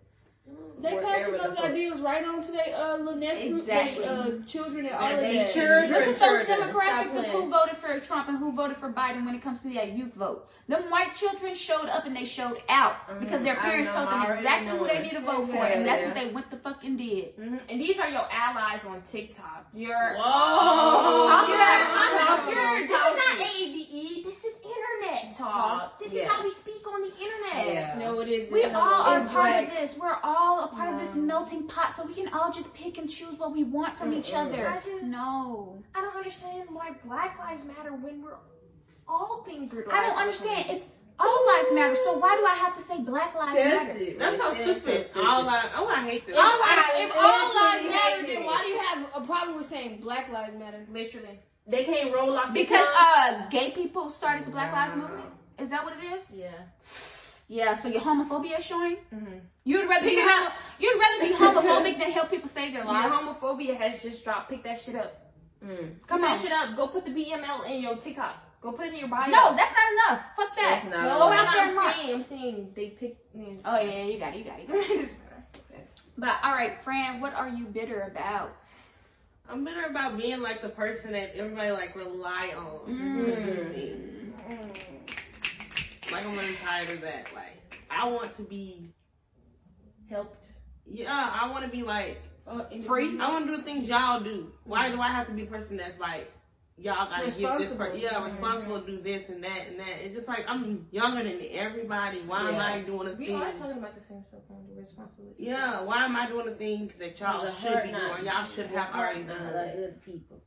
[SPEAKER 1] They
[SPEAKER 6] Wherever
[SPEAKER 1] passing
[SPEAKER 6] the
[SPEAKER 1] those
[SPEAKER 6] fuck-
[SPEAKER 1] ideals right on to their uh, little nephews,
[SPEAKER 3] Exactly.
[SPEAKER 1] they, uh, children, and all of
[SPEAKER 6] They
[SPEAKER 1] that.
[SPEAKER 6] children,
[SPEAKER 3] Look at those
[SPEAKER 6] children.
[SPEAKER 3] demographics of
[SPEAKER 1] Stop
[SPEAKER 3] who
[SPEAKER 1] playing.
[SPEAKER 3] voted for Trump and who voted for Biden when it comes to the youth vote. Them white children showed up and they showed out because their
[SPEAKER 6] Mm, I
[SPEAKER 3] parents
[SPEAKER 6] know,
[SPEAKER 3] told
[SPEAKER 6] I
[SPEAKER 3] them
[SPEAKER 6] already
[SPEAKER 3] exactly
[SPEAKER 6] know
[SPEAKER 3] who they
[SPEAKER 6] it.
[SPEAKER 3] need to vote for, and that's what
[SPEAKER 6] Yeah. Mm-hmm.
[SPEAKER 3] they went the fucking did.
[SPEAKER 2] Mhm. And these are your allies on TikTok. Your
[SPEAKER 4] Whoa!
[SPEAKER 2] Talk
[SPEAKER 6] Wow.
[SPEAKER 2] about This is not
[SPEAKER 6] Talking.
[SPEAKER 2] ADE. This is internet talk.
[SPEAKER 6] Talk,
[SPEAKER 2] This is
[SPEAKER 6] yeah.
[SPEAKER 2] how we speak on the internet.
[SPEAKER 6] Yeah.
[SPEAKER 1] No, it isn't.
[SPEAKER 3] We all are
[SPEAKER 1] It's
[SPEAKER 3] part
[SPEAKER 1] like-
[SPEAKER 3] of this. We're all a part of this melting pot, so we can all just pick and choose what we want from each other.
[SPEAKER 2] I just-
[SPEAKER 3] no,
[SPEAKER 2] I don't understand why Black Lives Matter when we're all being brutalized.
[SPEAKER 3] I don't understand. It's all lives matter, so why do I have to say Black lives
[SPEAKER 6] That's
[SPEAKER 3] matter?
[SPEAKER 6] it.
[SPEAKER 4] That's so
[SPEAKER 6] right there.
[SPEAKER 4] stupid.
[SPEAKER 6] That's so
[SPEAKER 4] All I oh I hate this.
[SPEAKER 1] If all lives, if all lives
[SPEAKER 6] literally
[SPEAKER 1] matter,
[SPEAKER 6] hate
[SPEAKER 1] then
[SPEAKER 6] it.
[SPEAKER 1] why do you have a problem with saying Black Lives Matter?
[SPEAKER 2] Literally.
[SPEAKER 6] They can't roll off the
[SPEAKER 3] Because
[SPEAKER 6] tongue.
[SPEAKER 3] uh, gay people started the Black Lives Movement. Is that what it is?
[SPEAKER 2] Yeah.
[SPEAKER 3] Yeah, so your homophobia is showing.
[SPEAKER 2] Mhm.
[SPEAKER 3] You'd rather be
[SPEAKER 2] Pick it
[SPEAKER 3] homo- you'd rather be homophobic than help people save their
[SPEAKER 2] Your
[SPEAKER 3] lives.
[SPEAKER 2] homophobia has just dropped. Pick that shit up.
[SPEAKER 6] Mm.
[SPEAKER 2] Come
[SPEAKER 3] Come
[SPEAKER 2] that
[SPEAKER 3] on.
[SPEAKER 2] shit up. Go put the BML in your TikTok. Go put it in your bio.
[SPEAKER 3] no, that's not enough. Fuck that.
[SPEAKER 6] That's not
[SPEAKER 3] Go
[SPEAKER 6] enough.
[SPEAKER 3] out there and
[SPEAKER 2] I'm
[SPEAKER 3] march.
[SPEAKER 2] saying. I'm saying they pick. yeah.
[SPEAKER 3] Oh yeah, you got it, you got it. you got it.
[SPEAKER 2] [laughs]
[SPEAKER 3] But all right, Fran, what are you bitter about?
[SPEAKER 4] I'm bitter about being like the person that everybody like rely on to do
[SPEAKER 6] Mm.
[SPEAKER 4] things. Like I'm really tired of that. Like I want to be
[SPEAKER 2] Helped.
[SPEAKER 4] yeah, I want to be like
[SPEAKER 1] Uh,
[SPEAKER 4] free. I want to do the things y'all do. Why do I have to be the person that's like y'all gotta give this
[SPEAKER 1] Responsible.
[SPEAKER 4] person yeah responsible do this and that and that. It's just like I'm younger than everybody. Why am
[SPEAKER 6] Yeah.
[SPEAKER 4] I doing the
[SPEAKER 2] We are
[SPEAKER 4] things?
[SPEAKER 2] talking about the same stuff on the responsibility.
[SPEAKER 4] Yeah, why am I doing the things that y'all
[SPEAKER 6] The
[SPEAKER 4] should
[SPEAKER 6] heart
[SPEAKER 4] be
[SPEAKER 6] not-
[SPEAKER 4] doing? Y'all should
[SPEAKER 6] the
[SPEAKER 4] have
[SPEAKER 6] heart
[SPEAKER 4] already
[SPEAKER 6] not
[SPEAKER 4] done.
[SPEAKER 6] Like other people.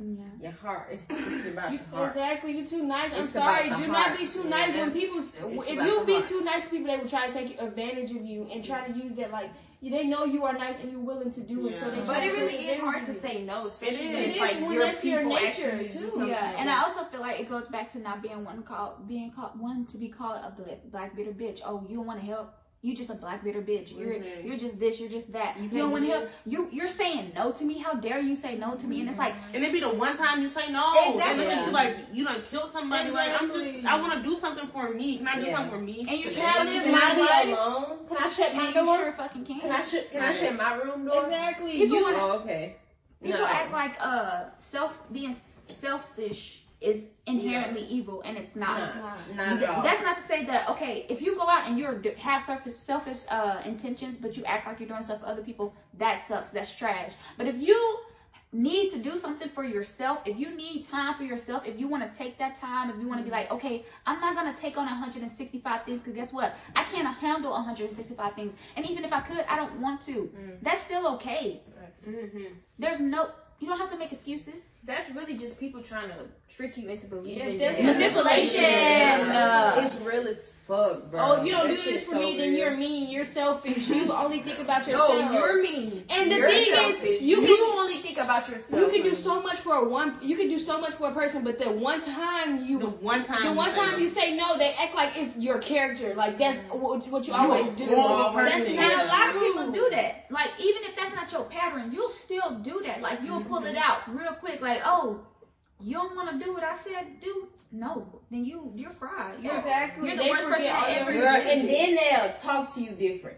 [SPEAKER 3] Yeah.
[SPEAKER 5] Your heart. It's,
[SPEAKER 6] [laughs]
[SPEAKER 5] it's about
[SPEAKER 1] You-
[SPEAKER 5] your heart.
[SPEAKER 1] Exactly, you too nice. I'm
[SPEAKER 5] It's about
[SPEAKER 1] sorry.
[SPEAKER 5] the
[SPEAKER 1] Do not
[SPEAKER 5] heart,
[SPEAKER 1] be too
[SPEAKER 5] yeah.
[SPEAKER 1] nice when people. if
[SPEAKER 5] about
[SPEAKER 1] you
[SPEAKER 5] the
[SPEAKER 1] be
[SPEAKER 5] heart.
[SPEAKER 1] too nice, people they will try to take advantage of you and try to use that like you- they know you are nice and you're willing to do it. So they
[SPEAKER 4] Yeah.
[SPEAKER 1] try
[SPEAKER 2] But it
[SPEAKER 1] to
[SPEAKER 2] really
[SPEAKER 1] take
[SPEAKER 2] is hard
[SPEAKER 1] advantage
[SPEAKER 2] to
[SPEAKER 1] of you.
[SPEAKER 2] say no, especially
[SPEAKER 4] It
[SPEAKER 2] when it's
[SPEAKER 4] is.
[SPEAKER 2] like
[SPEAKER 1] When
[SPEAKER 2] your
[SPEAKER 1] that's your
[SPEAKER 2] people
[SPEAKER 1] nature,
[SPEAKER 2] actually do
[SPEAKER 1] too.
[SPEAKER 2] something.
[SPEAKER 3] Yeah, and I also feel like it goes back to not being one called being called one to be called a bla- black bitter bitch. Oh, you don't want to help. You just a black bitter bitch. You're
[SPEAKER 4] Mhm.
[SPEAKER 3] you're just this. You're just that. You, don't
[SPEAKER 4] can't
[SPEAKER 3] want to
[SPEAKER 4] do
[SPEAKER 3] help. You you're saying no to me. How dare you say no to me? And it's like
[SPEAKER 4] And it be the one time you say no.
[SPEAKER 3] Exactly.
[SPEAKER 4] And then you like you done killed somebody. Like I'm just
[SPEAKER 1] Exactly.
[SPEAKER 4] I wanna do something for me. Can I do
[SPEAKER 5] Yeah.
[SPEAKER 4] something for me?
[SPEAKER 3] and you're
[SPEAKER 5] Can
[SPEAKER 6] Can
[SPEAKER 3] trying to
[SPEAKER 6] I
[SPEAKER 3] live
[SPEAKER 6] live
[SPEAKER 3] in my
[SPEAKER 6] my
[SPEAKER 3] life.
[SPEAKER 6] life alone? Can I shut my
[SPEAKER 3] And you
[SPEAKER 6] door?
[SPEAKER 3] sure fucking can.
[SPEAKER 6] Can I shut Can I shut my room door?
[SPEAKER 1] Exactly.
[SPEAKER 3] People
[SPEAKER 1] You-
[SPEAKER 3] want
[SPEAKER 5] Oh, okay.
[SPEAKER 3] People
[SPEAKER 5] No.
[SPEAKER 3] act like uh self being s- selfish is inherently evil, and it's not.
[SPEAKER 5] No.
[SPEAKER 3] It's not.
[SPEAKER 5] Not at all.
[SPEAKER 3] Um, That's not to say that okay, if you go out and you're have selfish selfish uh, intentions, but you act like you're doing stuff for other people, that sucks. That's trash. But if you need to do something for yourself, if you need time for yourself, if you want to take that time, if you want to be like, okay, I'm not gonna take on 165 things because guess what? I can't handle 165 things, and even if I could, I don't want to. That's still okay.
[SPEAKER 2] hmm
[SPEAKER 4] Mm-hmm.
[SPEAKER 3] There's no, you don't have to make excuses.
[SPEAKER 2] That's really just people trying to trick you into believing.
[SPEAKER 1] Yes,
[SPEAKER 2] that-
[SPEAKER 1] that's
[SPEAKER 5] Yeah.
[SPEAKER 1] manipulation. Uh,
[SPEAKER 3] Yeah.
[SPEAKER 5] It's real as fuck, bro.
[SPEAKER 1] Oh, if you don't
[SPEAKER 5] That
[SPEAKER 1] do this
[SPEAKER 5] shit's
[SPEAKER 1] for
[SPEAKER 5] so
[SPEAKER 1] me, then
[SPEAKER 5] real.
[SPEAKER 1] you're mean. You're selfish. You only think about yourself.
[SPEAKER 2] No, you're mean.
[SPEAKER 1] and the
[SPEAKER 2] You're
[SPEAKER 1] thing
[SPEAKER 2] selfish.
[SPEAKER 1] is, you
[SPEAKER 2] you,
[SPEAKER 1] can
[SPEAKER 2] only think about yourself.
[SPEAKER 1] you can do
[SPEAKER 2] honey.
[SPEAKER 1] so much for one. You can do so much for a person, but the one time you
[SPEAKER 4] the one time
[SPEAKER 1] The one
[SPEAKER 4] say
[SPEAKER 1] time
[SPEAKER 4] no.
[SPEAKER 1] you say no, they act like it's your character. Like that's what, what you
[SPEAKER 4] You
[SPEAKER 1] always
[SPEAKER 4] a
[SPEAKER 1] do.
[SPEAKER 4] horrible
[SPEAKER 3] That's
[SPEAKER 4] person.
[SPEAKER 3] not a
[SPEAKER 4] Yeah.
[SPEAKER 3] lot of people do that. Like even if that's not your pattern, you'll still do that. Like you'll pull it out real quick. Like oh, you don't want to do what I said do. No, then you you're fried. You're,
[SPEAKER 1] Exactly.
[SPEAKER 3] You're the
[SPEAKER 1] They
[SPEAKER 3] worst person
[SPEAKER 1] forget all
[SPEAKER 3] that ever.
[SPEAKER 1] your-
[SPEAKER 5] Girl, and
[SPEAKER 3] existed.
[SPEAKER 5] then they'll talk to you different.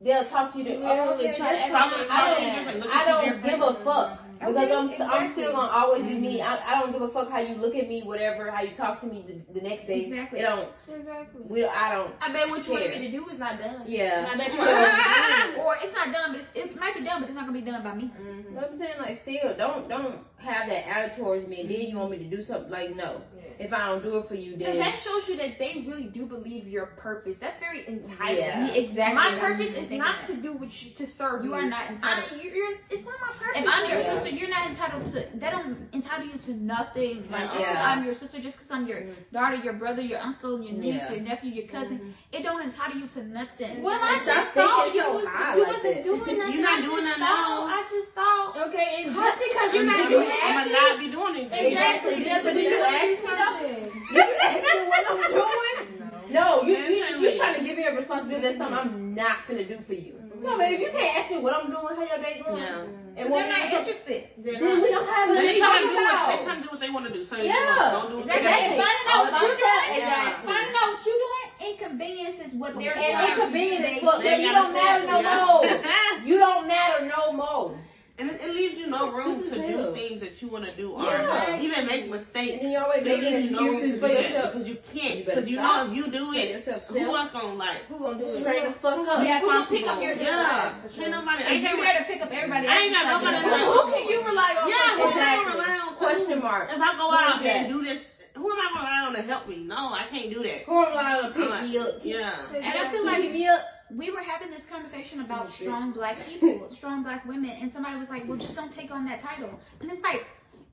[SPEAKER 5] They'll talk to you different. Oh,
[SPEAKER 1] Literally
[SPEAKER 5] okay,
[SPEAKER 1] try to
[SPEAKER 5] that's
[SPEAKER 1] act
[SPEAKER 5] fine.
[SPEAKER 1] like
[SPEAKER 5] I
[SPEAKER 1] you
[SPEAKER 5] don't,
[SPEAKER 1] different,
[SPEAKER 4] look
[SPEAKER 5] I
[SPEAKER 4] at you
[SPEAKER 5] don't
[SPEAKER 4] different.
[SPEAKER 5] give a fuck because I'm
[SPEAKER 2] Okay,
[SPEAKER 5] I'm still gonna always be
[SPEAKER 1] Mm-hmm.
[SPEAKER 5] me. I, I don't give a fuck how you look at me, whatever, how you talk to me the, the next day.
[SPEAKER 3] Exactly.
[SPEAKER 5] It don't.
[SPEAKER 1] Exactly.
[SPEAKER 5] We don't- I don't.
[SPEAKER 2] I bet what you want
[SPEAKER 5] Care.
[SPEAKER 2] me to do is not done.
[SPEAKER 5] Yeah.
[SPEAKER 1] I bet you
[SPEAKER 3] or it's not done, but it's, it might be done, but it's not gonna be done by me.
[SPEAKER 5] You know what I'm saying? Like, still, don't don't have that attitude towards me. And then you want me to do something like no.
[SPEAKER 2] Yeah.
[SPEAKER 5] If I don't do it for [laughs] you,
[SPEAKER 2] And
[SPEAKER 5] then
[SPEAKER 2] that shows you that they really do believe your purpose. That's very entitled.
[SPEAKER 5] Yeah.
[SPEAKER 3] Exactly.
[SPEAKER 2] My
[SPEAKER 3] That's
[SPEAKER 2] purpose
[SPEAKER 3] what I'm
[SPEAKER 2] is
[SPEAKER 3] thinking
[SPEAKER 2] not
[SPEAKER 3] of.
[SPEAKER 2] to do what you, to serve
[SPEAKER 3] You
[SPEAKER 2] you.
[SPEAKER 3] are not
[SPEAKER 2] I,
[SPEAKER 3] entitled.
[SPEAKER 2] you're, you're- it's not my purpose.
[SPEAKER 3] If I'm your
[SPEAKER 5] Yeah.
[SPEAKER 3] sister, you're not entitled to. They don't entitle you to nothing. Like just 'cause
[SPEAKER 5] Yeah.
[SPEAKER 3] I'm your sister, just 'cause I'm your daughter, your brother, your uncle, your niece,
[SPEAKER 5] Yeah.
[SPEAKER 3] your nephew, your cousin, it don't entitle you to nothing.
[SPEAKER 2] Well, I
[SPEAKER 5] Stop
[SPEAKER 2] just
[SPEAKER 5] thinking
[SPEAKER 2] thought you
[SPEAKER 5] so
[SPEAKER 2] was
[SPEAKER 5] high
[SPEAKER 2] you
[SPEAKER 5] like
[SPEAKER 2] wasn't
[SPEAKER 5] that.
[SPEAKER 2] [laughs] doing nothing.
[SPEAKER 4] not
[SPEAKER 2] I
[SPEAKER 4] doing
[SPEAKER 2] just
[SPEAKER 4] nothing
[SPEAKER 2] thought.
[SPEAKER 4] else.
[SPEAKER 2] I just thought.
[SPEAKER 1] Okay, and
[SPEAKER 3] Just
[SPEAKER 1] just
[SPEAKER 3] because
[SPEAKER 1] you're not
[SPEAKER 4] I'm
[SPEAKER 1] doing
[SPEAKER 4] gonna
[SPEAKER 1] acting-
[SPEAKER 4] not be doing it.
[SPEAKER 1] exactly that's what
[SPEAKER 5] Did
[SPEAKER 1] you
[SPEAKER 5] you
[SPEAKER 1] ask
[SPEAKER 5] ask
[SPEAKER 1] for [laughs] something.
[SPEAKER 5] you ask me what I'm doing. No, you you you
[SPEAKER 4] Mentally.
[SPEAKER 5] trying to give me a responsibility that's something I'm not gonna do for you. No, baby, you can't ask me what I'm doing, how your day going,
[SPEAKER 4] Mm-hmm. No.
[SPEAKER 5] and
[SPEAKER 3] They're
[SPEAKER 5] what
[SPEAKER 3] not
[SPEAKER 5] not
[SPEAKER 3] interested.
[SPEAKER 5] Then we don't have nothing
[SPEAKER 4] They
[SPEAKER 5] to
[SPEAKER 4] trying
[SPEAKER 5] talk
[SPEAKER 4] to do what they
[SPEAKER 5] about.
[SPEAKER 4] trying to do what they want to do. So you
[SPEAKER 5] Yeah,
[SPEAKER 4] don't do what they
[SPEAKER 5] exactly.
[SPEAKER 4] want to do.
[SPEAKER 3] Finding
[SPEAKER 5] All
[SPEAKER 3] out what
[SPEAKER 5] about
[SPEAKER 3] you're
[SPEAKER 5] yourself,
[SPEAKER 3] doing.
[SPEAKER 5] Exactly.
[SPEAKER 3] Finding out what you're doing inconveniences what they're
[SPEAKER 5] And
[SPEAKER 3] trying to
[SPEAKER 5] inconvenient as
[SPEAKER 3] make.
[SPEAKER 5] fuck, baby, you don't matter no more.
[SPEAKER 4] Yeah.
[SPEAKER 5] You don't matter no more.
[SPEAKER 4] and it, it leaves you no
[SPEAKER 5] It's
[SPEAKER 4] room to
[SPEAKER 5] stupid as
[SPEAKER 4] do
[SPEAKER 5] hell.
[SPEAKER 4] things that you want to do or
[SPEAKER 5] Yeah.
[SPEAKER 4] even make mistakes.
[SPEAKER 5] And then you always
[SPEAKER 4] It
[SPEAKER 5] making
[SPEAKER 4] leaves you no room
[SPEAKER 5] excuses
[SPEAKER 4] to
[SPEAKER 5] for
[SPEAKER 4] do that
[SPEAKER 5] yourself.
[SPEAKER 4] because you can't.
[SPEAKER 5] You better
[SPEAKER 4] Because you
[SPEAKER 5] stop.
[SPEAKER 4] know if you do
[SPEAKER 5] Tell
[SPEAKER 4] it,
[SPEAKER 5] yourself,
[SPEAKER 4] who
[SPEAKER 5] self,
[SPEAKER 4] else gonna like?
[SPEAKER 5] who gonna do it? Straight the fuck up.
[SPEAKER 3] Yeah, who gonna pick up
[SPEAKER 5] Responsible.
[SPEAKER 3] your
[SPEAKER 4] Yeah,
[SPEAKER 3] slack?
[SPEAKER 4] can't nobody. I
[SPEAKER 3] And
[SPEAKER 4] can't
[SPEAKER 3] you better pick up everybody.
[SPEAKER 4] I ain't got
[SPEAKER 3] else's slack.
[SPEAKER 4] nobody
[SPEAKER 5] Who
[SPEAKER 4] to-
[SPEAKER 5] can you rely on?
[SPEAKER 4] Yeah, who am I
[SPEAKER 5] exactly.
[SPEAKER 4] gonna rely on? to-
[SPEAKER 5] Question mark.
[SPEAKER 4] If I go
[SPEAKER 5] Who is
[SPEAKER 4] out and
[SPEAKER 5] that?
[SPEAKER 4] do this, who am I gonna rely on to help me? No, I can't do that.
[SPEAKER 5] Who am I gonna pick
[SPEAKER 4] I'm like,
[SPEAKER 5] me up?
[SPEAKER 4] Yeah.
[SPEAKER 5] And
[SPEAKER 3] I feel like-
[SPEAKER 5] me up.
[SPEAKER 3] we were having this conversation about
[SPEAKER 5] Stupid.
[SPEAKER 3] strong black people, strong black women, and somebody was like, "Well, just don't take on that title." And it's like,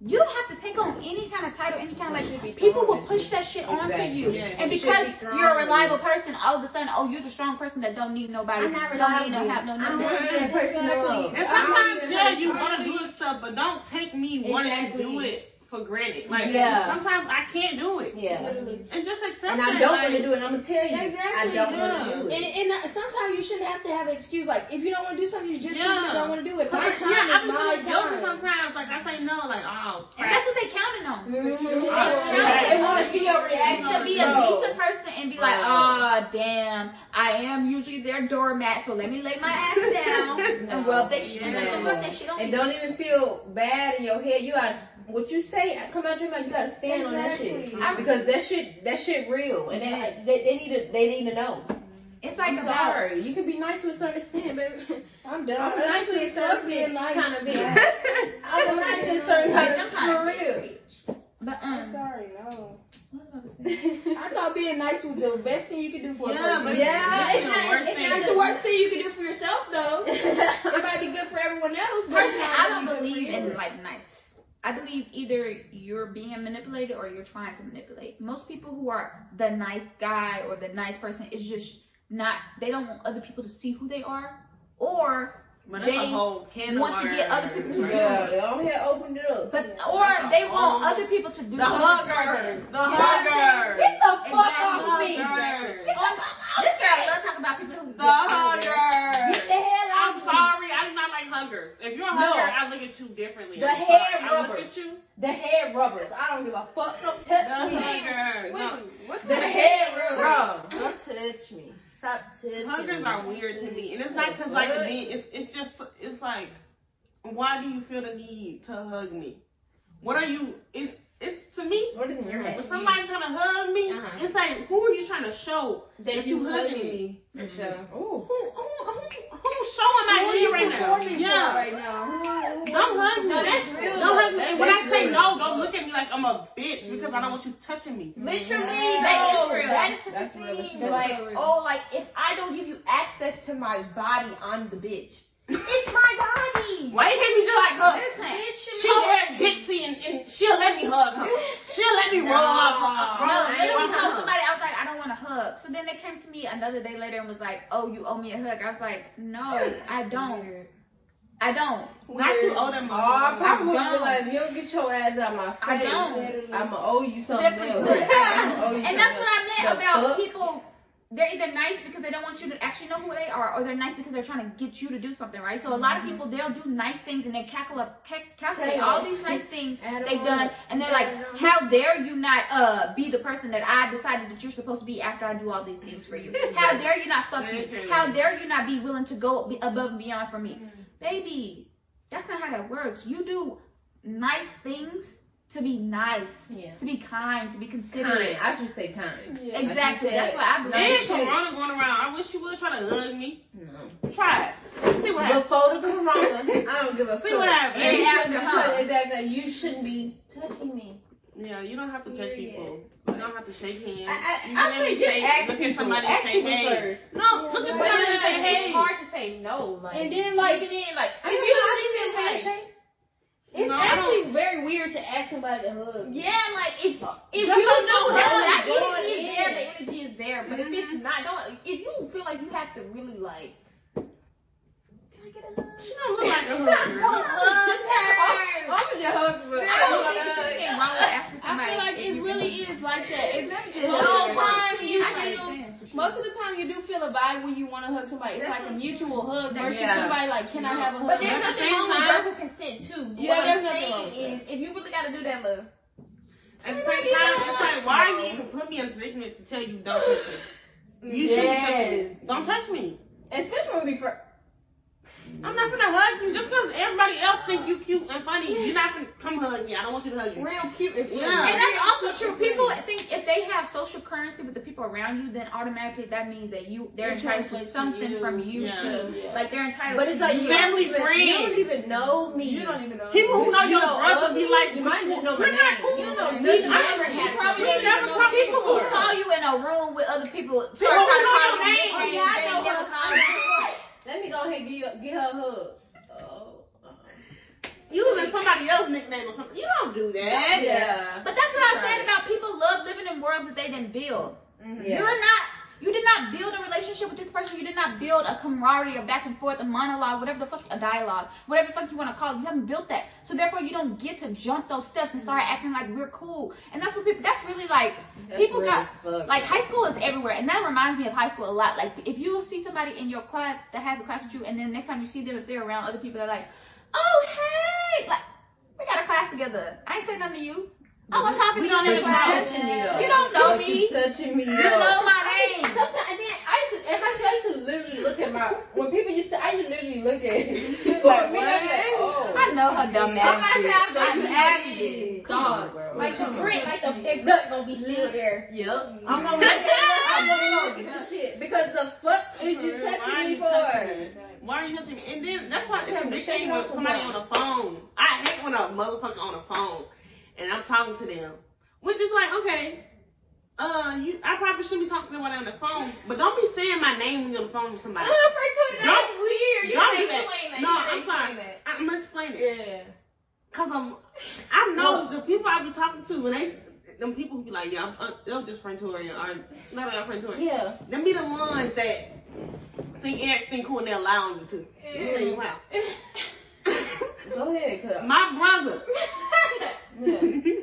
[SPEAKER 3] you don't have to take on any kind of title, any kind of
[SPEAKER 5] It should be
[SPEAKER 3] like. People
[SPEAKER 5] thrown
[SPEAKER 3] will
[SPEAKER 5] at
[SPEAKER 3] push
[SPEAKER 5] you.
[SPEAKER 3] that shit onto
[SPEAKER 5] Exactly.
[SPEAKER 3] you,
[SPEAKER 4] Yeah,
[SPEAKER 3] and
[SPEAKER 5] it should
[SPEAKER 3] because
[SPEAKER 5] be thrown
[SPEAKER 3] you're a
[SPEAKER 5] at
[SPEAKER 3] reliable
[SPEAKER 5] you.
[SPEAKER 3] person, all of a sudden, oh, you're the strong person that don't need nobody,
[SPEAKER 5] I'm not
[SPEAKER 3] don't need no
[SPEAKER 5] reliable.
[SPEAKER 3] help, no
[SPEAKER 5] I'm
[SPEAKER 3] nothing.
[SPEAKER 5] not that person
[SPEAKER 1] Exactly.
[SPEAKER 5] up.
[SPEAKER 4] And sometimes, yeah, you want to do this stuff, but don't take me wanting to
[SPEAKER 5] Exactly.
[SPEAKER 4] do it for granted. Like,
[SPEAKER 5] Yeah.
[SPEAKER 4] sometimes I can't do it.
[SPEAKER 5] Yeah.
[SPEAKER 1] Literally.
[SPEAKER 4] And just accept
[SPEAKER 5] And
[SPEAKER 4] that.
[SPEAKER 5] I don't
[SPEAKER 4] like,
[SPEAKER 5] want to do it. I'm gonna tell you.
[SPEAKER 1] Exactly,
[SPEAKER 5] I don't
[SPEAKER 4] yeah.
[SPEAKER 5] want to do
[SPEAKER 1] And,
[SPEAKER 5] it.
[SPEAKER 1] and uh, sometimes you shouldn't have to have an excuse. Like if you don't want to do something, you just
[SPEAKER 4] Yeah.
[SPEAKER 1] simply don't want to do it. My
[SPEAKER 4] Cause
[SPEAKER 1] time
[SPEAKER 4] yeah,
[SPEAKER 1] is
[SPEAKER 4] I'm
[SPEAKER 1] my
[SPEAKER 4] guilty
[SPEAKER 1] time.
[SPEAKER 4] sometimes. Like, I say no, like, oh,
[SPEAKER 3] And
[SPEAKER 4] crap.
[SPEAKER 3] that's what they counted on.
[SPEAKER 5] Mhm.
[SPEAKER 4] Right.
[SPEAKER 5] They want to see your reaction.
[SPEAKER 3] To be a
[SPEAKER 5] No.
[SPEAKER 3] decent person and be like,
[SPEAKER 5] No.
[SPEAKER 3] oh damn, I am usually their doormat, so let me lay my
[SPEAKER 5] [laughs]
[SPEAKER 3] ass down and
[SPEAKER 5] No.
[SPEAKER 3] rub that shit, and let them
[SPEAKER 5] No.
[SPEAKER 3] rub that shit on
[SPEAKER 5] And
[SPEAKER 3] me.
[SPEAKER 5] don't even feel bad in your head. You gotta, what you say, come out your mouth. You gotta stand on that
[SPEAKER 1] Exactly.
[SPEAKER 5] shit because that shit, that shit real, and that,
[SPEAKER 3] Yes.
[SPEAKER 5] they, they need to, they need to know.
[SPEAKER 3] It's like
[SPEAKER 5] I'm
[SPEAKER 3] about
[SPEAKER 5] sorry. You can be nice to a certain extent, [laughs] baby.
[SPEAKER 1] I'm done.
[SPEAKER 5] I'm nice to a certain
[SPEAKER 1] being
[SPEAKER 5] extent,
[SPEAKER 1] nice.
[SPEAKER 5] kind of
[SPEAKER 1] [laughs]
[SPEAKER 5] bitch. [laughs] I'm nice to a certain
[SPEAKER 3] [laughs] Bitch,
[SPEAKER 5] extent,
[SPEAKER 3] I'm trying
[SPEAKER 5] for
[SPEAKER 3] to be a
[SPEAKER 5] real.
[SPEAKER 3] bitch. But um,
[SPEAKER 1] I'm sorry, no.
[SPEAKER 3] what was I about to say?
[SPEAKER 1] I thought being nice was the best thing you could do for a
[SPEAKER 4] Yeah,
[SPEAKER 1] person.
[SPEAKER 4] but
[SPEAKER 5] Yeah,
[SPEAKER 4] it's the worst
[SPEAKER 1] It's
[SPEAKER 4] thing.
[SPEAKER 1] not the worst thing you can do for yourself, though. It
[SPEAKER 5] I
[SPEAKER 1] might be good for everyone else. but it's
[SPEAKER 3] Personally,
[SPEAKER 1] not
[SPEAKER 3] I don't
[SPEAKER 1] really good for
[SPEAKER 3] believe
[SPEAKER 1] you.
[SPEAKER 3] in like nice. I believe either you're being manipulated or you're trying to manipulate. Most people who are the nice guy or the nice person is just not, they don't want other people to see who they are or
[SPEAKER 4] But that's
[SPEAKER 3] They
[SPEAKER 4] a whole can
[SPEAKER 3] want
[SPEAKER 4] of
[SPEAKER 3] to
[SPEAKER 4] worms.
[SPEAKER 3] get other people to do
[SPEAKER 4] Yeah.
[SPEAKER 5] Yeah, they all here opened it up.
[SPEAKER 3] but
[SPEAKER 1] Yeah.
[SPEAKER 3] or they want
[SPEAKER 4] Um,
[SPEAKER 3] other people to do
[SPEAKER 4] The
[SPEAKER 3] something.
[SPEAKER 4] huggers. The
[SPEAKER 3] You know what I'm
[SPEAKER 4] huggers.
[SPEAKER 5] Get the fuck
[SPEAKER 3] Exactly.
[SPEAKER 5] off me!
[SPEAKER 4] Huggers.
[SPEAKER 3] This girl love talking about people who
[SPEAKER 4] The
[SPEAKER 3] get
[SPEAKER 5] Get the
[SPEAKER 4] huggers.
[SPEAKER 5] hell out
[SPEAKER 4] I'm
[SPEAKER 5] of me!
[SPEAKER 4] sorry, I do not like huggers. If you're a
[SPEAKER 5] No.
[SPEAKER 4] hugger, I look at you differently.
[SPEAKER 5] The
[SPEAKER 4] I'm
[SPEAKER 5] hair
[SPEAKER 4] sorry. I look
[SPEAKER 5] rubbers.
[SPEAKER 4] at you.
[SPEAKER 5] The head rubbers. I don't give a fuck. Don't
[SPEAKER 4] The
[SPEAKER 5] touch me.
[SPEAKER 4] huggers. No.
[SPEAKER 5] The head rubbers.
[SPEAKER 6] Bro, don't touch me. Stop touching
[SPEAKER 4] Huggers
[SPEAKER 6] me.
[SPEAKER 4] are weird to me, and it's not because like me. It's it's just it's like, why do you feel the need to hug me? What are you? It's it's to me.
[SPEAKER 5] What is in your
[SPEAKER 4] When
[SPEAKER 5] head?
[SPEAKER 4] somebody trying to hug me,
[SPEAKER 6] Uh-huh.
[SPEAKER 4] it's like who are you trying to show?
[SPEAKER 6] That
[SPEAKER 4] But
[SPEAKER 6] you
[SPEAKER 4] you
[SPEAKER 6] hugging
[SPEAKER 4] hugging
[SPEAKER 6] me. For
[SPEAKER 2] [laughs]
[SPEAKER 6] sure.
[SPEAKER 5] Ooh.
[SPEAKER 4] Who who who, who showing
[SPEAKER 5] Who
[SPEAKER 4] I
[SPEAKER 5] are
[SPEAKER 4] need
[SPEAKER 5] you
[SPEAKER 4] right now?
[SPEAKER 5] performing for
[SPEAKER 4] Yeah.
[SPEAKER 5] right now? Who- who-
[SPEAKER 4] Don't hug me.
[SPEAKER 6] No, that's real.
[SPEAKER 4] Don't
[SPEAKER 6] though.
[SPEAKER 4] hug me. And when I
[SPEAKER 6] That's
[SPEAKER 4] say
[SPEAKER 6] real.
[SPEAKER 4] no, don't look at me like I'm a bitch because I don't want you touching me.
[SPEAKER 6] Literally,
[SPEAKER 5] That
[SPEAKER 6] though,
[SPEAKER 5] is real.
[SPEAKER 6] that is such
[SPEAKER 5] That's
[SPEAKER 6] a
[SPEAKER 5] real as
[SPEAKER 6] thing.
[SPEAKER 5] fuck.
[SPEAKER 6] Like, oh, like if I don't give you access to my body, I'm the bitch. It's my body.
[SPEAKER 4] Why you can't be just like hug?
[SPEAKER 3] Listen,
[SPEAKER 4] She'll let Dixie and, and she'll let me hug her. She'll let me roll off her.
[SPEAKER 3] No,
[SPEAKER 4] I ain't
[SPEAKER 3] literally
[SPEAKER 4] want
[SPEAKER 3] told
[SPEAKER 4] her.
[SPEAKER 3] somebody I was like, I don't want to hug. So then they came to me another day later and was like, Oh, you owe me a hug. I was like, No, I don't. I don't.
[SPEAKER 4] Not too old and
[SPEAKER 5] Oh,
[SPEAKER 4] my
[SPEAKER 5] I probably would
[SPEAKER 3] I
[SPEAKER 5] be
[SPEAKER 3] don't.
[SPEAKER 5] like, if you don't get your ass out my face,
[SPEAKER 3] I don't.
[SPEAKER 5] I'ma owe you something
[SPEAKER 3] Simply [laughs]
[SPEAKER 5] else.
[SPEAKER 3] put.
[SPEAKER 5] I'ma owe you
[SPEAKER 3] And
[SPEAKER 5] something
[SPEAKER 3] that's what
[SPEAKER 5] else.
[SPEAKER 3] I meant
[SPEAKER 5] The
[SPEAKER 3] about
[SPEAKER 5] fuck?
[SPEAKER 3] people. They're either nice because they don't want you to actually know who they are, or they're nice because they're trying to get you to do something, right? So a lot of people they'll do nice things and they calculate calculate all these nice things
[SPEAKER 6] Add 'em
[SPEAKER 3] they've
[SPEAKER 6] up.
[SPEAKER 3] done, and they're like,
[SPEAKER 6] Add 'em.
[SPEAKER 3] "How dare you not uh be the person that I decided that you're supposed to be after I do all these things for you? How dare you not fuck me?
[SPEAKER 4] Literally.
[SPEAKER 3] How dare you not be willing to go be- above and beyond for me, baby? That's not how that works. You do nice things to be nice,
[SPEAKER 6] Yeah.
[SPEAKER 3] to be kind, to be considerate."
[SPEAKER 5] Kind. I should say kind.
[SPEAKER 1] Yeah.
[SPEAKER 3] Exactly.
[SPEAKER 5] Like you
[SPEAKER 3] That's what I
[SPEAKER 4] There's
[SPEAKER 3] believe.
[SPEAKER 5] Shit.
[SPEAKER 4] Corona going around. I wish you would try to hug me.
[SPEAKER 5] No.
[SPEAKER 4] Try it. See what happens.
[SPEAKER 5] Before
[SPEAKER 6] [laughs]
[SPEAKER 5] the corona, I don't give a
[SPEAKER 4] See
[SPEAKER 5] fuck.
[SPEAKER 4] what happens.
[SPEAKER 5] And you
[SPEAKER 3] And
[SPEAKER 5] shouldn't be
[SPEAKER 3] after, huh?
[SPEAKER 5] touching- exactly. You shouldn't be.
[SPEAKER 6] Touching me.
[SPEAKER 4] Yeah, you don't have to touch
[SPEAKER 6] Period.
[SPEAKER 4] people. You don't have to shake hands.
[SPEAKER 5] I, I, I
[SPEAKER 4] You can
[SPEAKER 5] say
[SPEAKER 4] literally
[SPEAKER 5] just
[SPEAKER 4] say-
[SPEAKER 5] ask
[SPEAKER 4] look
[SPEAKER 5] people.
[SPEAKER 4] at somebody and
[SPEAKER 5] ask
[SPEAKER 4] say,
[SPEAKER 5] people
[SPEAKER 4] hey.
[SPEAKER 5] first.
[SPEAKER 4] No, look at
[SPEAKER 6] But
[SPEAKER 4] somebody and say,
[SPEAKER 6] it's
[SPEAKER 4] hey.
[SPEAKER 6] hard to say no. Like,
[SPEAKER 5] And then like,
[SPEAKER 6] even then, like,
[SPEAKER 5] I
[SPEAKER 6] if
[SPEAKER 5] mean,
[SPEAKER 6] you
[SPEAKER 5] not
[SPEAKER 6] don't
[SPEAKER 5] even,
[SPEAKER 6] even
[SPEAKER 5] like-
[SPEAKER 6] handshake, it's
[SPEAKER 4] No, I
[SPEAKER 6] actually
[SPEAKER 1] very weird to ask somebody to hug.
[SPEAKER 6] yeah, like if if
[SPEAKER 4] Just
[SPEAKER 6] you
[SPEAKER 4] don't
[SPEAKER 6] know
[SPEAKER 4] know
[SPEAKER 6] that that
[SPEAKER 4] where
[SPEAKER 5] you're
[SPEAKER 6] energy
[SPEAKER 5] going
[SPEAKER 6] is there,
[SPEAKER 5] in.
[SPEAKER 6] the energy is there. But if
[SPEAKER 5] Mm-hmm.
[SPEAKER 6] it's not, don't. If you feel like you have to really like, can I get a hug?
[SPEAKER 4] She don't look like
[SPEAKER 6] [laughs]
[SPEAKER 4] a hugger.
[SPEAKER 5] I'm gonna just hug for
[SPEAKER 3] Ain't wrong with asking
[SPEAKER 1] I
[SPEAKER 3] somebody
[SPEAKER 1] feel like
[SPEAKER 3] if
[SPEAKER 1] it
[SPEAKER 3] you
[SPEAKER 1] really
[SPEAKER 3] can-
[SPEAKER 1] is like that. It's
[SPEAKER 6] Let me just.
[SPEAKER 1] Most
[SPEAKER 6] hug
[SPEAKER 1] of the
[SPEAKER 6] you.
[SPEAKER 1] time you
[SPEAKER 3] I can
[SPEAKER 1] feel-
[SPEAKER 3] understand, for sure.
[SPEAKER 1] most of the time you do feel a vibe when you want to hug somebody. It's
[SPEAKER 6] That's
[SPEAKER 1] like a
[SPEAKER 6] what you-
[SPEAKER 1] mutual hug versus
[SPEAKER 5] Yeah.
[SPEAKER 1] somebody like, can I
[SPEAKER 4] No.
[SPEAKER 1] have a hug?
[SPEAKER 6] But
[SPEAKER 4] At
[SPEAKER 6] there's
[SPEAKER 4] the
[SPEAKER 6] nothing
[SPEAKER 4] same
[SPEAKER 6] wrong with
[SPEAKER 4] time-
[SPEAKER 6] verbal consent too.
[SPEAKER 1] Yeah,
[SPEAKER 6] what
[SPEAKER 1] there's
[SPEAKER 6] I'm
[SPEAKER 1] nothing wrong
[SPEAKER 6] saying
[SPEAKER 1] with
[SPEAKER 6] is, if you really gotta do that, love.
[SPEAKER 4] At the same time, it's like, why are you even put me in a predicament to tell you don't touch me? You
[SPEAKER 5] Yes.
[SPEAKER 4] shouldn't touch me. Don't touch me.
[SPEAKER 5] Especially when we first.
[SPEAKER 4] I'm not gonna hug you just because everybody else think you cute and funny. You're not gonna come hug me. I don't want you to hug me.
[SPEAKER 6] Real cute and
[SPEAKER 4] Yeah.
[SPEAKER 3] And that's also true. People think if they have social currency with the people around you, then automatically that means that you they're entitled to something from you
[SPEAKER 4] Yeah.
[SPEAKER 3] too. Like they're entitled.
[SPEAKER 5] But
[SPEAKER 3] to
[SPEAKER 5] it's like
[SPEAKER 3] you.
[SPEAKER 5] you
[SPEAKER 4] Family
[SPEAKER 5] don't even,
[SPEAKER 4] friends.
[SPEAKER 5] You don't even know me.
[SPEAKER 6] You don't even know.
[SPEAKER 4] People who know
[SPEAKER 5] You
[SPEAKER 4] your
[SPEAKER 5] don't
[SPEAKER 4] brother
[SPEAKER 5] love
[SPEAKER 4] be
[SPEAKER 5] me.
[SPEAKER 4] like,
[SPEAKER 5] you might just know my
[SPEAKER 4] we're
[SPEAKER 5] name.
[SPEAKER 4] not cool.
[SPEAKER 5] You don't know
[SPEAKER 6] We
[SPEAKER 5] nothing.
[SPEAKER 6] never
[SPEAKER 5] about
[SPEAKER 6] had
[SPEAKER 5] me.
[SPEAKER 3] probably
[SPEAKER 4] We never talk
[SPEAKER 3] people who
[SPEAKER 4] before.
[SPEAKER 3] saw you in a room with other people start
[SPEAKER 4] People who
[SPEAKER 3] trying to
[SPEAKER 4] know
[SPEAKER 3] call
[SPEAKER 4] your
[SPEAKER 3] you
[SPEAKER 4] name.
[SPEAKER 3] names.
[SPEAKER 5] Yeah, I
[SPEAKER 3] they
[SPEAKER 5] know
[SPEAKER 3] never
[SPEAKER 5] her.
[SPEAKER 3] call you.
[SPEAKER 5] Let me go ahead and get, get her a hug. Oh.
[SPEAKER 4] Using somebody else's nickname or something. You don't do that.
[SPEAKER 5] Yeah.
[SPEAKER 3] But that's what I was saying about people love living in worlds that they didn't build.
[SPEAKER 5] Mm-hmm. Yeah.
[SPEAKER 3] You're not. You did not build a relationship with this person. You did not build a camaraderie, a back and forth, a monologue, whatever the fuck, a dialogue, whatever the fuck you want to call it. You haven't built that, so therefore you don't get to jump those steps and start acting like we're cool. And that's what people. That's really like
[SPEAKER 5] That's
[SPEAKER 3] people
[SPEAKER 5] real
[SPEAKER 3] got
[SPEAKER 5] as fuck.
[SPEAKER 3] like high school is everywhere, and that reminds me of high school a lot. Like if you see somebody in your class that has a class with you, and then next time you see them, if they're around other people, they're like, "Oh hey, like we got a class together. I ain't saying nothing to you. I was talking
[SPEAKER 4] We
[SPEAKER 3] to you
[SPEAKER 4] don't
[SPEAKER 3] in
[SPEAKER 4] even
[SPEAKER 3] class.
[SPEAKER 5] touching me though.
[SPEAKER 3] You don't know
[SPEAKER 5] But
[SPEAKER 3] me.
[SPEAKER 5] You touching me though.
[SPEAKER 3] You know my name."
[SPEAKER 5] Sometimes and then I used to in high school I used to literally look at my when people used to I used to literally look at [laughs] people like me I'd be like, oh.
[SPEAKER 3] I know her dumb ass.
[SPEAKER 5] Somebody
[SPEAKER 3] bitch.
[SPEAKER 5] said I'm
[SPEAKER 3] Ashy. Come on, bro.
[SPEAKER 6] Like the
[SPEAKER 5] Come on.
[SPEAKER 6] print, like the that gut gonna be still there.
[SPEAKER 5] Yep. I'm gonna look at
[SPEAKER 3] [laughs]
[SPEAKER 5] [laughs] I'm gonna get the shit because the fuck is you
[SPEAKER 4] Why
[SPEAKER 5] touching
[SPEAKER 4] are
[SPEAKER 5] me
[SPEAKER 4] you
[SPEAKER 5] for?
[SPEAKER 4] touching me? Why are you touching me? And then that's why it's
[SPEAKER 5] Yeah,
[SPEAKER 4] a
[SPEAKER 5] but
[SPEAKER 4] big
[SPEAKER 5] shake
[SPEAKER 4] thing
[SPEAKER 5] it
[SPEAKER 4] with
[SPEAKER 5] off
[SPEAKER 4] somebody on
[SPEAKER 5] for
[SPEAKER 4] the phone. I hate when a motherfucker on the phone and I'm talking to them, which is like, okay, uh, you, I probably shouldn't be talking to somebody on the phone, but don't be saying my name when you're on the phone with somebody.
[SPEAKER 6] Love for two
[SPEAKER 4] Don't-
[SPEAKER 6] weird.
[SPEAKER 4] don't do that.
[SPEAKER 6] Uh, explain
[SPEAKER 4] No,
[SPEAKER 6] You gotta
[SPEAKER 4] I'm
[SPEAKER 6] explain
[SPEAKER 4] sorry. I'm explaining.
[SPEAKER 6] that.
[SPEAKER 4] I'm explaining.
[SPEAKER 6] Yeah.
[SPEAKER 4] Cause I'm, I know the people I be talking to when they, them people who be like, yeah, I'm, uh, they're just friend touring or not about friend touring.
[SPEAKER 5] Yeah.
[SPEAKER 4] Them be the ones that think everything cool and they're allowing you to. Let me tell you how.
[SPEAKER 5] Go ahead, cuz.
[SPEAKER 4] My brother.
[SPEAKER 5] Yeah.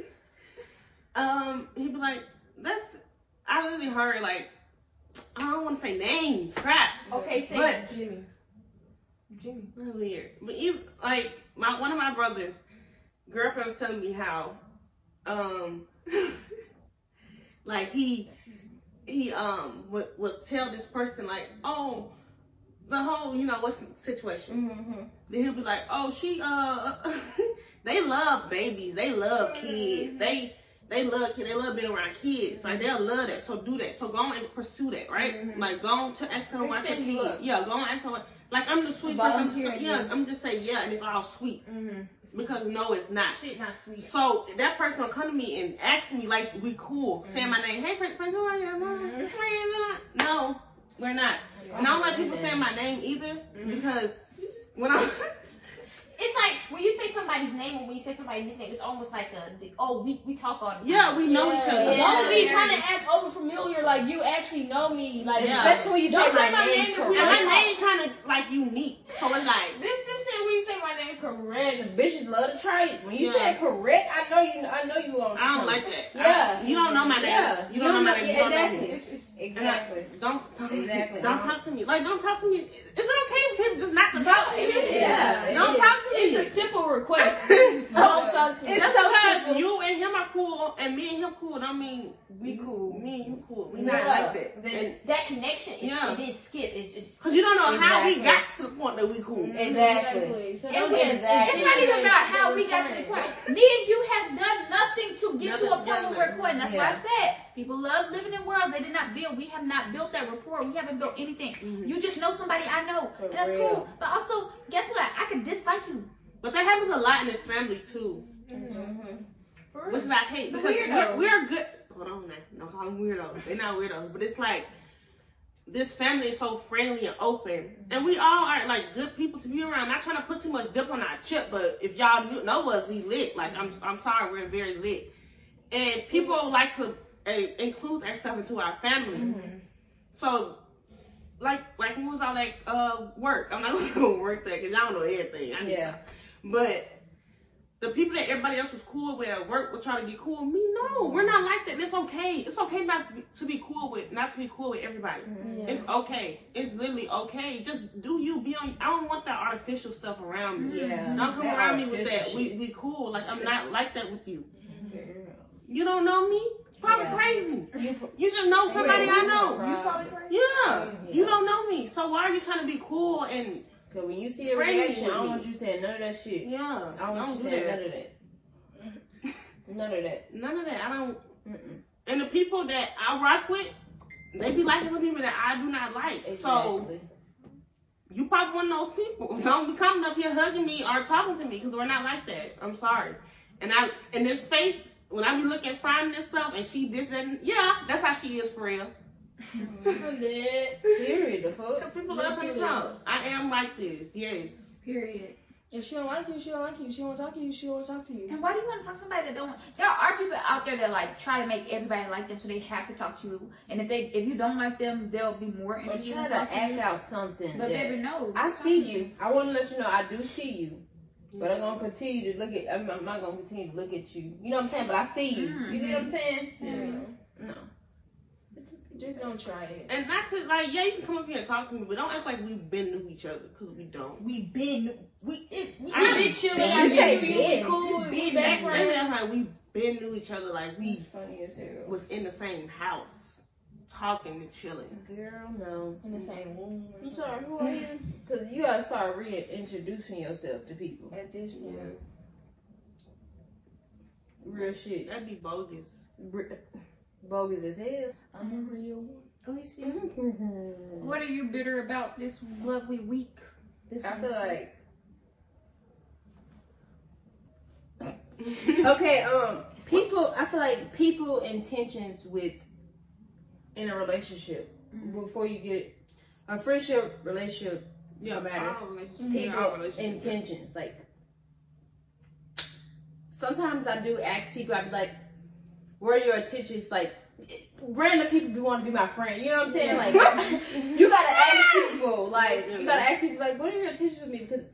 [SPEAKER 4] um, he'd be like, that's, I literally heard like, I don't want to say names, crap.
[SPEAKER 6] Okay, say
[SPEAKER 4] But-
[SPEAKER 6] Jimmy. Jimmy.
[SPEAKER 4] Weird. But even like my one of my brothers' girlfriend was telling me how um [laughs] like he he um would, would tell this person like, oh the whole, you know, what's the situation?
[SPEAKER 5] Mm-hmm.
[SPEAKER 4] Then he'll be like, oh she uh [laughs] they love babies, they love
[SPEAKER 6] Mm-hmm.
[SPEAKER 4] kids, they they love kids, they love being around kids. Like they'll love that, so do that. So go on and pursue that, right? Like go on to ask her
[SPEAKER 6] Mm-hmm.
[SPEAKER 4] to
[SPEAKER 6] They
[SPEAKER 4] watch your
[SPEAKER 6] set you
[SPEAKER 4] kid.
[SPEAKER 6] up.
[SPEAKER 4] Yeah, go on ask her what- like I'm the sweet
[SPEAKER 5] Volunteer
[SPEAKER 4] person. Yeah, I'm just saying yeah, and it's all sweet because no, it's not.
[SPEAKER 6] Mm-hmm. Shit, not sweet.
[SPEAKER 4] So that person will come to me and ask me like we cool,
[SPEAKER 6] Mm-hmm.
[SPEAKER 4] saying my name. Hey, friend, friend, who are you?
[SPEAKER 6] Mhm.
[SPEAKER 4] Friend, uh, No, we're not. And I don't like people saying my name either because when I'm
[SPEAKER 6] It's like when you say somebody's name or when you say somebody's nickname, it's almost like a the, oh we we talk all the time.
[SPEAKER 4] [laughs] yeah, we know each other.
[SPEAKER 5] Yeah.
[SPEAKER 6] Don't be
[SPEAKER 5] trying
[SPEAKER 6] trying
[SPEAKER 5] to act over familiar like you actually know me. Like,
[SPEAKER 4] Yeah.
[SPEAKER 5] especially when you
[SPEAKER 6] Don't
[SPEAKER 5] say
[SPEAKER 6] say my name if you
[SPEAKER 5] correct.
[SPEAKER 4] And my name kind of like unique, so it's like
[SPEAKER 6] This bitch said when you say my name correct.
[SPEAKER 5] Because bitches love to try it. When you
[SPEAKER 4] Yeah.
[SPEAKER 5] say correct, I know you. I know you on.
[SPEAKER 4] I don't
[SPEAKER 5] something.
[SPEAKER 4] like that. I-
[SPEAKER 5] Yeah.
[SPEAKER 4] you don't know my name.
[SPEAKER 5] Yeah.
[SPEAKER 4] You don't know my name. You
[SPEAKER 5] yeah,
[SPEAKER 4] don't know me.
[SPEAKER 5] Exactly.
[SPEAKER 4] And I- [laughs]
[SPEAKER 5] Exactly.
[SPEAKER 4] Don't talk
[SPEAKER 5] Exactly.
[SPEAKER 4] Don't talk to me. Like don't talk to me. Is it okay if people just not to talk to you?
[SPEAKER 5] Yeah, it
[SPEAKER 4] Don't
[SPEAKER 5] is.
[SPEAKER 4] talk to me.
[SPEAKER 1] It's a
[SPEAKER 4] [laughs]
[SPEAKER 1] simple request.
[SPEAKER 5] Don't talk to me.
[SPEAKER 4] Just
[SPEAKER 5] It's so
[SPEAKER 4] because
[SPEAKER 5] simple.
[SPEAKER 4] you and him are cool and me and him cool, don't mean we cool. Me and you cool. We not
[SPEAKER 5] Yeah.
[SPEAKER 4] like that.
[SPEAKER 6] Then that connection is
[SPEAKER 4] Yeah.
[SPEAKER 6] it is skip. It's just
[SPEAKER 4] Cause you don't know how we
[SPEAKER 5] Exactly.
[SPEAKER 4] got to the point that we cool.
[SPEAKER 5] Exactly.
[SPEAKER 1] So
[SPEAKER 6] It
[SPEAKER 1] don't
[SPEAKER 6] was-
[SPEAKER 1] get-
[SPEAKER 5] Exactly.
[SPEAKER 6] it's not even about how we got to the point. Me and you have done nothing to
[SPEAKER 3] Get
[SPEAKER 4] Nothing
[SPEAKER 3] to a point where
[SPEAKER 4] together.
[SPEAKER 3] we're recording. That's
[SPEAKER 5] Yeah.
[SPEAKER 3] what I said. People love living in worlds they did not build. We have not built that rapport. We haven't built anything.
[SPEAKER 4] Mhm.
[SPEAKER 3] You just know somebody I know,
[SPEAKER 5] For
[SPEAKER 3] and that's
[SPEAKER 5] real.
[SPEAKER 3] cool. But also, guess what? I could dislike you.
[SPEAKER 4] But that happens a lot in this family too,
[SPEAKER 5] Mhm.
[SPEAKER 4] which is I hate
[SPEAKER 3] The
[SPEAKER 4] because we're,
[SPEAKER 3] weirdos.
[SPEAKER 4] we're good. Hold on now, don't call them weirdos. They're not weirdos, but it's like this family is so friendly and open, and we all are like good people to be around. Not trying to put too much dip on our chip, but if y'all knew, know us, we lit. Like I'm, I'm sorry, we're very lit, and people like to uh, include themselves into our family. So, like, like when was all that uh work? I'm not gonna [laughs] work that because y'all know everything. I
[SPEAKER 5] Yeah.
[SPEAKER 4] But the people that everybody else was cool with at work were trying to get cool with me. No, we're not like that. It's okay. It's okay not to be- to be cool with, not to be cool with everybody.
[SPEAKER 5] Mm-hmm.
[SPEAKER 4] It's okay. It's literally okay. Just do you be on. I don't want that artificial stuff around me.
[SPEAKER 5] Yeah.
[SPEAKER 4] Don't come
[SPEAKER 5] Mm-hmm. That
[SPEAKER 4] around me with
[SPEAKER 5] artificial
[SPEAKER 4] that. We
[SPEAKER 5] shit.
[SPEAKER 4] we cool. Like I'm not like that with you.
[SPEAKER 5] Girl.
[SPEAKER 4] You don't know me. Probably
[SPEAKER 5] Yeah.
[SPEAKER 4] crazy.
[SPEAKER 5] You-
[SPEAKER 4] You just know somebody I know.
[SPEAKER 5] You probably
[SPEAKER 4] Yeah,
[SPEAKER 5] Yeah.
[SPEAKER 4] you don't know me, so why are you trying to be cool and
[SPEAKER 5] Cause when you see a
[SPEAKER 4] Friendly
[SPEAKER 5] reaction, I
[SPEAKER 4] with
[SPEAKER 5] don't
[SPEAKER 4] me.
[SPEAKER 5] want you saying none of that shit.
[SPEAKER 4] yeah?
[SPEAKER 5] I don't want you
[SPEAKER 4] do
[SPEAKER 5] saying
[SPEAKER 4] that. [laughs]
[SPEAKER 5] none of that. None of that.
[SPEAKER 4] None of that. I don't.
[SPEAKER 5] Mm-mm.
[SPEAKER 4] And the people that I rock with, they be liking some people that I do not like. So
[SPEAKER 5] Exactly.
[SPEAKER 4] you probably one of those people. [laughs] Don't be coming up here hugging me or talking to me because we're not like that. I'm sorry. And I in this face when I be looking fine and stuff, and she this and yeah, that's how she is for real.
[SPEAKER 6] Mm-hmm.
[SPEAKER 5] Period. The fuck.
[SPEAKER 4] Because [laughs] people love her to talk. I am like this. Yes.
[SPEAKER 3] Period.
[SPEAKER 1] If she don't like you, she don't like you. She won't talk to you, she won't talk to you.
[SPEAKER 3] And why do you want to talk to somebody that don't? want- There are people out there that like try to make everybody like them, so they have to talk to you. And if they, if you don't like them, they'll be more
[SPEAKER 5] Or
[SPEAKER 3] interested
[SPEAKER 5] try
[SPEAKER 3] in
[SPEAKER 5] to
[SPEAKER 3] talking to
[SPEAKER 5] act
[SPEAKER 3] you.
[SPEAKER 5] out something.
[SPEAKER 3] But
[SPEAKER 5] that-
[SPEAKER 3] baby, no.
[SPEAKER 5] I see you. I want to let you know I do see you. But I'm gonna continue to look at. I'm, I'm not gonna continue to look at you. You know what I'm saying? But I see you. You get what I'm saying? No.
[SPEAKER 1] Just don't try it.
[SPEAKER 4] And not to like, yeah, you can come up here and talk to me, but don't act like we've been to each other because we don't.
[SPEAKER 6] we been we it's we
[SPEAKER 4] I
[SPEAKER 6] been
[SPEAKER 4] didn't
[SPEAKER 6] chilling.
[SPEAKER 5] You
[SPEAKER 6] I
[SPEAKER 5] say
[SPEAKER 6] knew you
[SPEAKER 5] been.
[SPEAKER 6] was cool.
[SPEAKER 4] Been
[SPEAKER 6] We
[SPEAKER 4] back
[SPEAKER 6] best
[SPEAKER 4] then,
[SPEAKER 6] friends.
[SPEAKER 4] that's like we been to each other, like
[SPEAKER 5] He's
[SPEAKER 4] we
[SPEAKER 5] funny as hell.
[SPEAKER 4] was in the same house, talking and chilling.
[SPEAKER 5] Girl, no.
[SPEAKER 1] In the same room. or
[SPEAKER 5] I'm
[SPEAKER 1] something.
[SPEAKER 5] sorry. Who are you? Because you gotta start reintroducing yourself to people.
[SPEAKER 1] At this point.
[SPEAKER 5] Real shit.
[SPEAKER 4] That'd be
[SPEAKER 5] [laughs]
[SPEAKER 4] bogus.
[SPEAKER 5] Re- bogus as hell.
[SPEAKER 1] I'm a real one.
[SPEAKER 3] Alicia, what are you bitter about this lovely week? This
[SPEAKER 5] I feel
[SPEAKER 3] Wednesday?
[SPEAKER 5] like okay. Um, people. I feel like people intentions with in a relationship before you get a friendship relationship
[SPEAKER 4] yeah,
[SPEAKER 5] No matter.
[SPEAKER 4] all relationships- [laughs]
[SPEAKER 5] people
[SPEAKER 4] all relationships.
[SPEAKER 5] intentions like sometimes I do ask people, I'd be like, where are your attentions? Like, random people be want to be my friend. You know what I'm saying?
[SPEAKER 4] [laughs]
[SPEAKER 5] Like, you gotta ask people. Like, you gotta ask people, like, what are your intentions with me? Because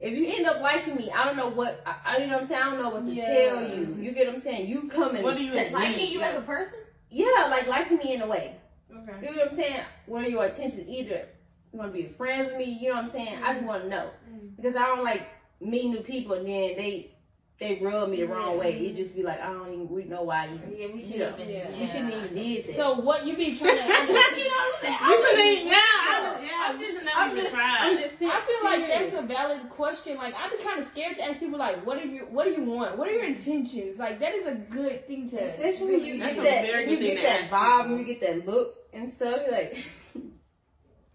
[SPEAKER 5] if you end up liking me, I don't know what, I, I you know what I'm saying? I don't know what to
[SPEAKER 1] Yeah.
[SPEAKER 5] tell you. You get what I'm saying? You come and
[SPEAKER 4] What do you
[SPEAKER 5] text
[SPEAKER 4] mean?
[SPEAKER 5] me.
[SPEAKER 2] Liking you as a person?
[SPEAKER 5] Yeah, like liking me in a way.
[SPEAKER 2] Okay.
[SPEAKER 5] You know what I'm saying? What are your intentions? Either you want to be friends with me, you know what I'm saying? I just want to know because I don't like meet new people and then they they rub me the wrong way. It just be like I don't even we know why I even
[SPEAKER 2] Yeah, we should
[SPEAKER 5] Yeah.
[SPEAKER 2] even.
[SPEAKER 1] Yeah.
[SPEAKER 5] we shouldn't even did that.
[SPEAKER 1] So what you be
[SPEAKER 4] You
[SPEAKER 1] trying
[SPEAKER 4] know
[SPEAKER 1] to
[SPEAKER 4] what I'm
[SPEAKER 5] [laughs]
[SPEAKER 4] saying? I was- Yeah, I was- yeah, we should never
[SPEAKER 5] I'm
[SPEAKER 4] even
[SPEAKER 5] just
[SPEAKER 4] tried.
[SPEAKER 5] I'm just ser-
[SPEAKER 1] I feel like
[SPEAKER 5] serious.
[SPEAKER 1] that's a valid question. Like I'd be kind of scared to ask people like, what do you what do you want? What are your intentions? Like that is a good thing to.
[SPEAKER 5] especially when you
[SPEAKER 4] That's
[SPEAKER 5] get
[SPEAKER 4] a
[SPEAKER 5] that
[SPEAKER 4] very
[SPEAKER 5] you
[SPEAKER 4] good
[SPEAKER 5] get
[SPEAKER 4] thing to
[SPEAKER 5] that
[SPEAKER 4] ask
[SPEAKER 5] vibe and you get that look and stuff. You're like [laughs]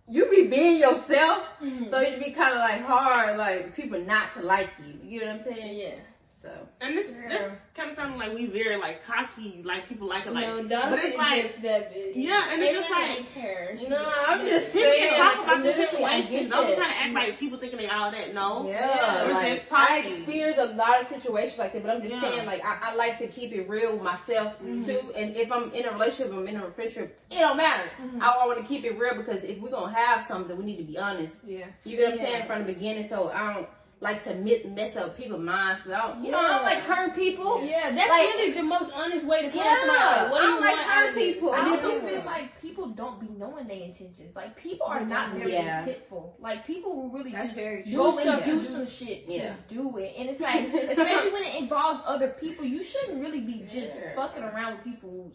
[SPEAKER 5] you be being yourself, so it'd be kind of like hard like people not to like you. You know what I'm saying?
[SPEAKER 1] yeah.
[SPEAKER 5] So
[SPEAKER 4] And this
[SPEAKER 2] Yeah.
[SPEAKER 4] this kind of sounded like we very like cocky, like people like it like.
[SPEAKER 1] no,
[SPEAKER 4] but
[SPEAKER 1] Donovan
[SPEAKER 4] it's
[SPEAKER 1] is
[SPEAKER 4] like
[SPEAKER 1] just that bitch.
[SPEAKER 4] yeah, and it's just
[SPEAKER 1] Everyone
[SPEAKER 4] like.
[SPEAKER 1] hates her. She-
[SPEAKER 5] no, I'm just
[SPEAKER 4] People
[SPEAKER 5] saying.
[SPEAKER 4] can talk
[SPEAKER 5] like,
[SPEAKER 4] about their
[SPEAKER 5] literally, I
[SPEAKER 4] situation.
[SPEAKER 5] get
[SPEAKER 4] Don't be
[SPEAKER 5] that.
[SPEAKER 4] trying to act like people thinking they all that. No.
[SPEAKER 5] Yeah,
[SPEAKER 4] We're
[SPEAKER 5] like
[SPEAKER 4] just
[SPEAKER 5] I
[SPEAKER 4] talking.
[SPEAKER 5] experience a lot of situations like that, but I'm just
[SPEAKER 4] Yeah.
[SPEAKER 5] saying, like I, I like to keep it real with myself too. And if I'm in a relationship, I'm in a friendship, it don't matter.
[SPEAKER 1] Mm-hmm.
[SPEAKER 5] I, want to keep it real because if we're gonna have something, we need to be honest.
[SPEAKER 2] Yeah.
[SPEAKER 5] You get what I'm
[SPEAKER 1] Yeah.
[SPEAKER 5] saying from the beginning. So I don't like to mi- mess up people's minds. So I don't, you know, I don't like hurt
[SPEAKER 6] Oh,
[SPEAKER 5] people.
[SPEAKER 1] Yeah, that's
[SPEAKER 5] Like-
[SPEAKER 1] really the most honest way to come
[SPEAKER 5] Yeah,
[SPEAKER 1] to somebody. Like, what
[SPEAKER 5] I
[SPEAKER 1] do you
[SPEAKER 5] don't like
[SPEAKER 1] want
[SPEAKER 5] hurt
[SPEAKER 1] out of this?
[SPEAKER 5] people.
[SPEAKER 2] I
[SPEAKER 5] Yeah.
[SPEAKER 2] also feel like people don't be knowing their intentions. Like people are not very
[SPEAKER 5] Yeah.
[SPEAKER 2] intentful. Like people will really
[SPEAKER 3] That's
[SPEAKER 2] just
[SPEAKER 3] very
[SPEAKER 2] do
[SPEAKER 3] true.
[SPEAKER 2] stuff,
[SPEAKER 5] Yeah.
[SPEAKER 2] do some shit to
[SPEAKER 5] Yeah.
[SPEAKER 2] do it, and it's like, especially when it involves other people, you shouldn't really be just
[SPEAKER 5] Yeah.
[SPEAKER 2] fucking around with people's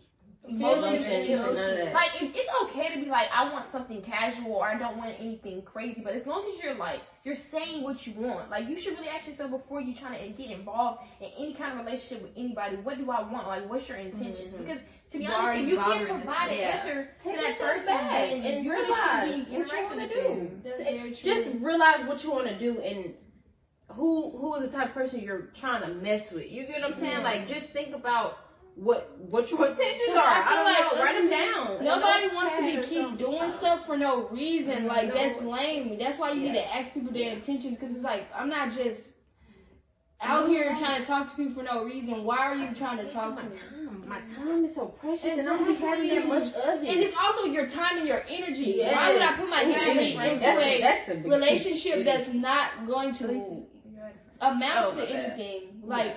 [SPEAKER 5] Emotions
[SPEAKER 2] [laughs] emotions and
[SPEAKER 5] and none of
[SPEAKER 2] emotions.
[SPEAKER 5] that.
[SPEAKER 2] Like it, it's okay to be like, I want something casual or I don't want anything crazy, but as long as you're like, you're saying what you want, like you should really ask yourself before you trying to get involved in any kind of relationship with anybody. What do I want? Like, what's your intentions?
[SPEAKER 5] Mhm.
[SPEAKER 2] Because to be
[SPEAKER 3] You
[SPEAKER 2] honest,
[SPEAKER 3] already
[SPEAKER 2] if you can't
[SPEAKER 3] bothering this
[SPEAKER 2] provide an
[SPEAKER 5] person.
[SPEAKER 2] answer
[SPEAKER 5] Take
[SPEAKER 2] to
[SPEAKER 5] a
[SPEAKER 2] that
[SPEAKER 5] step
[SPEAKER 2] person,
[SPEAKER 5] back
[SPEAKER 2] then
[SPEAKER 5] and
[SPEAKER 2] you
[SPEAKER 5] realize
[SPEAKER 2] really shouldn't be
[SPEAKER 5] what you
[SPEAKER 2] interacting
[SPEAKER 5] wanna
[SPEAKER 2] with
[SPEAKER 5] do.
[SPEAKER 2] them.
[SPEAKER 1] That's
[SPEAKER 5] Take-
[SPEAKER 1] very true.
[SPEAKER 5] Just realize what you want to do and who who is the type of person you're trying to mess with. You get what I'm saying? Like just think about what what your intentions are.
[SPEAKER 1] I feel
[SPEAKER 5] I, don't
[SPEAKER 1] like
[SPEAKER 5] know. Write them down.
[SPEAKER 1] Nobody
[SPEAKER 5] And
[SPEAKER 1] wants to
[SPEAKER 5] notepad
[SPEAKER 1] be
[SPEAKER 5] or
[SPEAKER 1] keep
[SPEAKER 5] something.
[SPEAKER 1] doing stuff for no reason. Like that's lame. That's why you need
[SPEAKER 5] Yeah.
[SPEAKER 1] to ask people their intentions because it's like I'm not just out here trying to talk to people for no reason. Why are you trying to talk to me?
[SPEAKER 5] My time is so precious, and I don't be having that much of it.
[SPEAKER 1] And it's also your time and your energy.
[SPEAKER 5] Yes.
[SPEAKER 1] Why would I put my
[SPEAKER 5] Ooh,
[SPEAKER 1] energy
[SPEAKER 5] that's-
[SPEAKER 1] into
[SPEAKER 5] that's,
[SPEAKER 1] a
[SPEAKER 5] that's the big-
[SPEAKER 1] relationship
[SPEAKER 5] it
[SPEAKER 1] that's
[SPEAKER 5] is.
[SPEAKER 1] not going to amount
[SPEAKER 5] Oh, my
[SPEAKER 1] to
[SPEAKER 5] bad.
[SPEAKER 1] anything? Like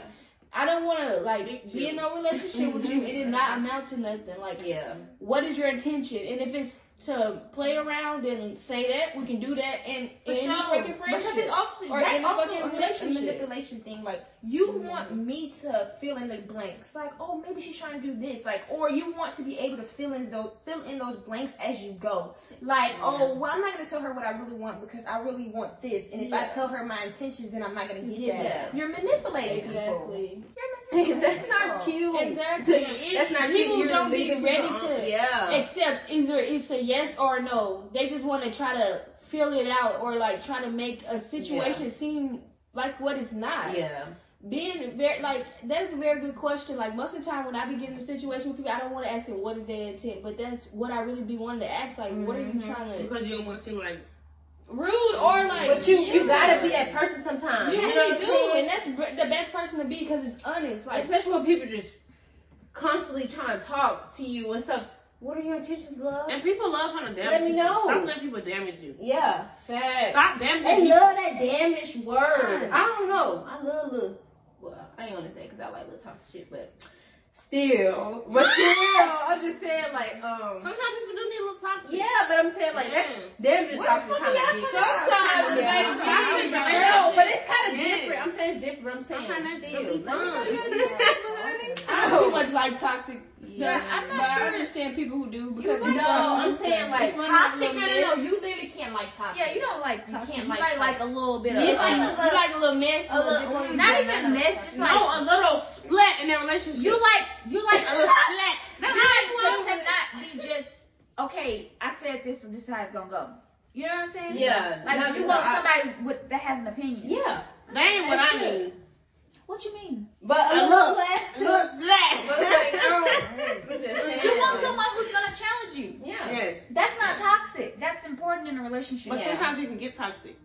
[SPEAKER 1] I don't want to like
[SPEAKER 4] Big
[SPEAKER 1] be in no relationship with you and it not amount to nothing. Like
[SPEAKER 5] yeah,
[SPEAKER 1] what is your intention? And if it's to play around and say that, we can do that and
[SPEAKER 2] For
[SPEAKER 1] end the
[SPEAKER 2] sure.
[SPEAKER 1] fucking
[SPEAKER 2] Because it's
[SPEAKER 1] friendship.
[SPEAKER 2] also
[SPEAKER 1] Or
[SPEAKER 2] that's
[SPEAKER 1] any
[SPEAKER 2] also
[SPEAKER 1] fucking
[SPEAKER 2] a
[SPEAKER 1] relationship.
[SPEAKER 2] manipulation thing. Like you want me to fill in the blanks. Like oh maybe she's trying to do this. Like or you want to be able to fill in those fill in those blanks as you go. Like oh well I'm not gonna tell her what I really want because I really want this. And if I
[SPEAKER 1] Yeah.
[SPEAKER 2] tell her my intentions then I'm not gonna get
[SPEAKER 1] Yeah.
[SPEAKER 2] that. You're manipulating people.
[SPEAKER 1] Exactly.
[SPEAKER 2] You're manipulating
[SPEAKER 5] that's not
[SPEAKER 2] people.
[SPEAKER 5] cute.
[SPEAKER 1] Exactly. It-
[SPEAKER 5] that's not cute.
[SPEAKER 1] people
[SPEAKER 5] You're
[SPEAKER 1] don't be
[SPEAKER 5] leaving
[SPEAKER 1] ready
[SPEAKER 5] people on-
[SPEAKER 1] to
[SPEAKER 5] Yeah,
[SPEAKER 1] Except either it's a yes or a no. They just want to try to fill it out or like try to make a situation seem like what it's not.
[SPEAKER 5] yeah.
[SPEAKER 1] Being very like that is a very good question. Like most of the time when I be getting in a situation with people, I don't want to ask them what is their intent, but that's what I really be wanting to ask. Like, what are you
[SPEAKER 5] Mm-hmm.
[SPEAKER 1] trying to
[SPEAKER 4] Because you don't want to seem like.
[SPEAKER 1] rude or like?
[SPEAKER 5] But you you
[SPEAKER 1] yeah.
[SPEAKER 5] gotta be that person sometimes.
[SPEAKER 1] You
[SPEAKER 5] know what
[SPEAKER 1] really
[SPEAKER 5] I'm
[SPEAKER 1] do,
[SPEAKER 5] saying?
[SPEAKER 1] and that's gr- the best person to be because it's honest. Like,
[SPEAKER 5] especially when people just constantly trying to talk to you and stuff. What are your intentions, love?
[SPEAKER 4] And people love trying to damage
[SPEAKER 5] Let me
[SPEAKER 4] people.
[SPEAKER 5] know.
[SPEAKER 4] Stop letting people damage you.
[SPEAKER 5] Yeah,
[SPEAKER 4] Stop
[SPEAKER 5] facts.
[SPEAKER 4] damaging
[SPEAKER 5] They
[SPEAKER 4] people.
[SPEAKER 5] love that damaged word. I don't know. I love little. Well, I ain't gonna say because I like little toxic shit, but still, but still, I'm just saying like um.
[SPEAKER 4] Sometimes people do need a little talk.
[SPEAKER 5] Yeah, but I'm saying like that's
[SPEAKER 4] Yeah.
[SPEAKER 5] damaged
[SPEAKER 2] What the
[SPEAKER 5] toxic.
[SPEAKER 2] fuck
[SPEAKER 5] kinda
[SPEAKER 2] y'all
[SPEAKER 5] deep.
[SPEAKER 2] talking about?
[SPEAKER 5] Sometimes,
[SPEAKER 1] Yeah.
[SPEAKER 5] baby,
[SPEAKER 1] I
[SPEAKER 4] don't think about
[SPEAKER 5] no,
[SPEAKER 4] that.
[SPEAKER 5] but it's kind of
[SPEAKER 4] Yeah.
[SPEAKER 5] different. I'm saying it's different. I'm saying
[SPEAKER 4] Sometimes that's
[SPEAKER 5] still.
[SPEAKER 4] really
[SPEAKER 5] Let me know
[SPEAKER 4] fun.
[SPEAKER 5] your
[SPEAKER 1] I don't too much like toxic stuff.
[SPEAKER 5] Yeah.
[SPEAKER 1] I'm not
[SPEAKER 5] But I
[SPEAKER 1] sure. I understand people who do because
[SPEAKER 5] No, I'm saying like
[SPEAKER 1] It's one of
[SPEAKER 5] toxic.
[SPEAKER 1] them
[SPEAKER 5] No, no, no.
[SPEAKER 1] little
[SPEAKER 5] You literally can't like toxic.
[SPEAKER 3] Yeah, you don't like
[SPEAKER 2] You
[SPEAKER 3] toxic.
[SPEAKER 2] can't
[SPEAKER 3] You
[SPEAKER 2] like
[SPEAKER 3] might like a little bit of.
[SPEAKER 1] You
[SPEAKER 5] like
[SPEAKER 1] like,
[SPEAKER 5] a
[SPEAKER 1] you like a little mess,
[SPEAKER 3] a little, not even mess, just like
[SPEAKER 4] No, a little splat in their relationship.
[SPEAKER 3] you like you like
[SPEAKER 4] a little splat. That's
[SPEAKER 3] not
[SPEAKER 4] what
[SPEAKER 3] to not be just okay. I said this, so this is how it's gonna go. You know what I'm saying?
[SPEAKER 5] Yeah,
[SPEAKER 3] Like
[SPEAKER 5] not
[SPEAKER 3] you
[SPEAKER 5] just
[SPEAKER 3] want
[SPEAKER 5] like-
[SPEAKER 3] somebody with that has an opinion.
[SPEAKER 5] Yeah,
[SPEAKER 4] That ain't what I mean.
[SPEAKER 3] What you mean?
[SPEAKER 5] but a
[SPEAKER 4] I
[SPEAKER 5] little
[SPEAKER 4] look-
[SPEAKER 5] less too.
[SPEAKER 4] Look black.
[SPEAKER 5] But
[SPEAKER 4] [laughs]
[SPEAKER 5] like, [laughs] oh. I don't. I'm just saying.
[SPEAKER 3] You want someone who's gonna challenge you.
[SPEAKER 5] Yeah.
[SPEAKER 4] Yes.
[SPEAKER 3] That's not toxic. That's important in a relationship.
[SPEAKER 4] But
[SPEAKER 5] Yeah.
[SPEAKER 4] sometimes you can get toxic.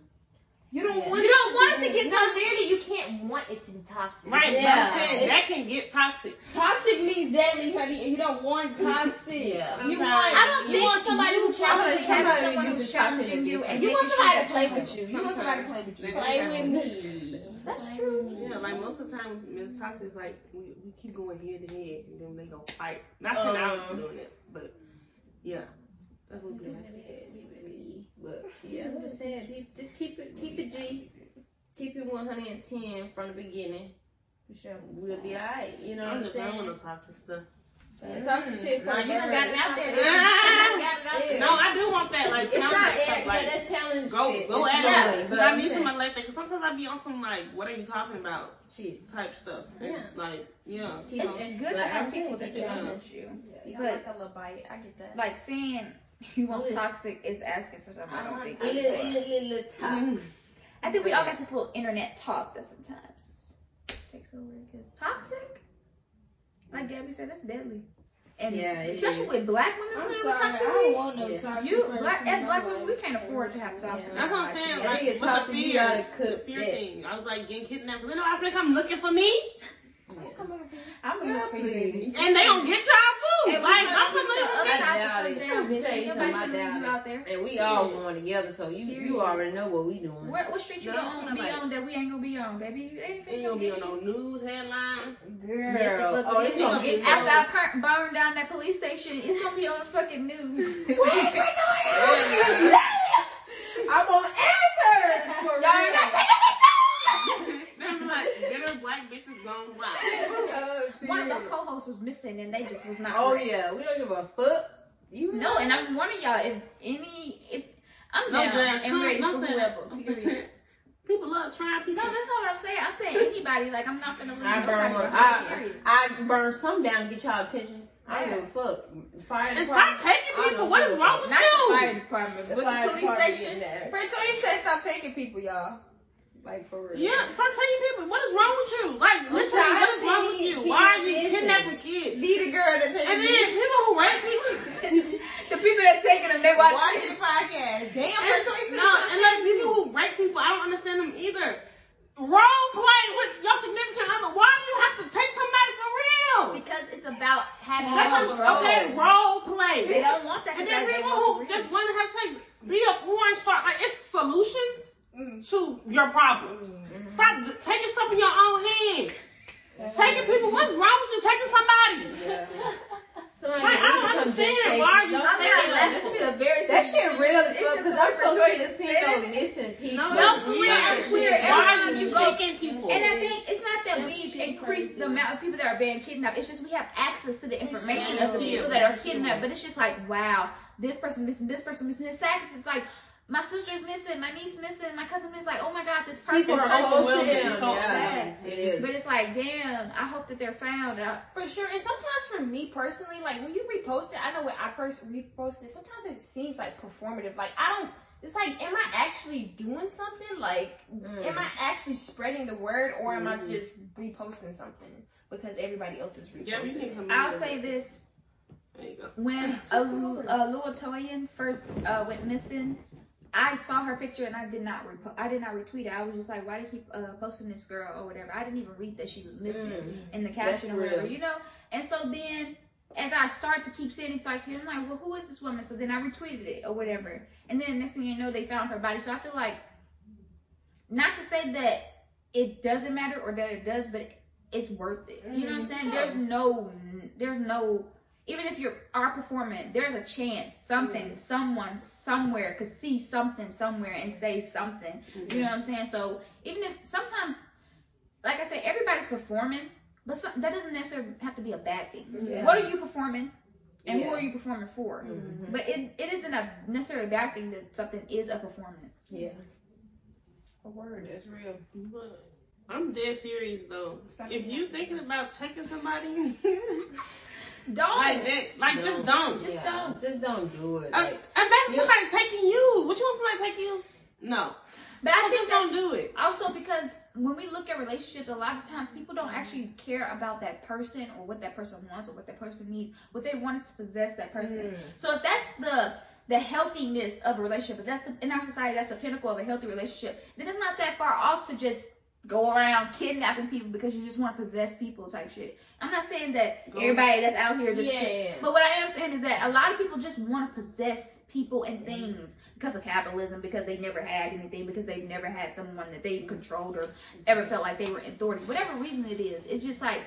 [SPEAKER 2] You don't
[SPEAKER 5] Yeah.
[SPEAKER 2] want
[SPEAKER 3] You don't want it to get toxic.
[SPEAKER 2] Clearly you can't you want it to be toxic.
[SPEAKER 4] Right, that's
[SPEAKER 5] Yeah.
[SPEAKER 4] what I'm saying. That can get toxic.
[SPEAKER 1] Toxic means deadly, honey, and you don't
[SPEAKER 5] [laughs]
[SPEAKER 1] want toxic.
[SPEAKER 5] Yeah.
[SPEAKER 1] You
[SPEAKER 4] Sometimes.
[SPEAKER 1] want
[SPEAKER 4] I
[SPEAKER 1] don't you want somebody who challenges
[SPEAKER 5] I
[SPEAKER 1] you.
[SPEAKER 5] want
[SPEAKER 3] someone
[SPEAKER 5] somebody who
[SPEAKER 3] who's
[SPEAKER 5] uses toxic
[SPEAKER 3] challenging you and
[SPEAKER 5] and
[SPEAKER 3] making
[SPEAKER 5] you want
[SPEAKER 3] sure
[SPEAKER 5] somebody to
[SPEAKER 3] that you
[SPEAKER 5] play
[SPEAKER 3] know.
[SPEAKER 5] with you. You want somebody to play with you.
[SPEAKER 1] Play with me.
[SPEAKER 3] That's true.
[SPEAKER 4] Yeah, like most of the time, men talk is like we, we keep going head to head, and then they gonna fight. Not saying I was
[SPEAKER 5] Um.
[SPEAKER 4] doing it, but yeah, that would be
[SPEAKER 5] It's
[SPEAKER 4] nice.
[SPEAKER 5] bad, we really- [laughs] But yeah, I'm just saying, be- just keep it, keep it G, keep it 110 from the beginning. We'll be alright. You know what
[SPEAKER 4] I'm
[SPEAKER 5] I'm
[SPEAKER 4] just I want
[SPEAKER 5] saying? Mm.
[SPEAKER 4] to talk to stuff.
[SPEAKER 5] The toxic shit
[SPEAKER 4] Nah,
[SPEAKER 5] from
[SPEAKER 4] you done got it out
[SPEAKER 5] [laughs]
[SPEAKER 4] there.
[SPEAKER 5] Yeah. Yeah.
[SPEAKER 4] No, I do want that like
[SPEAKER 5] It's not
[SPEAKER 4] challenge
[SPEAKER 5] yeah,
[SPEAKER 4] stuff. Like
[SPEAKER 5] that challenge
[SPEAKER 4] go
[SPEAKER 5] shit.
[SPEAKER 4] go
[SPEAKER 5] It's
[SPEAKER 4] at
[SPEAKER 5] annoying,
[SPEAKER 4] it.
[SPEAKER 5] but
[SPEAKER 4] Cause I
[SPEAKER 5] I'm
[SPEAKER 4] need
[SPEAKER 5] saying-
[SPEAKER 4] somebody like that. Cause sometimes I be on some like what are you talking about
[SPEAKER 5] Shit.
[SPEAKER 4] type stuff. And,
[SPEAKER 5] Yeah.
[SPEAKER 4] Like yeah.
[SPEAKER 5] Keep
[SPEAKER 3] It's
[SPEAKER 5] on.
[SPEAKER 3] good to
[SPEAKER 5] Like,
[SPEAKER 3] have
[SPEAKER 5] I'm saying,
[SPEAKER 3] people that
[SPEAKER 5] keep it on.
[SPEAKER 3] challenge you.
[SPEAKER 6] Y'all
[SPEAKER 3] But-
[SPEAKER 6] like a little bite. I get that.
[SPEAKER 3] Like saying [laughs] you want
[SPEAKER 5] Listen.
[SPEAKER 3] toxic is asking for something. I don't
[SPEAKER 6] Uh-huh.
[SPEAKER 3] think.
[SPEAKER 5] A
[SPEAKER 3] we
[SPEAKER 5] little-
[SPEAKER 3] want.
[SPEAKER 5] little- little
[SPEAKER 4] Mm-hmm.
[SPEAKER 5] toxic.
[SPEAKER 3] I think we all got this little internet talk that sometimes takes over because toxic, like Gabby said, that's deadly. And
[SPEAKER 5] Yeah, it
[SPEAKER 3] especially
[SPEAKER 5] is.
[SPEAKER 3] with black women
[SPEAKER 1] I'm
[SPEAKER 3] playing
[SPEAKER 1] sorry,
[SPEAKER 3] with
[SPEAKER 1] I
[SPEAKER 3] toxic
[SPEAKER 1] don't
[SPEAKER 3] women.
[SPEAKER 1] want no
[SPEAKER 5] Yeah.
[SPEAKER 1] toxic
[SPEAKER 3] You
[SPEAKER 1] person
[SPEAKER 3] black
[SPEAKER 1] in
[SPEAKER 3] as
[SPEAKER 1] my
[SPEAKER 3] black women, we
[SPEAKER 1] life.
[SPEAKER 3] can't afford to have toxic.
[SPEAKER 1] Yeah.
[SPEAKER 4] That's what I'm saying.
[SPEAKER 5] Yeah,
[SPEAKER 4] Like,
[SPEAKER 5] nigga
[SPEAKER 4] with the
[SPEAKER 5] toxic, you
[SPEAKER 4] fear,
[SPEAKER 5] gotta cook
[SPEAKER 4] the fear
[SPEAKER 5] that.
[SPEAKER 4] thing. I was like getting kidnapped. You know, I think I'm looking for me,
[SPEAKER 3] I'm gonna look for you, baby.
[SPEAKER 5] Please.
[SPEAKER 4] and they don't get y'all too.
[SPEAKER 3] And we
[SPEAKER 4] like,
[SPEAKER 3] tryna
[SPEAKER 4] I'm
[SPEAKER 3] keep
[SPEAKER 4] looking
[SPEAKER 3] the
[SPEAKER 4] for me.
[SPEAKER 3] other side
[SPEAKER 5] doubt
[SPEAKER 3] from
[SPEAKER 5] it. Tell
[SPEAKER 3] down, bitch.
[SPEAKER 5] you
[SPEAKER 3] Ain't
[SPEAKER 5] something,
[SPEAKER 3] nobody
[SPEAKER 5] I
[SPEAKER 3] finna leave
[SPEAKER 5] doubt
[SPEAKER 3] you out there.
[SPEAKER 5] And we all going together, so you you already know what we doing.
[SPEAKER 3] What, what street you
[SPEAKER 5] No,
[SPEAKER 3] don't wanna be
[SPEAKER 5] like-
[SPEAKER 3] on that we ain't gonna be on, baby? You ain't
[SPEAKER 4] They
[SPEAKER 3] finna
[SPEAKER 4] ain't gonna
[SPEAKER 3] come
[SPEAKER 4] be
[SPEAKER 3] get
[SPEAKER 4] on
[SPEAKER 3] you.
[SPEAKER 4] no news headlines.
[SPEAKER 5] Girl,
[SPEAKER 3] Yes, the fuck
[SPEAKER 5] oh,
[SPEAKER 3] it
[SPEAKER 5] it's
[SPEAKER 3] is.
[SPEAKER 5] gonna get
[SPEAKER 3] after I par- burn down that police station, it's gonna be on the fucking news.
[SPEAKER 5] I won't answer. For
[SPEAKER 3] Y'all ain't not
[SPEAKER 5] real.
[SPEAKER 4] They're like, bitter black bitches gone wild.
[SPEAKER 3] One of the co-hosts was missing, and they just was not.
[SPEAKER 5] Oh
[SPEAKER 3] ready.
[SPEAKER 5] yeah, we don't give a fuck. You
[SPEAKER 3] No, and I'm warning y'all. If any, if I'm
[SPEAKER 4] No
[SPEAKER 3] down
[SPEAKER 4] grass,
[SPEAKER 3] and ready
[SPEAKER 4] no
[SPEAKER 3] for whoever. period.
[SPEAKER 4] sand. [laughs] People love trying
[SPEAKER 3] No,
[SPEAKER 4] people.
[SPEAKER 3] that's not what I'm saying. I'm saying anybody. Like I'm not gonna leave
[SPEAKER 5] I burn
[SPEAKER 3] nobody.
[SPEAKER 5] one. I,
[SPEAKER 3] Period.
[SPEAKER 5] I burn some down to get y'all attention. I don't give a fuck. Fire
[SPEAKER 4] And
[SPEAKER 5] department.
[SPEAKER 4] stop taking
[SPEAKER 5] I
[SPEAKER 4] people.
[SPEAKER 5] don't
[SPEAKER 4] What
[SPEAKER 5] give
[SPEAKER 4] is
[SPEAKER 5] a
[SPEAKER 4] wrong
[SPEAKER 5] fuck.
[SPEAKER 4] with
[SPEAKER 3] not the fire
[SPEAKER 4] you?
[SPEAKER 3] department, but
[SPEAKER 5] The fire
[SPEAKER 3] the police
[SPEAKER 5] department
[SPEAKER 3] station.
[SPEAKER 5] getting there.
[SPEAKER 2] you said stop taking people, y'all.
[SPEAKER 5] Like for real.
[SPEAKER 4] Yeah, stop taking people. What is wrong with you? Like, literally,
[SPEAKER 5] tired
[SPEAKER 4] what
[SPEAKER 5] of
[SPEAKER 4] is wrong with
[SPEAKER 5] seeing
[SPEAKER 4] you?
[SPEAKER 5] kids
[SPEAKER 4] Why are you
[SPEAKER 5] missing.
[SPEAKER 4] kidnapping kids?
[SPEAKER 5] Be the girl that
[SPEAKER 4] And
[SPEAKER 5] takes
[SPEAKER 4] then people who rape people.
[SPEAKER 3] [laughs] The people that taking them, they watch.
[SPEAKER 2] Watch the podcast. Damn,
[SPEAKER 4] And- no, and like people who rape people, I don't understand them either. Role play with your significant other. Why do you have to take somebody for real?
[SPEAKER 3] Because it's about having
[SPEAKER 4] That's what I'm-
[SPEAKER 3] control.
[SPEAKER 4] okay, role
[SPEAKER 3] They
[SPEAKER 4] play.
[SPEAKER 3] don't want that.
[SPEAKER 4] And then
[SPEAKER 3] because they
[SPEAKER 4] people
[SPEAKER 3] want
[SPEAKER 4] who
[SPEAKER 3] to read.
[SPEAKER 4] just want to have sex, be a porn star. Like it's solutions
[SPEAKER 3] Mm-hmm.
[SPEAKER 4] to your problems. Stop d- taking stuff in your own hand. Taking people, what's wrong with you taking somebody?
[SPEAKER 5] So I,
[SPEAKER 4] Like, I don't understand. Why are you saying
[SPEAKER 5] that
[SPEAKER 4] that?
[SPEAKER 5] shit?
[SPEAKER 3] It's a very
[SPEAKER 5] That shit real as
[SPEAKER 3] It's
[SPEAKER 5] fuck
[SPEAKER 3] just
[SPEAKER 5] because
[SPEAKER 3] a
[SPEAKER 5] I'm so
[SPEAKER 3] perpetual
[SPEAKER 5] sick of seeing those missing people.
[SPEAKER 4] No, for real,
[SPEAKER 5] Like,
[SPEAKER 4] it's weird.
[SPEAKER 5] shit,
[SPEAKER 3] Every
[SPEAKER 4] Why are
[SPEAKER 3] time
[SPEAKER 4] you
[SPEAKER 3] you go-
[SPEAKER 4] taking people?
[SPEAKER 3] And I think it's not that
[SPEAKER 5] That
[SPEAKER 3] we've
[SPEAKER 5] shit
[SPEAKER 3] increased
[SPEAKER 5] crazy.
[SPEAKER 3] the amount of people that are being kidnapped. It's just we have access to the information
[SPEAKER 5] Yeah.
[SPEAKER 3] of the people that are kidnapped. But it's just like, wow, this person missing, this person missing. This sex it's like, my sister's missing, my niece missing, my cousin missing. Like, oh my god, this person.
[SPEAKER 5] People
[SPEAKER 4] It's
[SPEAKER 5] are
[SPEAKER 4] overwhelming.
[SPEAKER 5] close to them.
[SPEAKER 4] It's so
[SPEAKER 5] Yeah, It is.
[SPEAKER 3] But it's like, damn, I hope that they're found. And I-
[SPEAKER 2] For sure, and sometimes for me personally, like when you repost it, I know when I first reposted it, sometimes it seems like performative. Like I don't, it's like, am I actually doing something? Like, am
[SPEAKER 5] Mm.
[SPEAKER 2] I actually spreading the word, or am I
[SPEAKER 5] Mhm.
[SPEAKER 2] just reposting something because everybody else is reposting?
[SPEAKER 4] Yeah, we can come
[SPEAKER 3] I'll
[SPEAKER 4] in.
[SPEAKER 3] say this.
[SPEAKER 4] There you go.
[SPEAKER 3] When a, Lu- a Luatoyan first uh, went missing, I saw her picture and I did not repo- I did not retweet it. I was just like, why do you keep uh, posting this girl or whatever? I didn't even read that she was missing
[SPEAKER 5] Mm.
[SPEAKER 3] in the caption
[SPEAKER 5] That's
[SPEAKER 3] or whatever,
[SPEAKER 5] real.
[SPEAKER 3] you know. And so then, as I start to keep seeing, it, start to, I'm like, well, who is this woman? So then I retweeted it or whatever. And then next thing you know, they found her body. So I feel like, not to say that it doesn't matter or that it does, but it's worth it. You know what I'm saying? There's no, there's no. Even if you are performing, there's a chance something, someone, somewhere could see something somewhere and say something. You know what I'm saying? So even if sometimes, like I said, everybody's performing, but some, that doesn't necessarily have to be a bad thing.
[SPEAKER 5] Yeah.
[SPEAKER 3] What are you performing, and who
[SPEAKER 5] Yeah.
[SPEAKER 3] are you performing for?
[SPEAKER 5] Mhm.
[SPEAKER 3] But it, it isn't a necessarily bad thing that something is a performance.
[SPEAKER 5] Yeah.
[SPEAKER 6] A word.
[SPEAKER 5] That's real.
[SPEAKER 4] But I'm dead serious though.
[SPEAKER 6] Stop
[SPEAKER 4] If
[SPEAKER 6] it.
[SPEAKER 4] you thinking about checking somebody [laughs]
[SPEAKER 3] Don't
[SPEAKER 4] like that, like just don't.
[SPEAKER 5] Just
[SPEAKER 6] Yeah.
[SPEAKER 5] don't. Just don't do
[SPEAKER 3] Oh.
[SPEAKER 5] it.
[SPEAKER 4] Uh,
[SPEAKER 5] Like,
[SPEAKER 4] imagine
[SPEAKER 5] You-
[SPEAKER 4] somebody taking you. Would you want somebody to take you? No.
[SPEAKER 3] But I
[SPEAKER 4] So
[SPEAKER 3] think
[SPEAKER 4] just
[SPEAKER 3] that's
[SPEAKER 4] don't do it.
[SPEAKER 3] also because when we look at relationships, a lot of times people don't actually care about that person or what that person wants or what that person needs. What they want is to possess that person.
[SPEAKER 1] Mm.
[SPEAKER 3] So if that's the the healthiness of a relationship, if that's the, in our society, that's the pinnacle of a healthy relationship, then it's not that far off to just go around kidnapping people because you just want to possess people type shit. I'm not saying that
[SPEAKER 4] Go-
[SPEAKER 3] everybody that's out here just.
[SPEAKER 2] yeah, yeah.
[SPEAKER 3] But what I am saying is that a lot of people just want to possess people and things because of capitalism, because they never had anything, because they've never had someone that they controlled or ever felt like they were in authority. Whatever reason it is, it's just like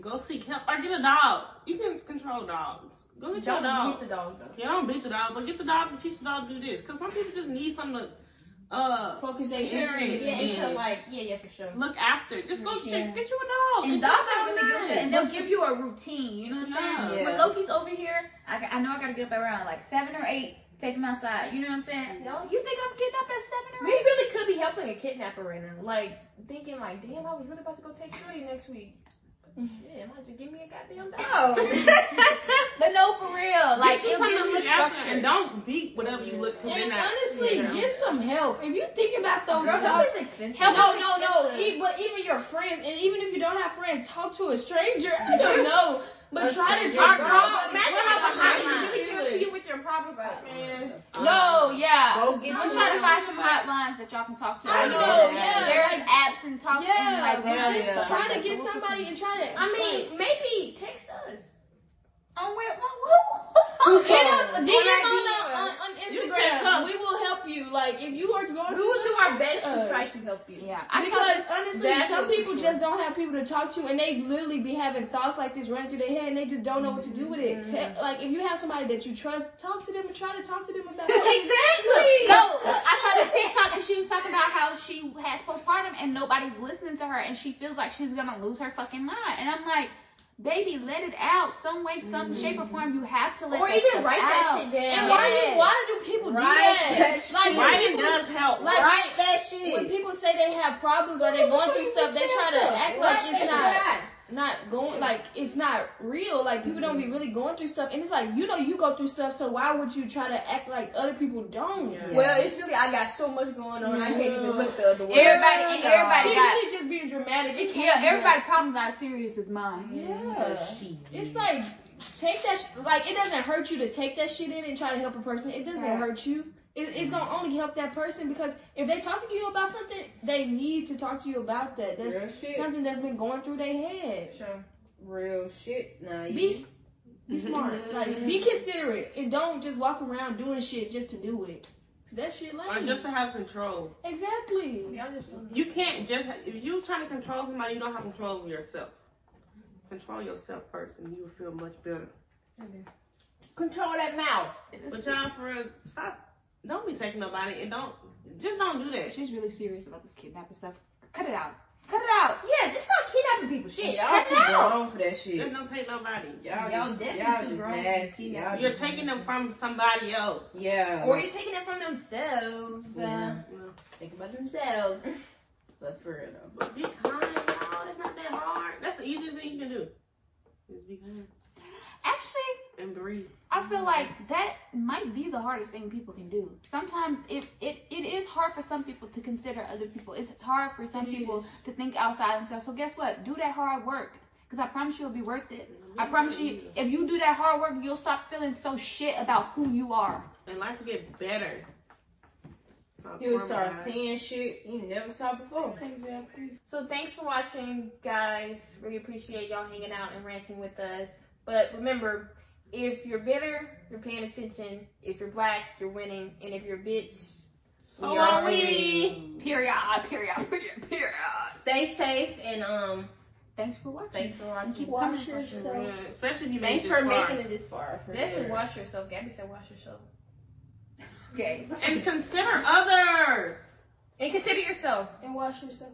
[SPEAKER 4] Go seek help or get a dog. You can control dogs. Go get your dog.
[SPEAKER 2] the dog though.
[SPEAKER 4] Yeah, don't beat the dog, but get the dog and teach the dog to do this. Cause some people just need something to uh
[SPEAKER 2] Focus their
[SPEAKER 4] Scary.
[SPEAKER 2] attention. Yeah,
[SPEAKER 4] Yeah.
[SPEAKER 2] into like yeah, yeah, for sure.
[SPEAKER 4] look after. Just go
[SPEAKER 2] Yeah.
[SPEAKER 4] check, get you a dog.
[SPEAKER 3] and
[SPEAKER 4] Get you a
[SPEAKER 3] dogs are
[SPEAKER 4] dog
[SPEAKER 3] really good, at
[SPEAKER 4] night.
[SPEAKER 3] that,
[SPEAKER 4] [laughs]
[SPEAKER 3] and they'll give you a routine. You know what I'm saying?
[SPEAKER 5] Yeah.
[SPEAKER 3] When Loki's over here, I, I know I gotta get up around like seven or eight, take him outside. You know what I'm saying?
[SPEAKER 2] Y'all-
[SPEAKER 3] You think I'm getting up at seven or
[SPEAKER 2] We
[SPEAKER 3] eight?
[SPEAKER 2] really could be helping a kidnapper right now. Like thinking like, damn, I was really about to go take Shorty next week. Yeah, I might just give me a goddamn dog.
[SPEAKER 3] But no, for real.
[SPEAKER 4] Like
[SPEAKER 3] Like
[SPEAKER 4] get you
[SPEAKER 3] it'll
[SPEAKER 4] something to
[SPEAKER 3] give you
[SPEAKER 4] look after, and
[SPEAKER 3] structure.
[SPEAKER 4] don't beat whatever you look for.
[SPEAKER 2] And honestly,
[SPEAKER 4] Yeah.
[SPEAKER 2] get some help. If you thinking about those
[SPEAKER 7] Girl,
[SPEAKER 2] dogs,
[SPEAKER 7] help is expensive.
[SPEAKER 2] Help
[SPEAKER 1] no,
[SPEAKER 2] is
[SPEAKER 1] no, no.
[SPEAKER 2] expensive.
[SPEAKER 1] E- but even your friends, and even if you don't have friends, talk to a stranger. I don't know, but
[SPEAKER 5] A
[SPEAKER 1] try to
[SPEAKER 5] stranger.
[SPEAKER 1] talk.
[SPEAKER 5] Girl,
[SPEAKER 2] Imagine
[SPEAKER 1] What
[SPEAKER 2] how much
[SPEAKER 1] about hotline?
[SPEAKER 2] money you really come to you with your problems, like man.
[SPEAKER 4] Um,
[SPEAKER 3] No, yeah.
[SPEAKER 5] Go get
[SPEAKER 3] I'm
[SPEAKER 5] you
[SPEAKER 3] trying
[SPEAKER 5] a
[SPEAKER 3] to find some hotlines that y'all can talk to.
[SPEAKER 1] I
[SPEAKER 3] Like,
[SPEAKER 1] know,
[SPEAKER 3] there's-
[SPEAKER 1] yeah,
[SPEAKER 3] There's
[SPEAKER 1] like-
[SPEAKER 3] apps and talk and
[SPEAKER 1] Yeah,
[SPEAKER 3] like
[SPEAKER 1] but
[SPEAKER 3] videos
[SPEAKER 5] yeah.
[SPEAKER 1] just
[SPEAKER 3] and stuff
[SPEAKER 1] try to
[SPEAKER 3] like that.
[SPEAKER 1] get somebody and try to.
[SPEAKER 2] I mean, maybe text us.
[SPEAKER 3] Oh, where? whoa, [laughs] whoa.
[SPEAKER 1] Hit us, DM on,
[SPEAKER 2] Good idea.
[SPEAKER 1] the- on, on
[SPEAKER 4] You can
[SPEAKER 1] Instagram.
[SPEAKER 4] come.
[SPEAKER 1] We will help you. Like if you are going,
[SPEAKER 2] We will do our best to
[SPEAKER 1] Uh,
[SPEAKER 2] try to help you.
[SPEAKER 3] Yeah, I saw
[SPEAKER 1] because
[SPEAKER 3] this-
[SPEAKER 1] honestly,
[SPEAKER 2] That's
[SPEAKER 1] some
[SPEAKER 2] what
[SPEAKER 1] people
[SPEAKER 2] for
[SPEAKER 1] just don't have people to talk to, and they literally be having thoughts like this running through their head, and they just don't know what to do with it. Te- like if you have somebody that you trust, talk to them and try to talk to them
[SPEAKER 3] [laughs]
[SPEAKER 1] about it.
[SPEAKER 3] Exactly. No, I saw this TikTok and she was talking about how she has postpartum and nobody's listening to her and she feels like she's gonna lose her fucking mind. And I'm like, baby, let it out. Some way, some shape or form, you have to let
[SPEAKER 2] Or
[SPEAKER 3] that
[SPEAKER 2] even
[SPEAKER 3] stuff
[SPEAKER 2] write that
[SPEAKER 3] out.
[SPEAKER 2] shit down.
[SPEAKER 1] and why
[SPEAKER 3] Yes.
[SPEAKER 1] do why do people do that?
[SPEAKER 5] Right.
[SPEAKER 1] Like when
[SPEAKER 4] Writing
[SPEAKER 1] people,
[SPEAKER 4] does help.
[SPEAKER 1] like
[SPEAKER 5] Write that
[SPEAKER 1] when
[SPEAKER 5] shit.
[SPEAKER 1] people say they have problems or they're going through stuff, they try to act like
[SPEAKER 2] Right,
[SPEAKER 1] it's
[SPEAKER 2] that's
[SPEAKER 1] not.
[SPEAKER 2] right.
[SPEAKER 1] not going like it's not real. Like people don't be really going through stuff, and it's like you know you go through stuff, so why would you try to act like other people don't?
[SPEAKER 4] Yeah.
[SPEAKER 2] Well, it's really I got so much going on, I can't even look the other way.
[SPEAKER 3] Everybody and everybody
[SPEAKER 1] She
[SPEAKER 3] got
[SPEAKER 1] really just being dramatic. It can't
[SPEAKER 3] yeah,
[SPEAKER 1] be
[SPEAKER 3] everybody problems not as serious as mine.
[SPEAKER 1] that. Yeah, it's like take that. Sh- like it doesn't hurt you to take that shit in and try to help a person. It doesn't
[SPEAKER 3] Right.
[SPEAKER 1] hurt you. It, it's gonna only help that person because if they talking to you about something, they need to talk to you about that.
[SPEAKER 5] Real
[SPEAKER 1] That's
[SPEAKER 5] shit.
[SPEAKER 1] something that's been going through their head.
[SPEAKER 2] Sure.
[SPEAKER 5] Real shit. Nah, you.
[SPEAKER 1] Be
[SPEAKER 4] [laughs]
[SPEAKER 1] Be smart. Like be considerate and don't just walk around doing shit just to do it. That shit
[SPEAKER 4] Or
[SPEAKER 1] lame.
[SPEAKER 4] just to have control.
[SPEAKER 1] exactly.
[SPEAKER 2] Y'all just don't know.
[SPEAKER 4] You can't just if you trying to control somebody, you don't have control of yourself. Control yourself first, and you will feel much better.
[SPEAKER 5] control that mouth.
[SPEAKER 4] But y'all, for real, stop. Don't be taking nobody, and don't just don't do that.
[SPEAKER 3] She's really serious about this kidnapping stuff. Cut it out. Cut it out.
[SPEAKER 2] Yeah, just stop kidnapping people. Shit.
[SPEAKER 5] Y'all too
[SPEAKER 3] Cut it out.
[SPEAKER 5] grown for that shit.
[SPEAKER 4] Just don't take nobody.
[SPEAKER 5] Y'all,
[SPEAKER 2] Y'all
[SPEAKER 5] just-
[SPEAKER 2] definitely
[SPEAKER 5] y'all
[SPEAKER 2] too
[SPEAKER 5] just
[SPEAKER 2] grown to
[SPEAKER 5] nasty.
[SPEAKER 2] be
[SPEAKER 5] Y'all
[SPEAKER 4] You're
[SPEAKER 5] just-
[SPEAKER 4] taking them from somebody else.
[SPEAKER 5] Yeah.
[SPEAKER 2] Or you're taking it from themselves.
[SPEAKER 5] Yeah.
[SPEAKER 2] Uh,
[SPEAKER 5] think about themselves. But for real though.
[SPEAKER 4] But be kind, y'all. It's not that hard. That's the easiest thing you can do. Just be kind
[SPEAKER 3] Actually,
[SPEAKER 4] and breathe.
[SPEAKER 3] I feel like that might be the hardest thing people can do. Sometimes it, it, it is hard for some people to consider other people. It's hard for some
[SPEAKER 1] It
[SPEAKER 3] people
[SPEAKER 1] is.
[SPEAKER 3] to think outside themselves. So guess what? Do that hard work. Because I promise you it'll be worth it. I promise you, if you do that hard work, you'll stop feeling so shit about who you are.
[SPEAKER 4] And life will get better.
[SPEAKER 5] You start seeing shit you never saw before.
[SPEAKER 1] Exactly.
[SPEAKER 2] so thanks for watching, guys. Really appreciate y'all hanging out and ranting with us. But remember, if you're bitter, you're paying attention. If you're black, you're winning. And if you're a bitch,
[SPEAKER 4] So
[SPEAKER 2] we
[SPEAKER 4] are
[SPEAKER 2] are
[SPEAKER 4] we.
[SPEAKER 3] Period, period, period, period.
[SPEAKER 5] Stay safe and um
[SPEAKER 3] Thanks for watching.
[SPEAKER 5] thanks for watching.
[SPEAKER 3] Keep
[SPEAKER 1] Wash
[SPEAKER 3] coming.
[SPEAKER 1] yourself.
[SPEAKER 4] Yeah, Especially if you
[SPEAKER 5] Thanks
[SPEAKER 4] made
[SPEAKER 5] for
[SPEAKER 4] it this far.
[SPEAKER 5] making it this far. For
[SPEAKER 2] definitely
[SPEAKER 5] real.
[SPEAKER 2] wash yourself. Gabby said wash yourself.
[SPEAKER 3] Okay.
[SPEAKER 4] And consider others.
[SPEAKER 2] And consider yourself.
[SPEAKER 1] And wash yourself.